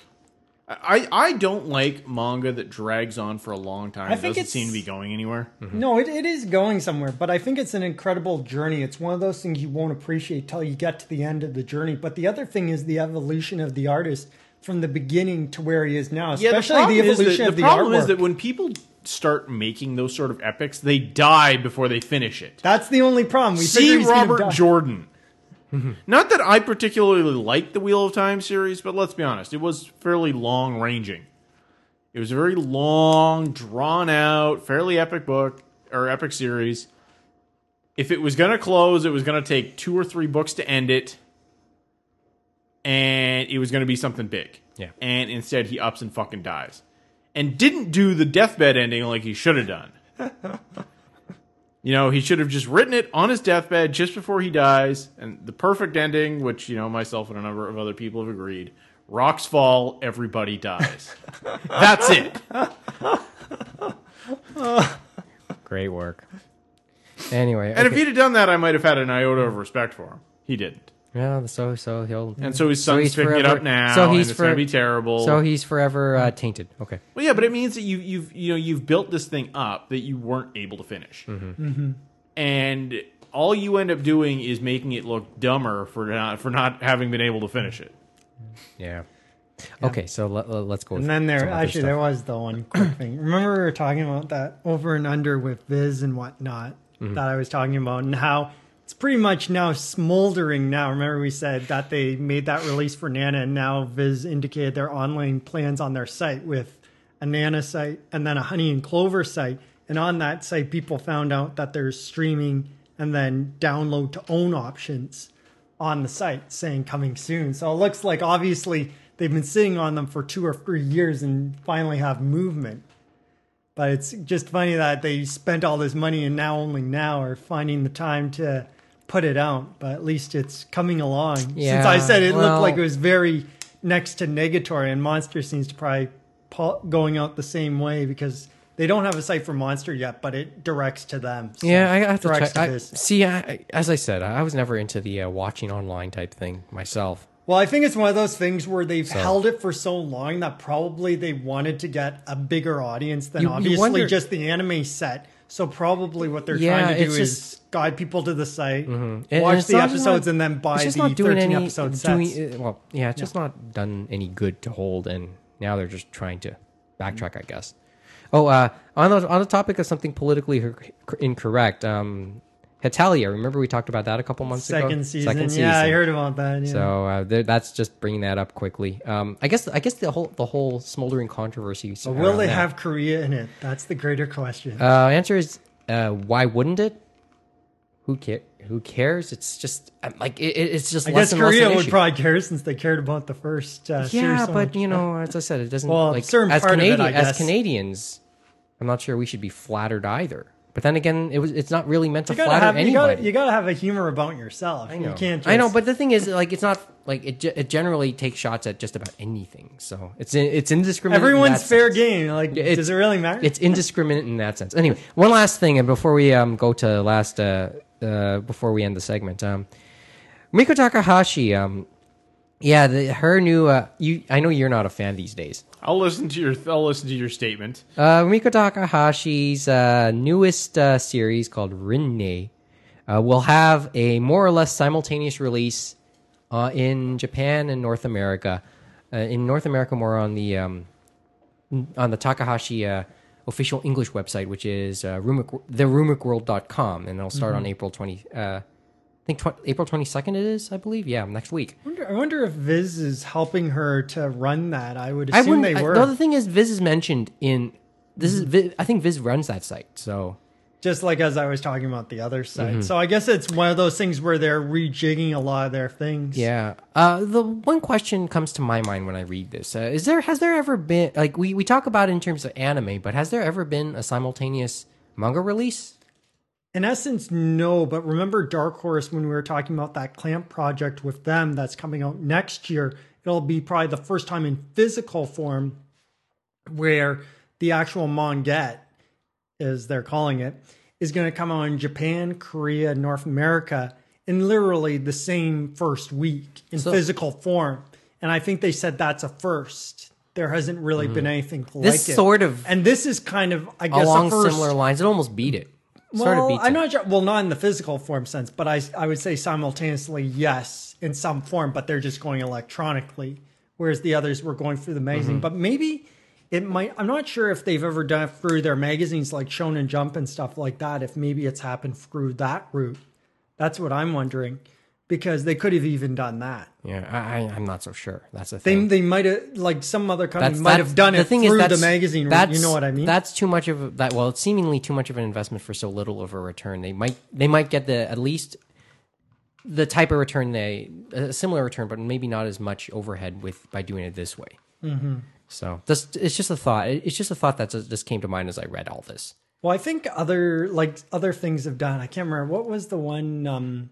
Speaker 4: I, I don't like manga that drags on for a long time.
Speaker 3: I
Speaker 4: It
Speaker 3: think
Speaker 4: doesn't
Speaker 3: it's-
Speaker 4: seem to be going anywhere.
Speaker 3: No, it, it is going somewhere, but I think it's an incredible journey. It's one of those things you won't appreciate till you get to the end of the journey. But the other thing is the evolution of the artist from the beginning to where he is now, especially the,
Speaker 4: problem is that-
Speaker 3: evolution of the
Speaker 4: problem
Speaker 3: artwork.
Speaker 4: is that when people start making those sort of epics, they die before they finish it.
Speaker 3: That's the only problem. We figure
Speaker 4: See
Speaker 3: he's gonna die.
Speaker 4: Robert Jordan. Not that I particularly like the Wheel of Time series, but let's be honest, it was fairly long ranging. It was a very long, drawn out, fairly epic book or epic series. If it was going to close, it was going to take two or three books to end it. and it was going to be something big.
Speaker 1: Yeah.
Speaker 4: And instead, he ups and fucking dies, and didn't do the deathbed ending like he should have done. you know, he should have just written it on his deathbed just before he dies, and the perfect ending, which you know myself and a number of other people have agreed. Rocks fall, everybody dies. That's it.
Speaker 1: Great work. Anyway,
Speaker 4: And if
Speaker 1: okay.
Speaker 4: he'd have done that, I might have had an iota of respect for him. He didn't.
Speaker 1: yeah, so so he'll
Speaker 4: And so his
Speaker 1: So
Speaker 4: son's
Speaker 1: he's
Speaker 4: picking it
Speaker 1: forever-
Speaker 4: up now,
Speaker 1: so
Speaker 4: so
Speaker 1: he's
Speaker 4: he's and it's going
Speaker 1: for-
Speaker 4: to be terrible.
Speaker 1: so he's forever uh, tainted. Okay,
Speaker 4: well, yeah, but it means that you, you've you know you've built this thing up that you weren't able to finish,
Speaker 1: Mm-hmm.
Speaker 4: and all you end up doing is making it look dumber for not for not having been able to finish it.
Speaker 1: yeah. Okay, so let, let, us go.
Speaker 3: And then there actually there was the one quick thing. Remember we were talking about that over and under with Viz and whatnot that I was talking about and how it's pretty much now smoldering now. Remember we said that they made that release for Nana and now Viz indicated their online plans on their site with a Nana site and then a Honey and Clover site. And on that site people found out that there's streaming and then download to own options on the site saying coming soon. So it looks like obviously they've been sitting on them for two or three years and finally have movement. But it's just funny that they spent all this money and now only now are finding the time to put it out. But at least it's coming along. Since
Speaker 1: Yeah,
Speaker 3: I said it
Speaker 1: well-
Speaker 3: looked like it was very next to Negatory, and Monster seems to probably pu- going out the same way because they don't have a site for Monster yet, but it directs to them. So
Speaker 1: Yeah, I have to
Speaker 3: directs
Speaker 1: check. I,
Speaker 3: this.
Speaker 1: see, I- I, as I said, I was never into the uh, watching online type thing myself.
Speaker 3: Well, I think it's one of those things where they've held it for so long that probably they wanted to get a bigger audience than
Speaker 1: You- you
Speaker 3: obviously
Speaker 1: wonder-
Speaker 3: just the anime set. So probably what they're
Speaker 1: Yeah,
Speaker 3: trying to do
Speaker 1: it's
Speaker 3: is
Speaker 1: just- Mm-hmm.
Speaker 3: guide people to the site,
Speaker 1: And- and
Speaker 3: watch
Speaker 1: it's
Speaker 3: the
Speaker 1: not just
Speaker 3: episodes,
Speaker 1: not-
Speaker 3: and then buy
Speaker 1: it's just
Speaker 3: the
Speaker 1: not doing
Speaker 3: thirteen
Speaker 1: any-
Speaker 3: episode
Speaker 1: doing-
Speaker 3: sets.
Speaker 1: uh, well, yeah, it's just not done any good to hold, and now they're just trying to backtrack, I guess.
Speaker 3: Mm-hmm.
Speaker 1: Oh, uh, on the on the topic of something politically her- incorrect, um, Hetalia. Remember we talked about that a couple months ago.
Speaker 3: Second season, yeah, I heard about that. Yeah.
Speaker 1: So uh, th- that's just bringing that up quickly. Um, I guess I guess the whole the whole smoldering controversy.
Speaker 3: But will
Speaker 1: around
Speaker 3: they
Speaker 1: that-
Speaker 3: have Korea in it? That's the greater question.
Speaker 1: uh, answer is uh, why wouldn't it? Who care? Who cares? It's just um, like it, it- it's just.
Speaker 3: I
Speaker 1: less
Speaker 3: guess
Speaker 1: and less
Speaker 3: Korea
Speaker 1: an
Speaker 3: would
Speaker 1: issue.
Speaker 3: probably care since they cared about the first.
Speaker 1: Yeah,
Speaker 3: Uh, series so
Speaker 1: but
Speaker 3: much.
Speaker 1: you know, as I said, it doesn't.
Speaker 3: Well,
Speaker 1: like
Speaker 3: certain
Speaker 1: as
Speaker 3: part of it,
Speaker 1: Canadian
Speaker 3: I
Speaker 1: as
Speaker 3: guess.
Speaker 1: Canadians, I'm not sure we should be flattered either. But then again, it was it's not really meant to
Speaker 3: you gotta
Speaker 1: flatter
Speaker 3: have you
Speaker 1: anybody.
Speaker 3: gotta, you gotta have a humor about yourself.
Speaker 1: I know.
Speaker 3: You can't. Just,
Speaker 1: I know, but the thing is, like, it's not like it. ge- It generally takes shots at just about anything, so it's in, it's indiscriminate. in
Speaker 3: everyone's
Speaker 1: that
Speaker 3: fair
Speaker 1: sense.
Speaker 3: game. Like,
Speaker 1: It's-
Speaker 3: does it really matter?
Speaker 1: It's indiscriminate in that sense. Anyway, one last thing, and before we um, go to last, uh, uh, before we end the segment, um, Miko Takahashi. Um, yeah, the, her new. Uh, you, I know you're not a fan these days.
Speaker 4: I'll listen to your I'll listen to your statement.
Speaker 1: Uh, Miko Takahashi's uh, newest uh, series called Rinne uh, will have a more or less simultaneous release uh, in Japan and North America. Uh, in North America, more on the um, on the Takahashi uh, official English website, which is uh, rumic, therumicworld.com, and it'll start
Speaker 3: Mm-hmm.
Speaker 1: on April twenty. Uh, I think tw- April twenty second it is, I believe. Yeah, next week.
Speaker 3: I wonder if Viz is helping her to run that. I would
Speaker 1: I
Speaker 3: assume
Speaker 1: wouldn't.
Speaker 3: they
Speaker 1: I-
Speaker 3: were. Mm-hmm.
Speaker 1: the other thing is, Viz is mentioned in this is. Viz, I think Viz runs that site, so.
Speaker 3: just like as I was talking about the other side. So I guess it's one of those things where they're rejigging a lot of their things.
Speaker 1: Yeah. Uh, the one question comes to my mind when I read this: uh, Is there has there ever been like we we talk about it in terms of anime, but has there ever been a simultaneous manga release?
Speaker 3: In essence, no. But remember Dark Horse when we were talking about that clamp project with them that's coming out next year. It'll be probably the first time in physical form where the actual mangette, as they're calling it, is going to come out in Japan, Korea, North America in literally the same first week in
Speaker 1: So-
Speaker 3: physical form. And I think they said that's a first. There hasn't really been anything
Speaker 1: Mm-hmm. This
Speaker 3: like it.
Speaker 1: sort of-
Speaker 3: and this is kind of I guess
Speaker 1: Along
Speaker 3: a first.
Speaker 1: similar lines, it almost beat it. Sort of
Speaker 3: Well,
Speaker 1: beats
Speaker 3: I'm
Speaker 1: it.
Speaker 3: not sure. Well, not in the physical form sense, but I I would say simultaneously yes in some form, but they're just going electronically, whereas the others were going through the magazine.
Speaker 1: Mm-hmm.
Speaker 3: But maybe it might. I'm not sure if they've ever done it through their magazines like Shonen Jump and stuff like that. If maybe it's happened through that route, that's what I'm wondering, because they could have even done that.
Speaker 1: yeah, I, I, I'm not so sure. That's the
Speaker 3: They
Speaker 1: thing.
Speaker 3: they might have like some other company
Speaker 1: That's-
Speaker 3: might
Speaker 1: that's-
Speaker 3: have done it through the
Speaker 1: that's-
Speaker 3: magazine. route,
Speaker 1: That's,
Speaker 3: you know what I mean?
Speaker 1: That's too much of a, that. Well, it's seemingly too much of an investment for so little of a return. They might they might get the at least the type of return they a similar return, but maybe not as much overhead with by doing it this way. Mm-hmm. So this it's just a thought. It- It's just a thought that just came to mind as I read all this.
Speaker 3: Well, I think other like other things have done. I can't remember what was the one. Um,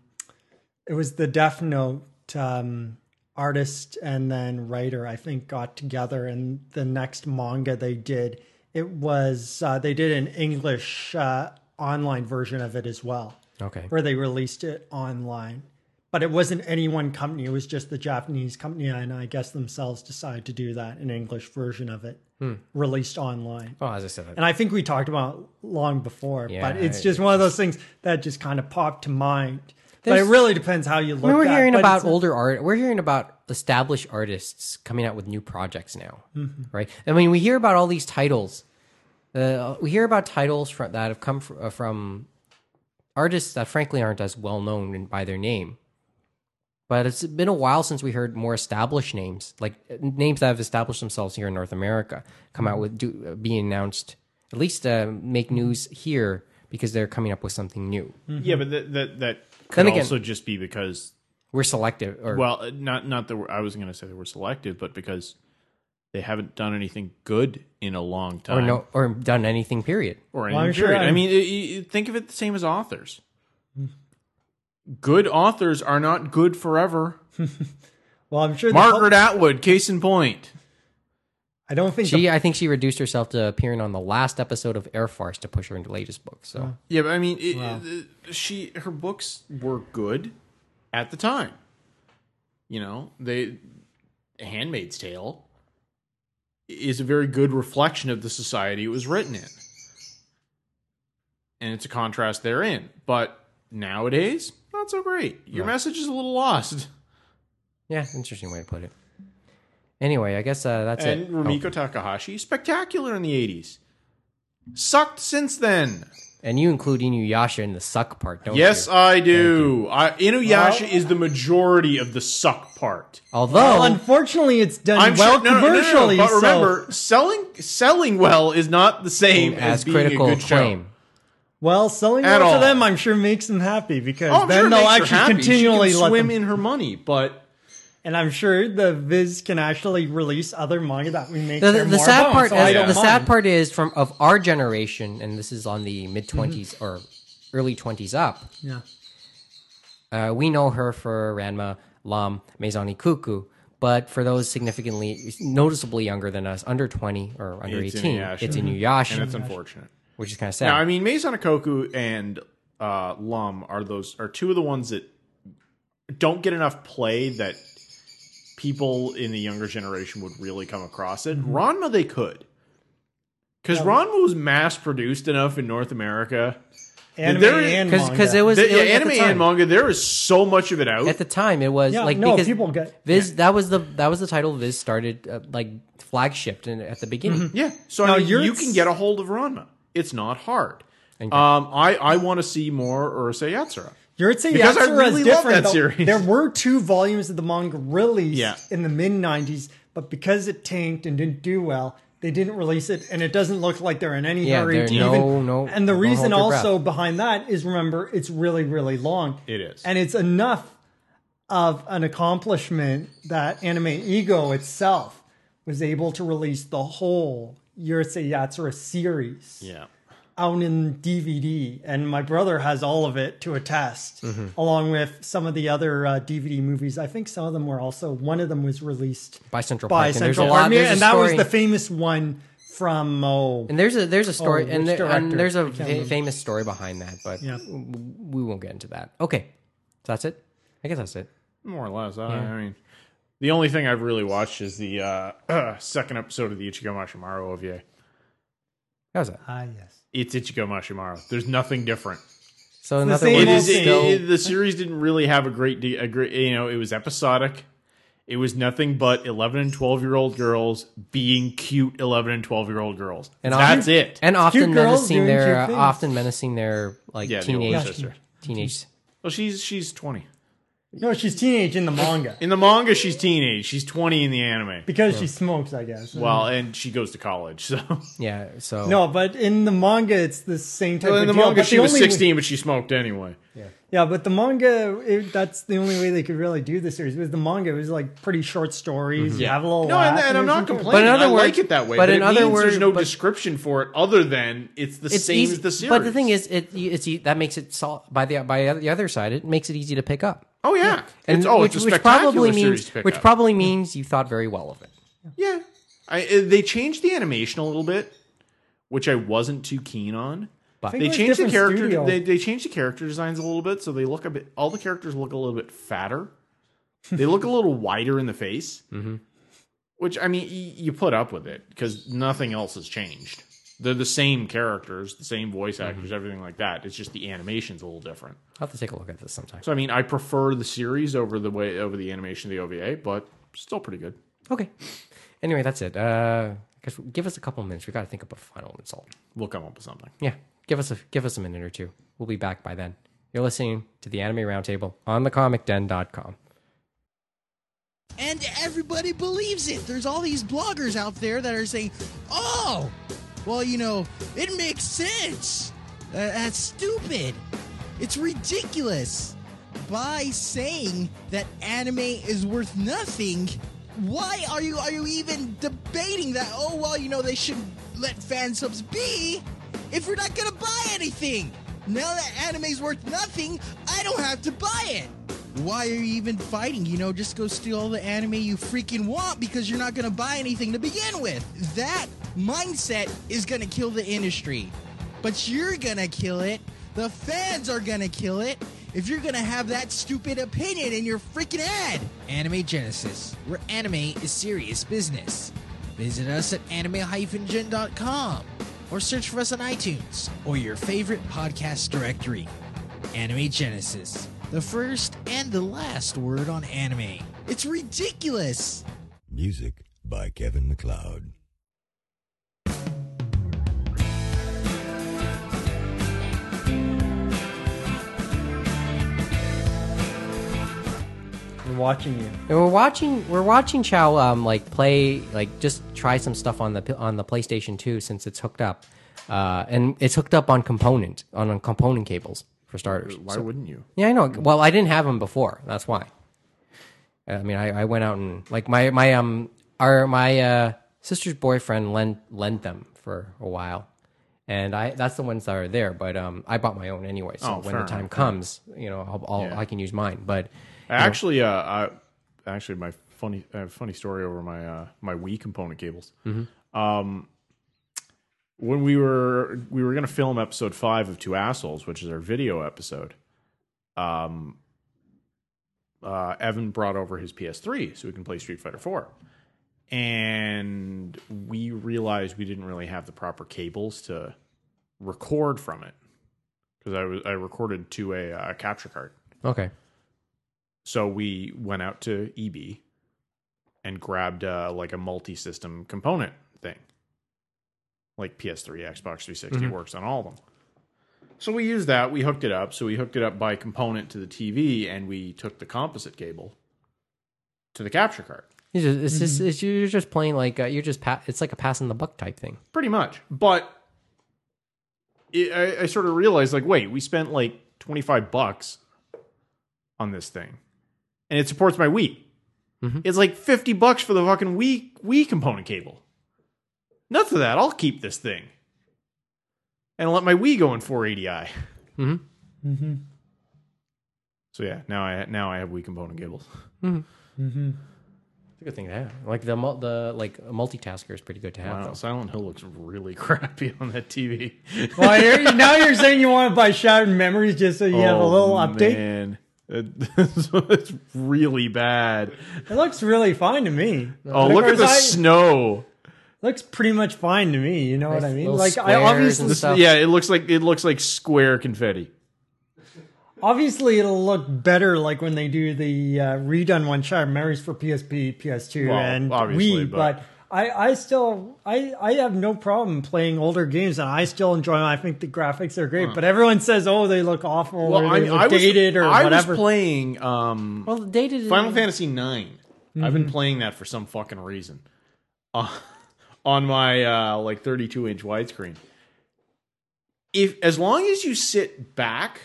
Speaker 3: it was the Death Note um, artist and then writer. I think got together, and the next manga they did it was uh, they did an English uh, online version of it as well,
Speaker 1: Okay.
Speaker 3: where they released it online. But it wasn't any one company; it was just the Japanese company, and I guess themselves decided to do that an English version of it released online.
Speaker 1: Oh, as I said,
Speaker 3: And I think we talked about it long before,
Speaker 1: Yeah,
Speaker 3: but it's
Speaker 1: I-
Speaker 3: just one of those things that just kind of popped to mind. But it
Speaker 1: There's-
Speaker 3: really depends how you look.
Speaker 1: we were
Speaker 3: at it,
Speaker 1: hearing
Speaker 3: but
Speaker 1: about
Speaker 3: it's a-
Speaker 1: older art. We're hearing about established artists coming out with new projects now,
Speaker 3: Mm-hmm.
Speaker 1: right? I mean, we hear about all these titles. Uh, we hear about titles from, that have come fr- uh, from artists that frankly aren't as well known in- by their name. But it's been a while since we heard more established names, like uh, names that have established themselves here in North America, come
Speaker 3: Mm-hmm.
Speaker 1: out with do, uh, be announced, at least uh, make news here because they're coming up with something new.
Speaker 3: Mm.
Speaker 4: Yeah, but that that, that
Speaker 1: Then
Speaker 4: could
Speaker 1: again-
Speaker 4: also just be because
Speaker 1: We're selective, or
Speaker 4: well, uh, not not that we're, I was going to say they were selective, but because they haven't done anything good in a long time
Speaker 1: or no, or done anything. Period.
Speaker 4: or
Speaker 3: I'm
Speaker 4: any
Speaker 3: sure
Speaker 4: period. I
Speaker 3: I'm-
Speaker 4: mean, it, it, think of it the same as authors. Good authors are not good forever.
Speaker 3: Well, I'm sure. the pub-
Speaker 4: Margaret Atwood, case in point.
Speaker 3: I don't think.
Speaker 1: She,
Speaker 3: the,
Speaker 1: I think she reduced herself to appearing on the last episode of Air Force to push her into latest book. So
Speaker 4: Yeah, but I mean, it, it- she her books were good at the time. You know, they Handmaid's Tale is a very good reflection of the society it was written in, and it's a contrast therein. But nowadays, not so great. Your message is a little lost.
Speaker 1: yeah, interesting way to put it. Anyway, I guess uh, that's
Speaker 4: and
Speaker 1: it.
Speaker 4: Rumiko
Speaker 1: Oh,
Speaker 4: Takahashi, spectacular in the '80s, sucked since then.
Speaker 1: and you include Inuyasha in the suck part,
Speaker 3: Oh,
Speaker 1: don't
Speaker 4: Yes, uh,
Speaker 1: you?
Speaker 4: I do. I, Inuyasha is the majority of the suck part.
Speaker 1: Although
Speaker 3: well, unfortunately, it's done
Speaker 4: Oh. I'm
Speaker 3: well
Speaker 4: sure, no, no, no, no, no,
Speaker 3: commercially.
Speaker 4: but
Speaker 3: so-
Speaker 4: remember, selling selling well is not the same as,
Speaker 1: as
Speaker 4: being
Speaker 1: critical
Speaker 4: a good
Speaker 1: acclaim,
Speaker 3: well, selling
Speaker 4: At
Speaker 3: it to
Speaker 4: all.
Speaker 3: them, I'm sure makes them happy because
Speaker 4: show. Oh, I'm
Speaker 3: then
Speaker 4: sure it
Speaker 3: they'll
Speaker 4: makes her
Speaker 3: actually
Speaker 4: happy.
Speaker 3: continually
Speaker 4: she can
Speaker 3: let
Speaker 4: swim
Speaker 3: them.
Speaker 4: in her money, but
Speaker 3: And I'm sure the Viz can actually release other manga that we make.
Speaker 1: the, the,
Speaker 3: their more
Speaker 1: sad
Speaker 3: own,
Speaker 1: part,
Speaker 3: so
Speaker 1: is-
Speaker 3: I don't
Speaker 1: the sad
Speaker 3: mind.
Speaker 1: part is from of our generation, and this is on the mid 20s or early twenties up.
Speaker 3: Yeah.
Speaker 1: Uh, we know her for Ranma, Lam, Maison Ikuku, but for those significantly, noticeably younger than us, under 20 or under
Speaker 4: It's
Speaker 1: 18,
Speaker 4: Inuyasha.
Speaker 1: it's Inuyasha,
Speaker 4: and it's unfortunate.
Speaker 1: which is kind of sad.
Speaker 4: Now, I mean, Maison Koku and uh, Lum are those are two of the ones that don't get enough play that people in the younger generation would really come across it.
Speaker 1: Mm-hmm.
Speaker 4: Ranma, they could. Because Ranma was mass produced enough in North America.
Speaker 3: Anime
Speaker 4: There-
Speaker 3: and
Speaker 1: because
Speaker 3: manga.
Speaker 1: it was,
Speaker 4: The-
Speaker 1: it was
Speaker 4: yeah,
Speaker 1: at the
Speaker 4: anime and
Speaker 1: time.
Speaker 4: manga, there is so much of it out.
Speaker 1: At the time, it was
Speaker 3: Yeah,
Speaker 1: like
Speaker 3: no,
Speaker 1: because
Speaker 3: people get-
Speaker 1: Viz. That was the that was the title Viz started uh, like flagshipped in, at the beginning.
Speaker 3: Mm-hmm.
Speaker 4: yeah. So
Speaker 3: Now,
Speaker 4: I mean,
Speaker 3: you're-
Speaker 4: you can get a hold of Ranma. It's not hard.
Speaker 1: Okay.
Speaker 4: Um, I, I want to see more Urusei Yatsura.
Speaker 3: Yuritsei
Speaker 4: Because I
Speaker 3: Yatsura
Speaker 4: really
Speaker 3: is
Speaker 4: love
Speaker 3: different.
Speaker 4: that
Speaker 3: though.
Speaker 4: series.
Speaker 3: There were two volumes of the manga released
Speaker 4: Yeah.
Speaker 3: in the mid '90s, but because it tanked and didn't do well, they didn't release it, and it doesn't look like they're in any
Speaker 1: Yeah,
Speaker 3: hurry.
Speaker 1: they're-
Speaker 3: To
Speaker 1: no,
Speaker 3: even,
Speaker 1: no,
Speaker 3: And the
Speaker 1: don't
Speaker 3: reason
Speaker 1: hold your
Speaker 3: also behind that is remember it's really really long.
Speaker 4: It is.
Speaker 3: and it's enough of an accomplishment that Anime Ego itself was able to release the whole Yuritsei Yatsura series
Speaker 4: Yeah.
Speaker 3: out in DVD, and my brother has all of it to attest, along with some of the other uh, DVD movies. I think some of them were also one of them was released
Speaker 1: By Central
Speaker 3: by
Speaker 1: Park, and there's a
Speaker 3: Central
Speaker 1: lot-
Speaker 3: Park,
Speaker 1: there's a
Speaker 3: and that was
Speaker 1: story-
Speaker 3: the famous one from oh,
Speaker 1: And there's a there's a story
Speaker 3: Oh,
Speaker 1: and,
Speaker 3: which
Speaker 1: there, and
Speaker 3: director?
Speaker 1: there's
Speaker 3: I
Speaker 1: a
Speaker 3: can't
Speaker 1: fa-
Speaker 3: remember.
Speaker 1: famous story behind that, but
Speaker 3: Yeah.
Speaker 1: w- we won't get into that. Okay, so that's it. I guess that's it.
Speaker 4: More or less. I, I mean, the only thing I've really watched is the uh, second episode of the Ichigo Mashimaru OVA.
Speaker 1: That was it.
Speaker 3: ah yes,
Speaker 4: It's Ichigo Mashimaru. There's nothing different.
Speaker 1: So another
Speaker 3: same
Speaker 1: one
Speaker 4: It
Speaker 3: It
Speaker 1: is
Speaker 4: is.
Speaker 3: old
Speaker 4: It,
Speaker 1: still.
Speaker 4: it- the series didn't really have a great, de- a great. You know, it was episodic. It was nothing but eleven and twelve year old girls being cute eleven and twelve year old girls.
Speaker 1: And
Speaker 4: That's it.
Speaker 1: and often
Speaker 3: girls
Speaker 1: menacing
Speaker 3: doing
Speaker 1: their
Speaker 3: cute things.
Speaker 1: often menacing their like
Speaker 4: Yeah, the older
Speaker 1: teenage
Speaker 4: sister.
Speaker 1: teenage.
Speaker 4: well, she's she's twenty
Speaker 3: no, she's teenage in the manga
Speaker 4: in the manga. She's teenage. She's twenty in the anime.
Speaker 3: because she smokes, I guess.
Speaker 4: Well, and she goes to college. So well,
Speaker 1: Yeah, so
Speaker 3: no, but in the manga, it's the same type
Speaker 4: in
Speaker 3: of
Speaker 4: the
Speaker 3: deal.
Speaker 4: manga,
Speaker 3: but
Speaker 4: she
Speaker 3: the
Speaker 4: was
Speaker 3: only-
Speaker 4: sixteen, but she smoked anyway.
Speaker 3: Yeah, Yeah, but the manga, it, that's the only way they could really do the series. Because the manga was like pretty short stories. You have a little.
Speaker 4: Mm-hmm. No, and,
Speaker 3: laugh,
Speaker 4: and
Speaker 3: there's
Speaker 4: I'm not
Speaker 3: some character-
Speaker 4: complaining.
Speaker 1: But in
Speaker 4: I
Speaker 1: other
Speaker 4: like
Speaker 1: words-
Speaker 4: it that way. But,
Speaker 1: but
Speaker 4: it
Speaker 1: in other
Speaker 4: means there's
Speaker 1: words-
Speaker 4: no
Speaker 1: but-
Speaker 4: description for it other than it's the same
Speaker 1: easy-
Speaker 4: as the series.
Speaker 1: But the thing is, it it's e- that makes it sol- by the by the other side, it makes it easy to pick up.
Speaker 4: oh yeah, it's, oh, it's a spectacular series
Speaker 1: means
Speaker 4: to pick
Speaker 1: which
Speaker 4: up.
Speaker 1: probably means you thought very well of it.
Speaker 4: yeah, I, uh, they changed the animation a little bit, which I wasn't too keen on.
Speaker 1: But-
Speaker 4: They
Speaker 5: it was
Speaker 4: changed the
Speaker 5: different
Speaker 4: character.
Speaker 5: studio.
Speaker 4: They, they changed the character designs a little bit, so they look a bit. All the characters look a little bit fatter. they look a little wider in the face, mm-hmm. which I mean, y- you put up with it because nothing else has changed. They're the same characters, the same voice actors, everything like that. It's just the animation's a little different.
Speaker 1: I'll have to take a look at this sometime.
Speaker 4: So I mean, I prefer the series over the way over the animation of the OVA, but still pretty good.
Speaker 1: Okay. Anyway, that's it. Uh, guess, give us a couple minutes. We got to think about final result.
Speaker 4: We'll come up with something.
Speaker 1: Yeah, give us a give us a minute or two. We'll be back by then. You're listening to the Anime Roundtable on thecomicden.com.
Speaker 6: And everybody believes it. There's all these bloggers out there that are saying, oh, well, you know, it makes sense. Uh, that's stupid. It's ridiculous. By saying that anime is worth nothing, why are you are you even debating that? Oh well, you know they should let fan subs be if we're not gonna buy anything. Now that anime's worth nothing, I don't have to buy it. Why are you even fighting? You know, just go steal all the anime you freaking want because you're not going to buy anything to begin with. That mindset is going to kill the industry. But you're going to kill it. The fans are going to kill it if you're going to have that stupid opinion in your freaking ad. Anime Genesis, where anime is serious business. Visit us at anime-gen.com or search for us on iTunes or your favorite podcast directory. Anime Genesis, the first and the last word on anime. It's ridiculous!
Speaker 9: Music by Kevin McLeod.
Speaker 3: I'm watching you.
Speaker 1: And we're watching we're watching Chow um like play like just try some stuff on the on the PlayStation 2 since it's hooked up. Uh, and it's hooked up on component on, on component cables for starters.
Speaker 4: Why
Speaker 1: So-
Speaker 4: wouldn't you?
Speaker 1: Yeah, I know. Well, I didn't have them before. That's why. I mean, I, I went out and like my my um our my uh sister's boyfriend lent lent them for a while, and I that's the ones that are there. But um, I bought my own anyway. So
Speaker 4: Oh,
Speaker 1: when
Speaker 4: fair
Speaker 1: the time
Speaker 4: enough,
Speaker 1: comes, you know, I'll, I'll
Speaker 4: Yeah.
Speaker 1: I can use mine. But
Speaker 4: Actually, uh, I, actually, my funny uh, funny story over my uh, my Wii component cables. Um, when we were we were going to film episode five of Two Assholes, which is our video episode, um, uh, Evan brought over his PS3 so we can play Street Fighter Four, and we realized we didn't really have the proper cables to record from it because I was I recorded to a uh, capture card.
Speaker 1: okay,
Speaker 4: So we went out to EB and grabbed uh, like a multi-system component thing, like PS3, Xbox 360 works on all of them. So we used that. We hooked it up. So we hooked it up by component to the TV, and we took the composite cable to the capture card.
Speaker 1: it's just, it's just
Speaker 4: Mm-hmm.
Speaker 1: it's, you're just playing like uh, you're just pa- it's like a pass in the buck type thing.
Speaker 4: pretty much. But it, I, I sort of realized, like, wait, we spent like twenty five bucks on this thing, and it supports my Wii. It's like fifty bucks for the fucking Wii Wii component cable. Nuts of that. I'll keep this thing, and let my Wii go in four eighty i.
Speaker 1: Mhm.
Speaker 4: Mm-hmm. So yeah, now I now I have Wii component cables.
Speaker 1: It's a good thing to have. Like the mul- the like a multitasker is pretty good to have.
Speaker 4: Wow,
Speaker 1: though.
Speaker 4: Silent Hill looks really crappy on that TV.
Speaker 3: Well, you're, now you're saying you want to buy Shattered Memories just so you have a little update.
Speaker 4: Oh, Man. it's really bad.
Speaker 3: It looks really fine to me.
Speaker 4: Oh, look at the
Speaker 3: I-
Speaker 4: snow.
Speaker 3: looks pretty much fine to me. You know what I mean?
Speaker 1: little
Speaker 3: Like I
Speaker 1: squares
Speaker 3: obviously,
Speaker 1: and
Speaker 4: This,
Speaker 1: stuff.
Speaker 4: yeah, it looks like it looks like square confetti.
Speaker 3: obviously, it'll look better like when they do the uh, redone one shot memories for PSP, PS2,
Speaker 4: Well,
Speaker 3: and
Speaker 4: obviously,
Speaker 3: Wii.
Speaker 4: but-
Speaker 3: But, I, I still, I, I have no problem playing older games, and I still enjoy them. I think the graphics are great, but everyone says, oh, they look awful or they look dated or
Speaker 4: I
Speaker 3: whatever.
Speaker 4: was playing um,
Speaker 1: Well, they did
Speaker 4: Final Fantasy 9 i I've
Speaker 3: Mm-hmm.
Speaker 4: been playing that for some fucking reason. Uh, on my uh, like 32 inch widescreen. If as long as you sit back,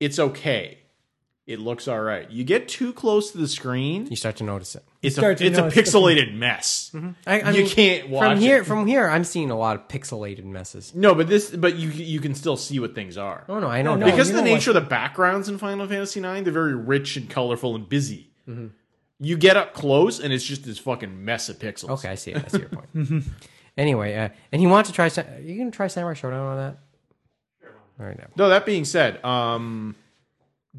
Speaker 4: it's okay. It looks all right. You get too close to the screen,
Speaker 1: You start to notice it.
Speaker 4: it's a
Speaker 5: start to
Speaker 4: it's a
Speaker 5: notice the-
Speaker 4: pixelated mess.
Speaker 1: I, I
Speaker 4: You
Speaker 1: mean,
Speaker 4: can't watch
Speaker 1: from here.
Speaker 4: it.
Speaker 1: From here, I'm seeing a lot of pixelated messes.
Speaker 4: No, but this but you you can still see what things are.
Speaker 1: Oh no, I know
Speaker 5: No, no,
Speaker 1: because
Speaker 4: because
Speaker 5: you
Speaker 4: of the
Speaker 5: know what-
Speaker 4: nature of the backgrounds in Final Fantasy IX, they're very rich and colorful and busy. You get up close, and it's just this fucking mess of pixels.
Speaker 1: okay, I see it. I see your point. anyway, uh, and he wants to try. Sam- Are you gonna try Samurai Showdown on that? All right, no.
Speaker 4: No, that being said, um,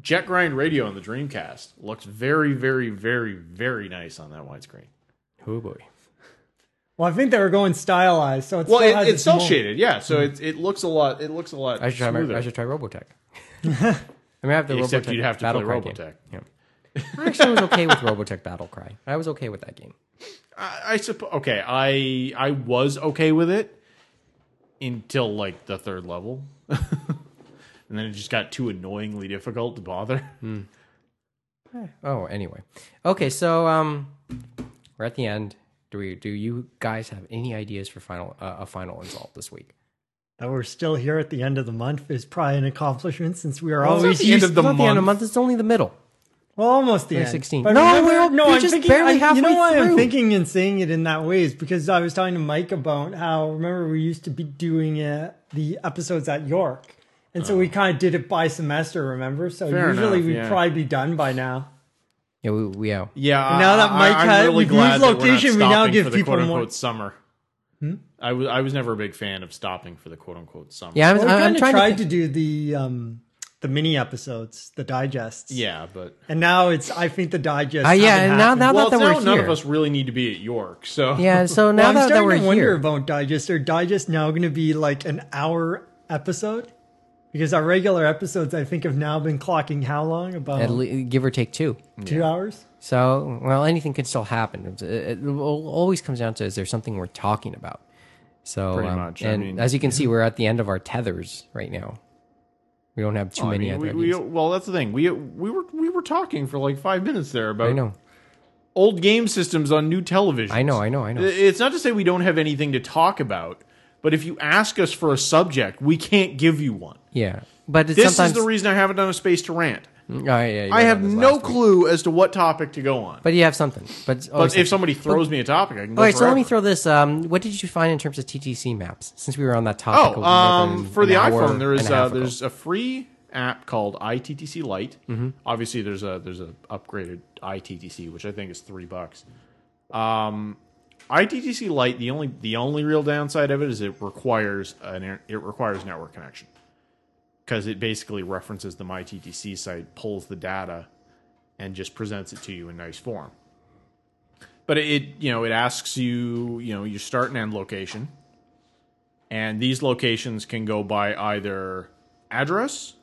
Speaker 4: Jet Grind Radio on the Dreamcast looks very, very, very, very nice on that widescreen.
Speaker 1: Oh boy.
Speaker 5: Well, I think they were going stylized, so it's
Speaker 4: Well,
Speaker 5: still
Speaker 4: it,
Speaker 5: has
Speaker 4: it's cell
Speaker 5: moment.
Speaker 4: shaded, yeah. So it, it looks a lot. It looks a lot.
Speaker 1: I should try.
Speaker 4: smoother.
Speaker 1: My, I should try Robotech. I mean, I have the
Speaker 4: Except
Speaker 1: Robotech
Speaker 4: you'd have to
Speaker 1: Battle Cry
Speaker 4: play
Speaker 1: game.
Speaker 4: Robotech.
Speaker 1: I actually was okay with Robotech Battle Cry. I was okay with that game.
Speaker 4: I, I suppose. Okay, I I was okay with it until like the third level, and then it just got too annoyingly difficult to bother.
Speaker 1: Oh, anyway. Okay, so um, we're at the end. Do we? Do you guys have any ideas for final uh, a final insult this week?
Speaker 3: That we're still here at the end of the month is probably an accomplishment since we are
Speaker 1: Well, it's
Speaker 3: always
Speaker 1: not the
Speaker 3: used-
Speaker 1: end of the, month. It's only the middle.
Speaker 3: well, almost the end.
Speaker 1: 2016.
Speaker 3: But
Speaker 1: No,
Speaker 3: remember-
Speaker 1: we're-
Speaker 3: no,
Speaker 1: we're
Speaker 3: I'm
Speaker 1: just
Speaker 3: thinking,
Speaker 1: barely
Speaker 3: I-
Speaker 1: halfway
Speaker 3: You know why
Speaker 1: through.
Speaker 3: I'm thinking and saying it in that way is because I was talking to Mike about how remember we used to be doing uh, the episodes at York, and so
Speaker 4: Oh.
Speaker 3: we kind of did it by semester. Remember, so
Speaker 4: Fair
Speaker 3: usually
Speaker 4: enough,
Speaker 3: we'd
Speaker 4: yeah.
Speaker 3: probably be done by now.
Speaker 1: Yeah, we, we uh,
Speaker 4: Yeah.
Speaker 3: And now that
Speaker 4: I- I-
Speaker 3: Mike
Speaker 4: I'm
Speaker 3: had- we've
Speaker 4: glad
Speaker 3: used
Speaker 4: that we're not
Speaker 3: location, we now
Speaker 4: stopping
Speaker 3: give
Speaker 4: for the
Speaker 3: people
Speaker 4: quote
Speaker 3: more-
Speaker 4: unquote summer.
Speaker 1: Hmm?
Speaker 4: I was I was never a big fan of stopping for the quote unquote summer.
Speaker 1: yeah. I'm,
Speaker 3: Well, we
Speaker 1: I'm- I'm
Speaker 3: kind of
Speaker 1: trying
Speaker 3: tried to,
Speaker 1: to. think-
Speaker 3: do the um, the mini episodes, the digests.
Speaker 4: Yeah, but
Speaker 3: and now it's I think the digest.
Speaker 1: Uh, yeah, and now, now
Speaker 4: well,
Speaker 1: that
Speaker 4: it's
Speaker 1: we're
Speaker 4: now none
Speaker 1: here.
Speaker 4: of us really need to be at York. So
Speaker 1: yeah, so now
Speaker 3: well, I'm
Speaker 1: that, that
Speaker 3: starting
Speaker 1: we're
Speaker 3: to wonder
Speaker 1: here,
Speaker 3: about digest. Are digest now going to be like an hour episode? Because our regular episodes, I think, have now been clocking how long? About
Speaker 4: um,
Speaker 1: at le- give or take two.
Speaker 3: two hours.
Speaker 1: So, well, anything can still happen. It, it always comes down to is there something we're talking about? So,
Speaker 4: Pretty
Speaker 1: um,
Speaker 4: much, I
Speaker 1: and
Speaker 4: mean-
Speaker 1: as you can see, we're at the end of our tethers right now. We don't have too
Speaker 4: I
Speaker 1: many
Speaker 4: mean, we,
Speaker 1: other
Speaker 4: we,
Speaker 1: ideas.
Speaker 4: well, that's the thing. We we were we were talking for like five minutes there about
Speaker 1: I know,
Speaker 4: old game systems on new television.
Speaker 1: I know, I know, I know.
Speaker 4: It's not to say we don't have anything to talk about, but if you ask us for a subject, we can't give you one.
Speaker 1: yeah, but it's
Speaker 4: This
Speaker 1: sometimes
Speaker 4: is the reason I haven't done a space to rant.
Speaker 1: Oh, yeah, you
Speaker 4: I
Speaker 1: went
Speaker 4: have
Speaker 1: on this
Speaker 4: no
Speaker 1: last week.
Speaker 4: clue as to what topic to go on. But,
Speaker 1: But you have something. But, always
Speaker 4: if
Speaker 1: something.
Speaker 4: somebody throws me a topic, I can go.
Speaker 1: all right, so let me throw
Speaker 4: forever.
Speaker 1: this. Um, what did you find in terms of TTC maps? Since we were on that topic, a
Speaker 4: Oh,
Speaker 1: little
Speaker 4: um,
Speaker 1: bit,
Speaker 4: for
Speaker 1: an
Speaker 4: the
Speaker 1: hour
Speaker 4: iPhone, there is
Speaker 1: and a half
Speaker 4: uh,
Speaker 1: ago.
Speaker 4: there's a free app called iTTC Lite.
Speaker 1: Mm-hmm.
Speaker 4: Obviously, there's a there's a upgraded iTTC, which I think is three bucks. Um, iTTC Lite. The only the only real downside of it is it requires an inter- it requires network connection because it basically references the MyTTC site, pulls the data, and just presents it to you in nice form. But it you know it asks you you know your start and end location and these locations can go by either address,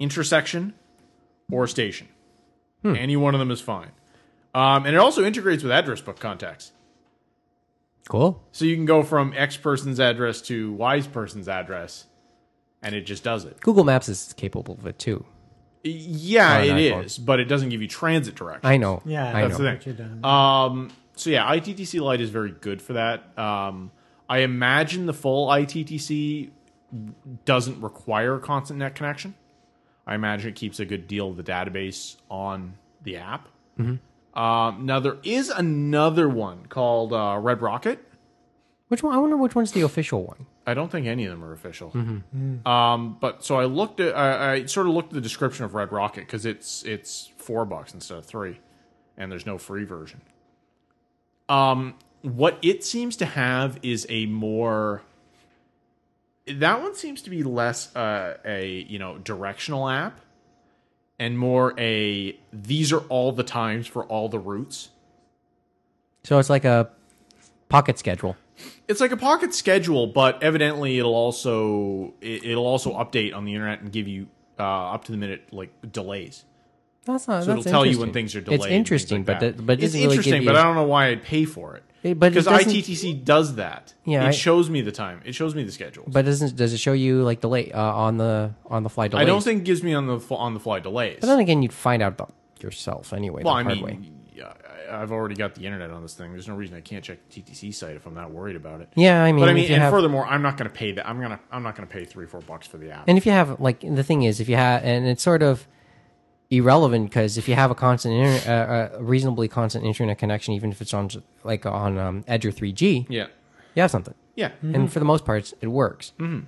Speaker 4: intersection, or station.
Speaker 1: Hmm.
Speaker 4: Any one of them is fine. Um, and it also integrates with address book contacts.
Speaker 1: cool.
Speaker 4: So you can go from X person's address to Y person's address, and it just does it.
Speaker 1: Google Maps is capable of it too.
Speaker 4: Yeah,
Speaker 1: On
Speaker 4: it
Speaker 1: an
Speaker 4: is,
Speaker 1: iPhone.
Speaker 4: but it doesn't give you transit directions.
Speaker 1: I know.
Speaker 3: Yeah,
Speaker 1: I
Speaker 4: That's
Speaker 1: know.
Speaker 4: the
Speaker 3: What you've
Speaker 4: thing. Um, so yeah, ITTC Lite is very good for that. Um, I imagine the full ITTC doesn't require constant net connection. I imagine it keeps a good deal of the database on the app. Um, now there is another one called uh, Red Rocket.
Speaker 1: Which one? I wonder which one's the official one.
Speaker 4: I don't think any of them are official. Um, but so I looked at I, I sort of looked at the description of Red Rocket because it's it's four bucks instead of three, and there's no free version. Um, what it seems to have is a more that one seems to be less uh, a you know directional app and more a these are all the times for all the routes.
Speaker 1: So it's like a pocket schedule.
Speaker 4: it's like a pocket schedule, but evidently it'll also it, it'll also update on the internet and give you uh, up to the minute like delays.
Speaker 1: That's not.
Speaker 4: So it'll
Speaker 1: that's
Speaker 4: tell you when
Speaker 1: interesting.
Speaker 4: things are delayed.
Speaker 1: It's
Speaker 4: and things
Speaker 1: interesting,
Speaker 4: like
Speaker 1: but
Speaker 4: that.
Speaker 1: that, but it
Speaker 4: it's
Speaker 1: doesn't really give
Speaker 4: interesting.
Speaker 1: you-
Speaker 4: but I don't know why I'd pay for it.
Speaker 1: It- but it
Speaker 4: because
Speaker 1: doesn't-
Speaker 4: ITTC does that.
Speaker 1: Yeah,
Speaker 4: it
Speaker 1: I-
Speaker 4: shows me the time. It shows me the schedule.
Speaker 1: But doesn't does it show you like delay uh, on the on the fly delay?
Speaker 4: I don't think it gives me on the fl- on the fly delays.
Speaker 1: But then again, you'd find out about yourself anyway.
Speaker 4: well,
Speaker 1: the
Speaker 4: I
Speaker 1: hard
Speaker 4: mean,
Speaker 1: way.
Speaker 4: yeah, I, I've already got the internet on this thing. There's no reason I can't check the TTC site if I'm not worried about it.
Speaker 1: Yeah, I mean,
Speaker 4: but I
Speaker 1: if
Speaker 4: mean,
Speaker 1: you
Speaker 4: and
Speaker 1: have-
Speaker 4: furthermore, I'm not going to pay that. I'm gonna I'm not going to pay three four bucks for the app.
Speaker 1: And if you have like the thing is, if you have, and it's sort of irrelevant because if you have a constant, inter- uh, uh, reasonably constant internet connection, even if it's on like on um, Edge or 3G,
Speaker 4: yeah,
Speaker 1: you have something.
Speaker 4: yeah.
Speaker 1: And for the most part, it works.
Speaker 4: Mm-hmm.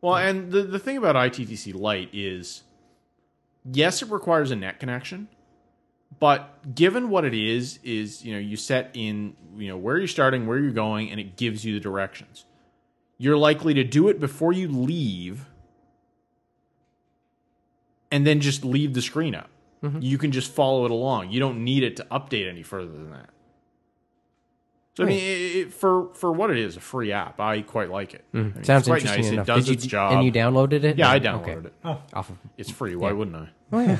Speaker 4: Well, and the, the thing about ITTC Lite is, yes, it requires a net connection, but given what it is, is you know you set in you know where you're starting, where you're going, and it gives you the directions. You're likely to do it before you leave, and then just leave the screen up.
Speaker 1: Mm-hmm.
Speaker 4: You can just follow it along. You don't need it to update any further than that. So
Speaker 1: Hmm.
Speaker 4: I mean, it, it, for for what it is, a free app, I quite like it. I mean, it's
Speaker 1: Hmm. Sounds
Speaker 4: quite
Speaker 1: interesting
Speaker 4: nice.
Speaker 1: enough.
Speaker 4: It does
Speaker 1: Did you,
Speaker 4: its job.
Speaker 1: And you downloaded it?
Speaker 4: Yeah, I
Speaker 1: Okay.
Speaker 4: downloaded it.
Speaker 1: Off of
Speaker 4: It's free. Why wouldn't I?
Speaker 1: Oh yeah.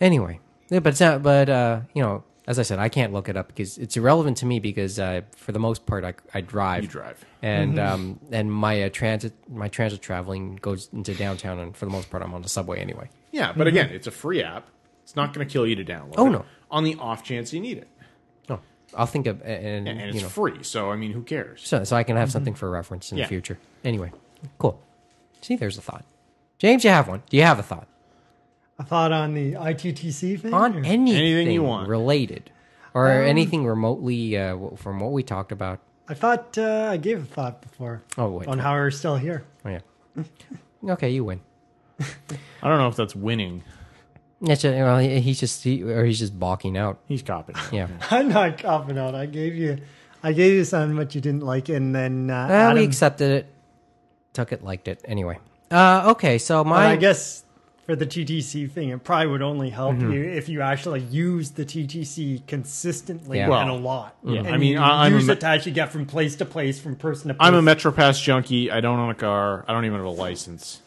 Speaker 1: anyway, yeah, but it's not, but uh, you know, as I said, I can't look it up because it's irrelevant to me because uh, for the most part, I, I drive.
Speaker 4: You drive.
Speaker 1: and
Speaker 4: Mm-hmm.
Speaker 1: um, and my uh, transit my transit traveling goes into downtown, and for the most part, I'm on the subway anyway.
Speaker 4: Yeah, but again, it's a free app. It's not going to kill you to download.
Speaker 1: Mm-hmm. Oh,
Speaker 4: it
Speaker 1: no.
Speaker 4: On the off chance you need it,
Speaker 1: No, I'll think of and,
Speaker 4: Oh. and it's
Speaker 1: Mm, you know,
Speaker 4: free, so I mean, who cares?
Speaker 1: so, so I can have something for reference in
Speaker 4: Yeah.
Speaker 1: the future. Anyway, cool. See, there's a thought. James, you have one. Do you have a thought
Speaker 3: I thought on the ITTC thing.
Speaker 1: on
Speaker 3: or-
Speaker 1: anything,
Speaker 4: you want. Um,
Speaker 1: related, or anything remotely uh, w- from what we talked about?
Speaker 3: I thought uh, I gave a thought before
Speaker 1: Oh wait,
Speaker 3: on how we're still here.
Speaker 1: oh yeah. okay, you win.
Speaker 4: I don't know if that's winning.
Speaker 1: That's a, well, he- he's just he, or he's just balking out.
Speaker 4: He's copying. it.
Speaker 1: Yeah,
Speaker 3: I'm not coughing out. I gave you, I gave you something but you didn't like, and then uh,
Speaker 1: uh,
Speaker 3: Adam-
Speaker 1: we accepted it, took it, liked it. Anyway, uh, okay. So
Speaker 3: But
Speaker 1: my
Speaker 3: I guess for the TTC thing, it probably would only help
Speaker 1: Mm-hmm.
Speaker 3: you if you actually use the TTC consistently
Speaker 1: Yeah.
Speaker 3: and a
Speaker 4: Well,
Speaker 3: lot. And
Speaker 4: I mean,
Speaker 3: you
Speaker 4: I- I'm a
Speaker 3: use
Speaker 4: me-
Speaker 3: it to actually get from place to place, from person to person.
Speaker 4: I'm a MetroPass junkie. I don't own a car. I don't even have a license.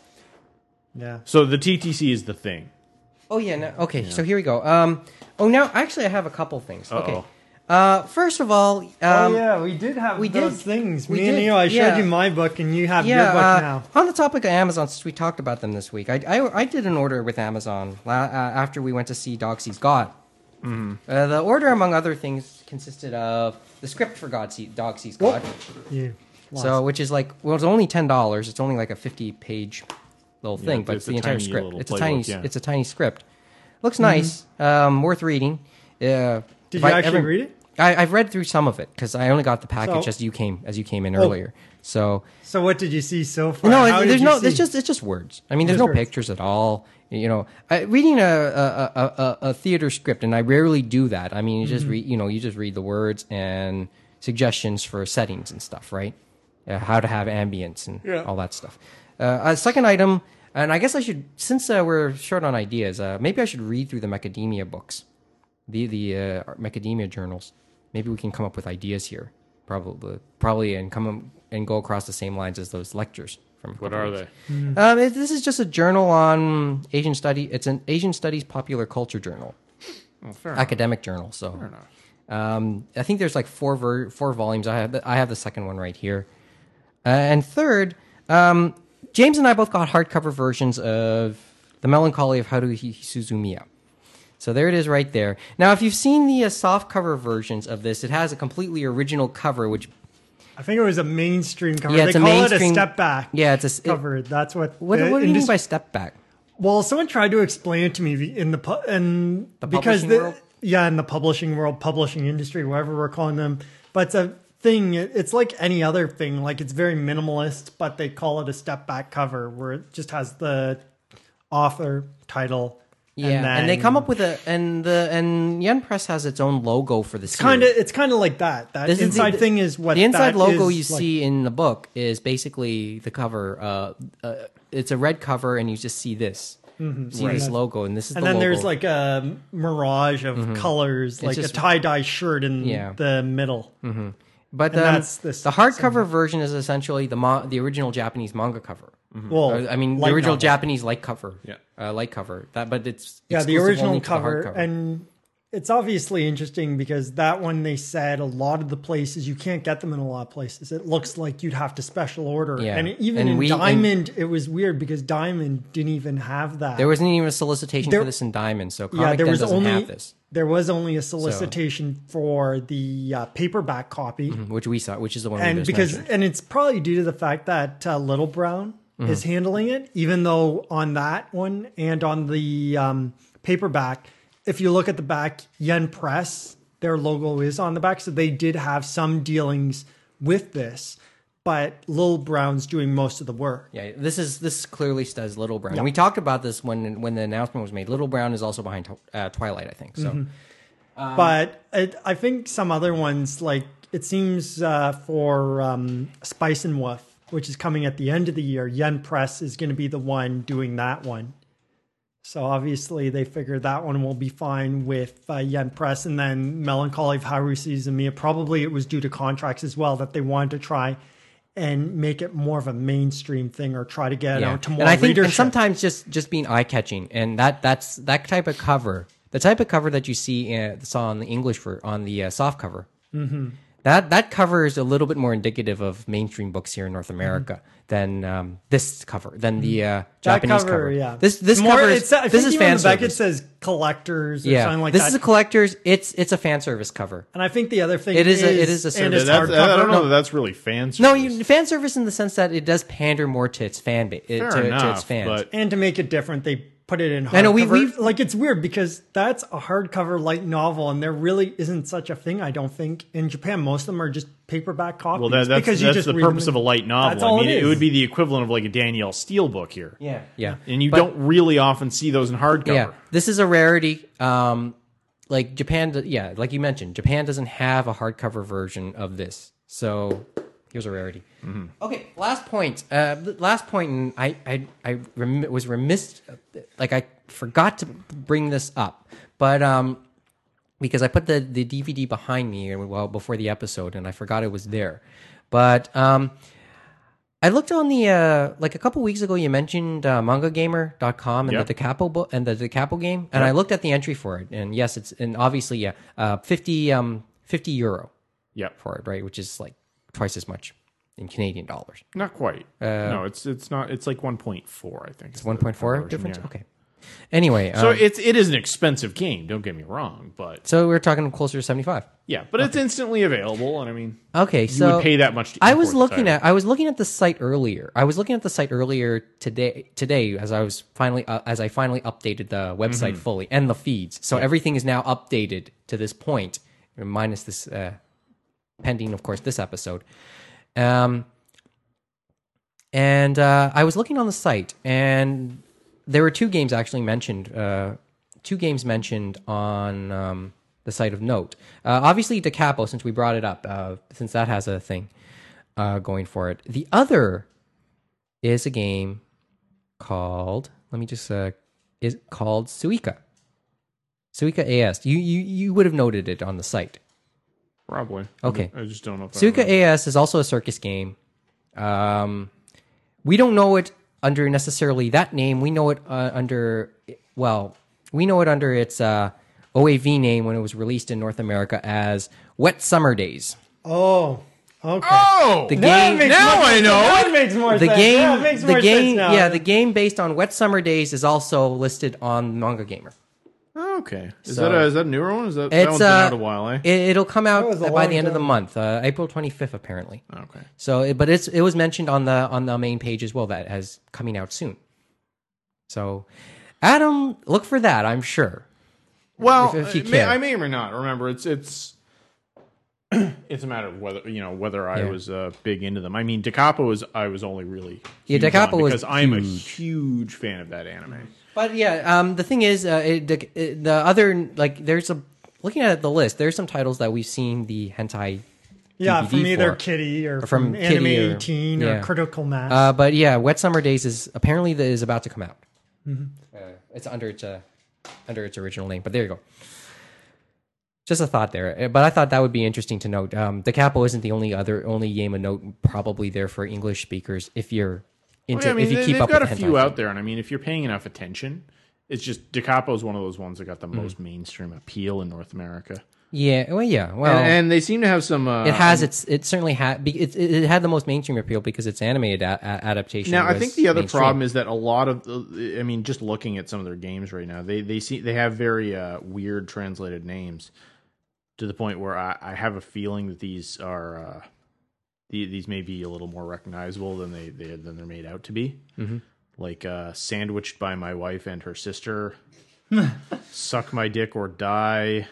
Speaker 3: yeah.
Speaker 4: So the TTC is the thing.
Speaker 1: Oh yeah. No, okay. So here we go. Um. Oh, now actually, I have a couple things. Okay.
Speaker 4: Uh-oh.
Speaker 1: Uh. First of all. Um,
Speaker 3: oh yeah, we did have
Speaker 1: we
Speaker 3: those
Speaker 1: did.
Speaker 3: things.
Speaker 1: We
Speaker 3: Me and
Speaker 1: did.
Speaker 3: you, I
Speaker 1: Yeah.
Speaker 3: showed you my book, and you have your
Speaker 1: yeah,
Speaker 3: book
Speaker 1: uh,
Speaker 3: now.
Speaker 1: on the topic of Amazon, since we talked about them this week, I, I, I did an order with Amazon la- uh, after we went to see Dog Sees God. Uh, the order, among other things, consisted of the script for God See- Dog Sees God.
Speaker 3: You lost.
Speaker 1: So, which is like, well, it's only ten dollars. It's only like a fifty-page little thing,
Speaker 4: it's-
Speaker 1: but it's
Speaker 4: it's
Speaker 1: the
Speaker 4: a
Speaker 1: entire
Speaker 4: tiny
Speaker 1: script.
Speaker 4: little
Speaker 1: It's a tiny,
Speaker 4: playbook, yeah.
Speaker 1: it's a tiny script. Looks nice, um, worth reading. Uh,
Speaker 3: Mm-hmm. Did
Speaker 1: if
Speaker 3: you
Speaker 1: I
Speaker 3: actually
Speaker 1: ever-
Speaker 3: read it?
Speaker 1: I, I've read through some of it because I only got the package
Speaker 3: So-
Speaker 1: as you came as you came in
Speaker 3: Oh.
Speaker 1: earlier. So
Speaker 3: So what did you see so far?
Speaker 1: no,
Speaker 3: How did
Speaker 1: there's
Speaker 3: you
Speaker 1: no.
Speaker 3: see?
Speaker 1: It's just it's just words. I mean, there's no
Speaker 3: Just words.
Speaker 1: pictures at all. You know, I, reading a a, a a a theater script, and I rarely do that. I mean, you
Speaker 3: Mm-hmm.
Speaker 1: just read. You know, you just read the words and suggestions for settings and stuff, right? Uh, how to have ambience and all that stuff. Uh, a second item, and I guess I should since uh, we're short on ideas, uh, maybe I should read through the macadamia books, the the uh, macadamia journals. Maybe we can come up with ideas here, probably probably, and come up- and go across the same lines as those lectures from a
Speaker 4: What
Speaker 1: couple
Speaker 4: are
Speaker 1: weeks
Speaker 4: they?
Speaker 1: um, it- this is just a journal on Asian study. It's an Asian studies popular culture journal,
Speaker 4: Oh,
Speaker 1: academic journal. So, um, I think there's like four ver- four volumes. I have the, I have the second one right here, uh, and third, um, James and I both got hardcover versions of the Melancholy of Haruhi Suzumiya. So there it is right there. Now, if you've seen the uh, soft cover versions of this, it has a completely original cover, which
Speaker 3: I think it was a mainstream cover.
Speaker 1: Yeah,
Speaker 3: they
Speaker 1: it's a
Speaker 3: call it
Speaker 1: mainstream-
Speaker 3: a step back.
Speaker 1: yeah, it's a s- it-
Speaker 3: cover. Uh, That's what.
Speaker 1: what,
Speaker 3: the
Speaker 1: what do you mean
Speaker 3: indus-
Speaker 1: by step back?
Speaker 3: Well, someone tried to explain it to me in the pu- in
Speaker 1: The
Speaker 3: because
Speaker 1: publishing
Speaker 3: the
Speaker 1: world?
Speaker 3: yeah in the publishing world, publishing industry, whatever we're calling them. But it's a thing. it- It's like any other thing. Like it's very minimalist, but they call it a step back cover where it just has the author title.
Speaker 1: Yeah, and, they come up with a and the and Yen Press has its own logo for this.
Speaker 3: kind of. It's kind of like that. That
Speaker 1: This is the-
Speaker 3: inside thing is what
Speaker 1: the inside
Speaker 3: that
Speaker 1: logo
Speaker 3: is
Speaker 1: you
Speaker 3: like.
Speaker 1: see in the book is basically the cover. Uh, uh, it's a red cover, and you just see this, see this logo, and this is
Speaker 3: Mm-hmm. And
Speaker 1: the logo. Mm-hmm.
Speaker 3: then there's like a mirage of colors, like
Speaker 1: just-
Speaker 3: a tie dye shirt in
Speaker 1: Yeah.
Speaker 3: the middle.
Speaker 1: but um,
Speaker 3: and that's
Speaker 1: the,
Speaker 3: this-
Speaker 1: hardcover version is essentially the ma- the original Japanese manga cover.
Speaker 3: Well,
Speaker 1: Uh, I mean, the
Speaker 3: light
Speaker 1: original
Speaker 3: novel.
Speaker 1: Japanese light cover.
Speaker 4: Yeah.
Speaker 1: uh, light cover. That, but it's
Speaker 3: Yeah, the
Speaker 1: exclusive
Speaker 3: original
Speaker 1: only to
Speaker 3: cover,
Speaker 1: hardcover.
Speaker 3: and it's obviously interesting because that one they said a lot of the places you can't get them in a lot of places. It looks like you'd have to special order.
Speaker 1: Yeah.
Speaker 3: And even
Speaker 1: And
Speaker 3: in
Speaker 1: we- and-
Speaker 3: Diamond, it was weird because Diamond didn't even have that.
Speaker 1: There wasn't even a solicitation
Speaker 3: There-
Speaker 1: for this in Diamond, so Comic
Speaker 3: yeah, there
Speaker 1: Den
Speaker 3: was
Speaker 1: doesn't
Speaker 3: only
Speaker 1: have this,
Speaker 3: there was only a solicitation for the uh, paperback copy,
Speaker 1: which we saw, which is the one we
Speaker 3: and
Speaker 1: just
Speaker 3: because
Speaker 1: mentioned.
Speaker 3: and it's probably due to the fact that uh, Little Brown is
Speaker 1: Mm-hmm.
Speaker 3: handling it, even though on that one and on the um, paperback, if you look at the back, Yen Press, their logo is on the back, so they did have some dealings with this, but Little Brown's doing most of the work.
Speaker 1: Yeah, this is this clearly says Little Brown. We talked about this when when the announcement was made. Little Brown is also behind Tw- uh, Twilight, I think.
Speaker 3: Mm-hmm.
Speaker 1: So Um,
Speaker 3: but it, I think some other ones, like it seems uh, for um, Spice and Woof, which is coming at the end of the year, Yen Press is going to be the one doing that one. So obviously they figure that one will be fine with uh, Yen Press, and then Melancholy of Harusi's and Mia. Probably it was due to contracts as well that they wanted to try and make it more of a mainstream thing, or try to get
Speaker 1: yeah,
Speaker 3: out to more
Speaker 1: and I think and
Speaker 3: readership.
Speaker 1: sometimes just just being eye catching, and that that's that type of cover, the type of cover that you see uh, saw on the English for on the uh, soft cover. Mm-hmm. That that cover is a little bit more indicative of mainstream books here in North America than um, this cover than the uh,
Speaker 3: Mm-hmm. That
Speaker 1: Japanese
Speaker 3: cover,
Speaker 1: cover,
Speaker 3: yeah.
Speaker 1: This this
Speaker 3: More-
Speaker 1: cover is
Speaker 3: it's- I
Speaker 1: this
Speaker 3: think
Speaker 1: is
Speaker 3: even on
Speaker 1: fan
Speaker 3: the back. It
Speaker 1: service.
Speaker 3: says collectors or
Speaker 1: yeah,
Speaker 3: something like
Speaker 1: this
Speaker 3: that.
Speaker 1: is a collector's. It's it's a fan service cover.
Speaker 3: And I think the other thing
Speaker 1: It is
Speaker 3: is
Speaker 1: a- it is a
Speaker 3: and
Speaker 1: service.
Speaker 3: it's
Speaker 4: That's- I
Speaker 3: hardcover.
Speaker 4: don't know that that's really fan
Speaker 1: No,
Speaker 4: service.
Speaker 1: you, fan service in the sense that it does pander more to its fan base, to,
Speaker 4: Fair
Speaker 1: to
Speaker 4: enough,
Speaker 1: its fans.
Speaker 4: but
Speaker 3: and to make it different, they put it in hardcover.
Speaker 1: I know, we- we've-
Speaker 3: like it's weird because that's a hardcover light novel, and there really isn't such a thing. I don't think in Japan, most of them are just paperback copies.
Speaker 4: well, that, that's,
Speaker 3: because you
Speaker 4: that's
Speaker 3: just
Speaker 4: the
Speaker 3: read them
Speaker 4: purpose
Speaker 3: in-
Speaker 4: of a light novel.
Speaker 3: That's all
Speaker 4: I mean,
Speaker 3: it
Speaker 4: it,
Speaker 3: is.
Speaker 4: would be the equivalent of like a Danielle Steele book here.
Speaker 1: yeah, yeah,
Speaker 4: and you
Speaker 1: But-
Speaker 4: don't really often see those in hardcover.
Speaker 1: Yeah, this is a rarity. Um, like Japan, d- yeah, like you mentioned, Japan doesn't have a hardcover version of this, so here's a rarity. Okay, last point. Uh, th- last point, and I, I, I rem- was remiss, like I forgot to bring this up, but um, because I put the, the DVD behind me and well before the episode, and I forgot it was there. But um, I looked on the uh, like a couple weeks ago. You mentioned uh, mangagamer.com and
Speaker 4: Yep.
Speaker 1: the Decapo bo- and the Decapo game, and I looked at the entry for it, and yes, it's and obviously yeah, uh, fifty um, fifty euro
Speaker 4: Yep.
Speaker 1: for it, right? Which is like twice as much in Canadian dollars.
Speaker 4: Not quite. no, it's it's not. It's like one point four. I think it's
Speaker 1: Uh, One point four difference.
Speaker 4: yeah.
Speaker 1: Okay. Anyway, um,
Speaker 4: So
Speaker 1: so,
Speaker 4: it's it is an expensive game. Don't get me wrong, but
Speaker 1: we're talking closer to seventy five.
Speaker 4: yeah, but it's instantly available, and I mean,
Speaker 1: Okay,
Speaker 4: you
Speaker 1: so
Speaker 4: would pay that much. To
Speaker 1: I
Speaker 4: import
Speaker 1: was
Speaker 4: the
Speaker 1: looking
Speaker 4: title.
Speaker 1: at I was looking at the site earlier. I was looking at the site earlier today today as I was finally uh, as I finally updated the
Speaker 4: Mm-hmm.
Speaker 1: website fully and the feeds. So everything is now updated to this point minus this uh pending of course this episode. Um and uh, I was looking on the site, and there were two games actually mentioned. Uh, two games mentioned on um, the site of note. Uh, obviously, DeCapo, since we brought it up, uh, since that has a thing uh, going for it. The other is a game called. Let me just. Uh, is called Suika. Suika AS. You you you would have noted it on the site.
Speaker 4: probably.
Speaker 1: Okay.
Speaker 4: I just don't know. if I
Speaker 1: Suika
Speaker 4: remember.
Speaker 1: AS is also a circus game. Um, we don't know it under necessarily that name. We know it uh, under well, we know it under its uh, OAV name when it was released in North America as Wet Summer Days.
Speaker 3: Oh, okay.
Speaker 4: Oh,
Speaker 1: The
Speaker 3: That
Speaker 1: game,
Speaker 3: makes
Speaker 4: now
Speaker 3: more
Speaker 4: I
Speaker 3: sense.
Speaker 4: know
Speaker 3: That makes more
Speaker 1: the
Speaker 3: sense.
Speaker 1: game,
Speaker 3: Yeah, it makes
Speaker 1: the
Speaker 3: more
Speaker 1: game,
Speaker 3: sense now.
Speaker 1: yeah, the game based on Wet Summer Days is also listed on Manga Gamer.
Speaker 4: okay. Is
Speaker 1: So-
Speaker 4: that a, is that a newer one? Is that that
Speaker 1: It's
Speaker 4: one's
Speaker 1: uh,
Speaker 4: been out a while? Eh.
Speaker 1: It, will come out
Speaker 3: was
Speaker 1: by
Speaker 3: a
Speaker 1: the
Speaker 3: long
Speaker 1: end of the
Speaker 3: time.
Speaker 1: month, uh, April twenty fifth, apparently.
Speaker 4: okay.
Speaker 1: So, it, but it's it was mentioned on the on the main page as well that has coming out soon. So, Adam, look for that. I'm sure.
Speaker 4: Well,
Speaker 1: if you
Speaker 4: I may-
Speaker 1: can.
Speaker 4: I may or may not remember. It's it's it's a matter of whether you know whether I
Speaker 1: Yeah.
Speaker 4: was uh, big into them. I mean, Decapo was I was only really
Speaker 1: Yeah,
Speaker 4: huge
Speaker 1: Decapo was
Speaker 4: on
Speaker 1: Mm-hmm.
Speaker 4: because I'm a huge fan of that anime.
Speaker 1: But yeah, um, the thing is, uh, it, the, it- the other like there's a looking at the list. There's some titles that we've seen the hentai.
Speaker 3: yeah,
Speaker 1: DVD
Speaker 3: from either
Speaker 1: for.
Speaker 3: Kitty or,
Speaker 1: Or from
Speaker 3: from, Anime
Speaker 1: Kitty or-
Speaker 3: 18
Speaker 1: yeah.
Speaker 3: or Critical Mass.
Speaker 1: Uh, but yeah, Wet Summer Days is apparently that is about to come out.
Speaker 4: Mm-hmm.
Speaker 1: Uh, it's under its uh, under its original name. But there you go. Just a thought there, Uh, but I thought that would be interesting to note. Um, the capo isn't the only other only game of note probably there for English speakers if you're into
Speaker 4: Well, yeah, I mean,
Speaker 1: if you
Speaker 4: they,
Speaker 1: keep
Speaker 4: have
Speaker 1: up
Speaker 4: got
Speaker 1: with
Speaker 4: a
Speaker 1: the
Speaker 4: few
Speaker 1: hentai
Speaker 4: out
Speaker 1: thing.
Speaker 4: there, and I mean, if you're paying enough attention It's just DiCapo's one of those ones that got the
Speaker 1: Mm.
Speaker 4: most mainstream appeal in North America.
Speaker 1: Yeah. Well, yeah. Well,
Speaker 4: and, and they seem to have some. Uh,
Speaker 1: Oh. it has its. It certainly had. be- It, it it had the most mainstream appeal because its anime ad- a- adaptation.
Speaker 4: Now, I
Speaker 1: was
Speaker 4: think the other
Speaker 1: mainstream.
Speaker 4: problem is that a lot of, the- I mean, just looking at some of their games right now, they they see they have very uh, weird translated names, to the point where I, I have a feeling that these are uh, the, these may be a little more recognizable than they, they than they're made out to be. Mm-hmm. Like uh, sandwiched by my wife and her sister, suck my dick or die.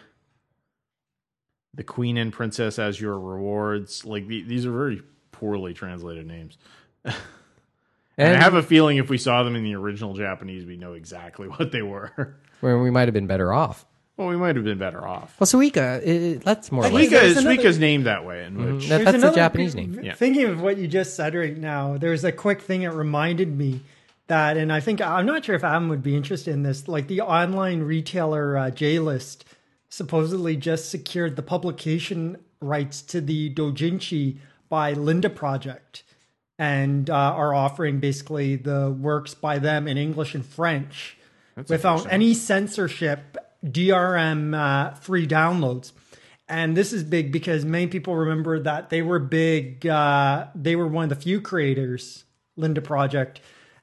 Speaker 4: The Queen and Princess as your rewards. Like the, these are very poorly translated names. And I have a feeling if we saw them in the original Japanese, we know exactly what they were.
Speaker 1: where we might have been better off.
Speaker 4: Well, we might have been better off.
Speaker 1: Well, Suika, it, that's more. like,
Speaker 4: Suika is
Speaker 3: another-
Speaker 4: Suika's named that way, in which
Speaker 1: that,
Speaker 3: There's
Speaker 1: that's the
Speaker 3: another
Speaker 1: Japanese
Speaker 3: thing-
Speaker 1: name.
Speaker 4: Yeah.
Speaker 3: Thinking of what you just said right now, there's a quick thing that reminded me that, and I think I'm not sure if Adam would be interested in this. Like the online retailer uh, JList supposedly just secured the publication rights to the Dojinshi by Linda Project, and uh, are offering basically the works by them in English and French without any censorship, DRM uh, free downloads. And this is big because many people remember that they were big. Uh, they were one of the few creators, Linda Project,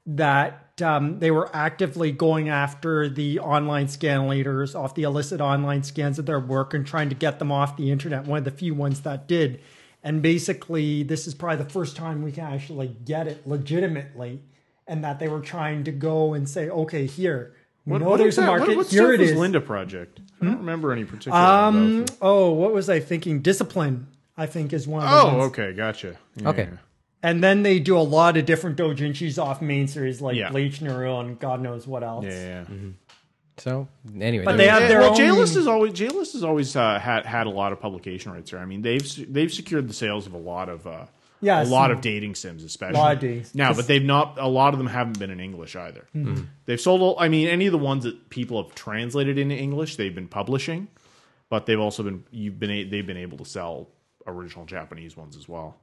Speaker 3: that um, they were actively going after the online scan leaders off the illicit online scans of their work and trying to get them off the internet. One of the few ones that did. And basically, this is probably the first time we can actually get it legitimately, and that they were trying to go and say, "Okay, here, we know
Speaker 4: is
Speaker 3: there's a
Speaker 4: that?
Speaker 3: market.
Speaker 4: what
Speaker 3: here
Speaker 4: stuff
Speaker 3: it
Speaker 4: was
Speaker 3: is." Hmm?
Speaker 4: Linda Project. I don't remember any particular.
Speaker 3: Um.
Speaker 4: of those.
Speaker 3: Oh, what was I thinking? Discipline. I think is one of the
Speaker 4: Oh,
Speaker 3: ones.
Speaker 4: okay, gotcha. Yeah,
Speaker 1: Okay.
Speaker 4: yeah.
Speaker 3: And then they do a lot of different doujinshis off main series like
Speaker 4: Yeah.
Speaker 3: Bleach, Naruto, and God knows what else.
Speaker 4: Yeah, yeah.
Speaker 1: So anyway,
Speaker 3: But
Speaker 1: there
Speaker 3: they
Speaker 1: we
Speaker 3: have
Speaker 1: go.
Speaker 3: their
Speaker 4: Eh, well,
Speaker 3: own.
Speaker 4: JList has always JList has always uh, had had a lot of publication rights there. I mean, they've se- they've secured the sales of a lot of uh,
Speaker 3: Yeah,
Speaker 4: a lot
Speaker 3: some-
Speaker 4: of dating sims, especially
Speaker 3: lot of dating- Mm-hmm.
Speaker 4: now. But they've not a lot of them haven't been in English either. They've sold. all- I mean, any of the ones that people have translated into English, they've been publishing, but they've also been you've been a- they've been able to sell original Japanese ones as well.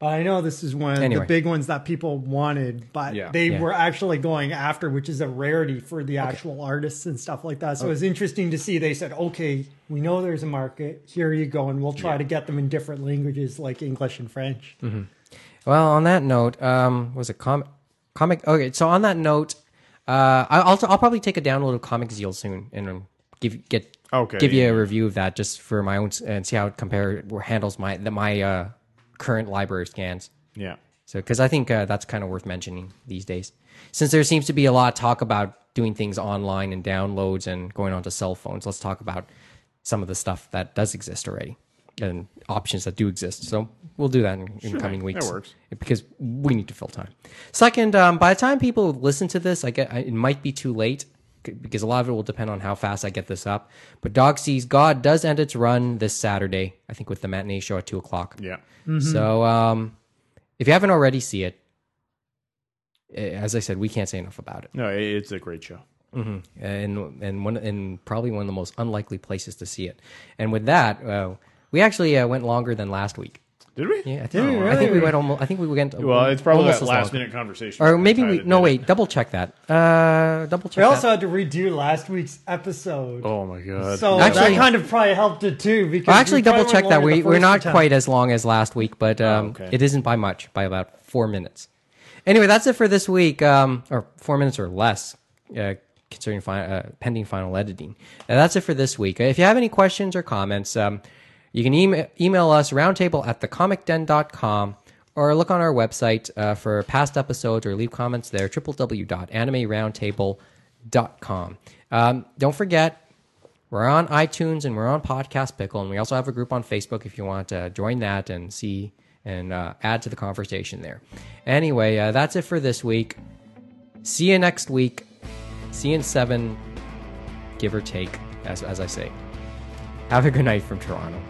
Speaker 3: But I know this is one of
Speaker 1: Anyway.
Speaker 3: the big ones that people wanted, but
Speaker 4: Yeah.
Speaker 3: they
Speaker 1: Yeah.
Speaker 3: were actually going after, which is a rarity for the actual artists and stuff like that. So it's interesting to see they said, okay, we know there's a market. Here you go. And we'll try to get them in different languages like English and French.
Speaker 1: Mm-hmm. Well, on that note, um, was it comic? Comic. Okay, so on that note, uh, I- I'll I'll probably take a download of Comic Zeal soon and um, give get
Speaker 4: Okay,
Speaker 1: give
Speaker 4: yeah.
Speaker 1: you a review of that just for my own s- and see how it compare handles my the, my uh, current library scans.
Speaker 4: Yeah.
Speaker 1: So because I think uh, that's kind of worth mentioning these days, since there seems to be a lot of talk about doing things online and downloads and going onto cell phones. Let's talk about some of the stuff that does exist already and options that do exist. So we'll do that in, in coming
Speaker 4: thing. That
Speaker 1: weeks.
Speaker 4: works.
Speaker 1: because we need to fill time. Second, um, by the time people listen to this, I get I, it might be too late c- because a lot of it will depend on how fast I get this up. But Dog Sees God does end its run this Saturday, I think, with the matinee show at two o'clock.
Speaker 4: Yeah.
Speaker 1: Mm-hmm. So um, if you haven't already see it, eh, as I said, we can't say enough about it. Eh,
Speaker 4: No, it- it's a great show.
Speaker 1: And and one and probably one of the most unlikely places to see it. And with that, uh, we actually uh, went longer than last week.
Speaker 4: Did we?
Speaker 1: Yeah, I think, I think we went almost. I think we went.
Speaker 4: Well, it's probably
Speaker 1: almost
Speaker 4: that
Speaker 1: as
Speaker 4: last
Speaker 1: long.
Speaker 4: minute conversation.
Speaker 1: Or maybe we.
Speaker 4: Decided
Speaker 1: No,
Speaker 4: that-
Speaker 1: wait. Double check that. Uh, double check.
Speaker 3: We also
Speaker 1: that.
Speaker 3: had to redo last week's episode.
Speaker 4: Oh my god.
Speaker 3: So
Speaker 1: Actually-
Speaker 3: that kind of probably helped it too. Because
Speaker 1: Well,
Speaker 3: we
Speaker 1: actually,
Speaker 3: probably
Speaker 1: double check
Speaker 3: went
Speaker 1: that
Speaker 3: longer
Speaker 1: we
Speaker 3: the
Speaker 1: we're
Speaker 3: first
Speaker 1: not
Speaker 3: time. Oh,
Speaker 1: quite uh, as long as last week, but um,
Speaker 4: okay.
Speaker 1: it isn't by much, by about four minutes. Anyway, that's it for this week, um, or four minutes or less, uh, considering fi- uh, pending final editing. Uh, that's it for this week. If you have any questions or comments, um, you can email, email us roundtable at thecomicden.com or look on our website uh, for past episodes or leave comments there, www.animeroundtable.com. Um, don't forget, we're on iTunes and we're on Podcast Pickle, and we also have a group on Facebook if you want to join that and see and uh, add to the conversation there. Anyway, uh, that's it for this week. See you next week. See you in seven, give or take, as, as I say. Have a good night from Toronto.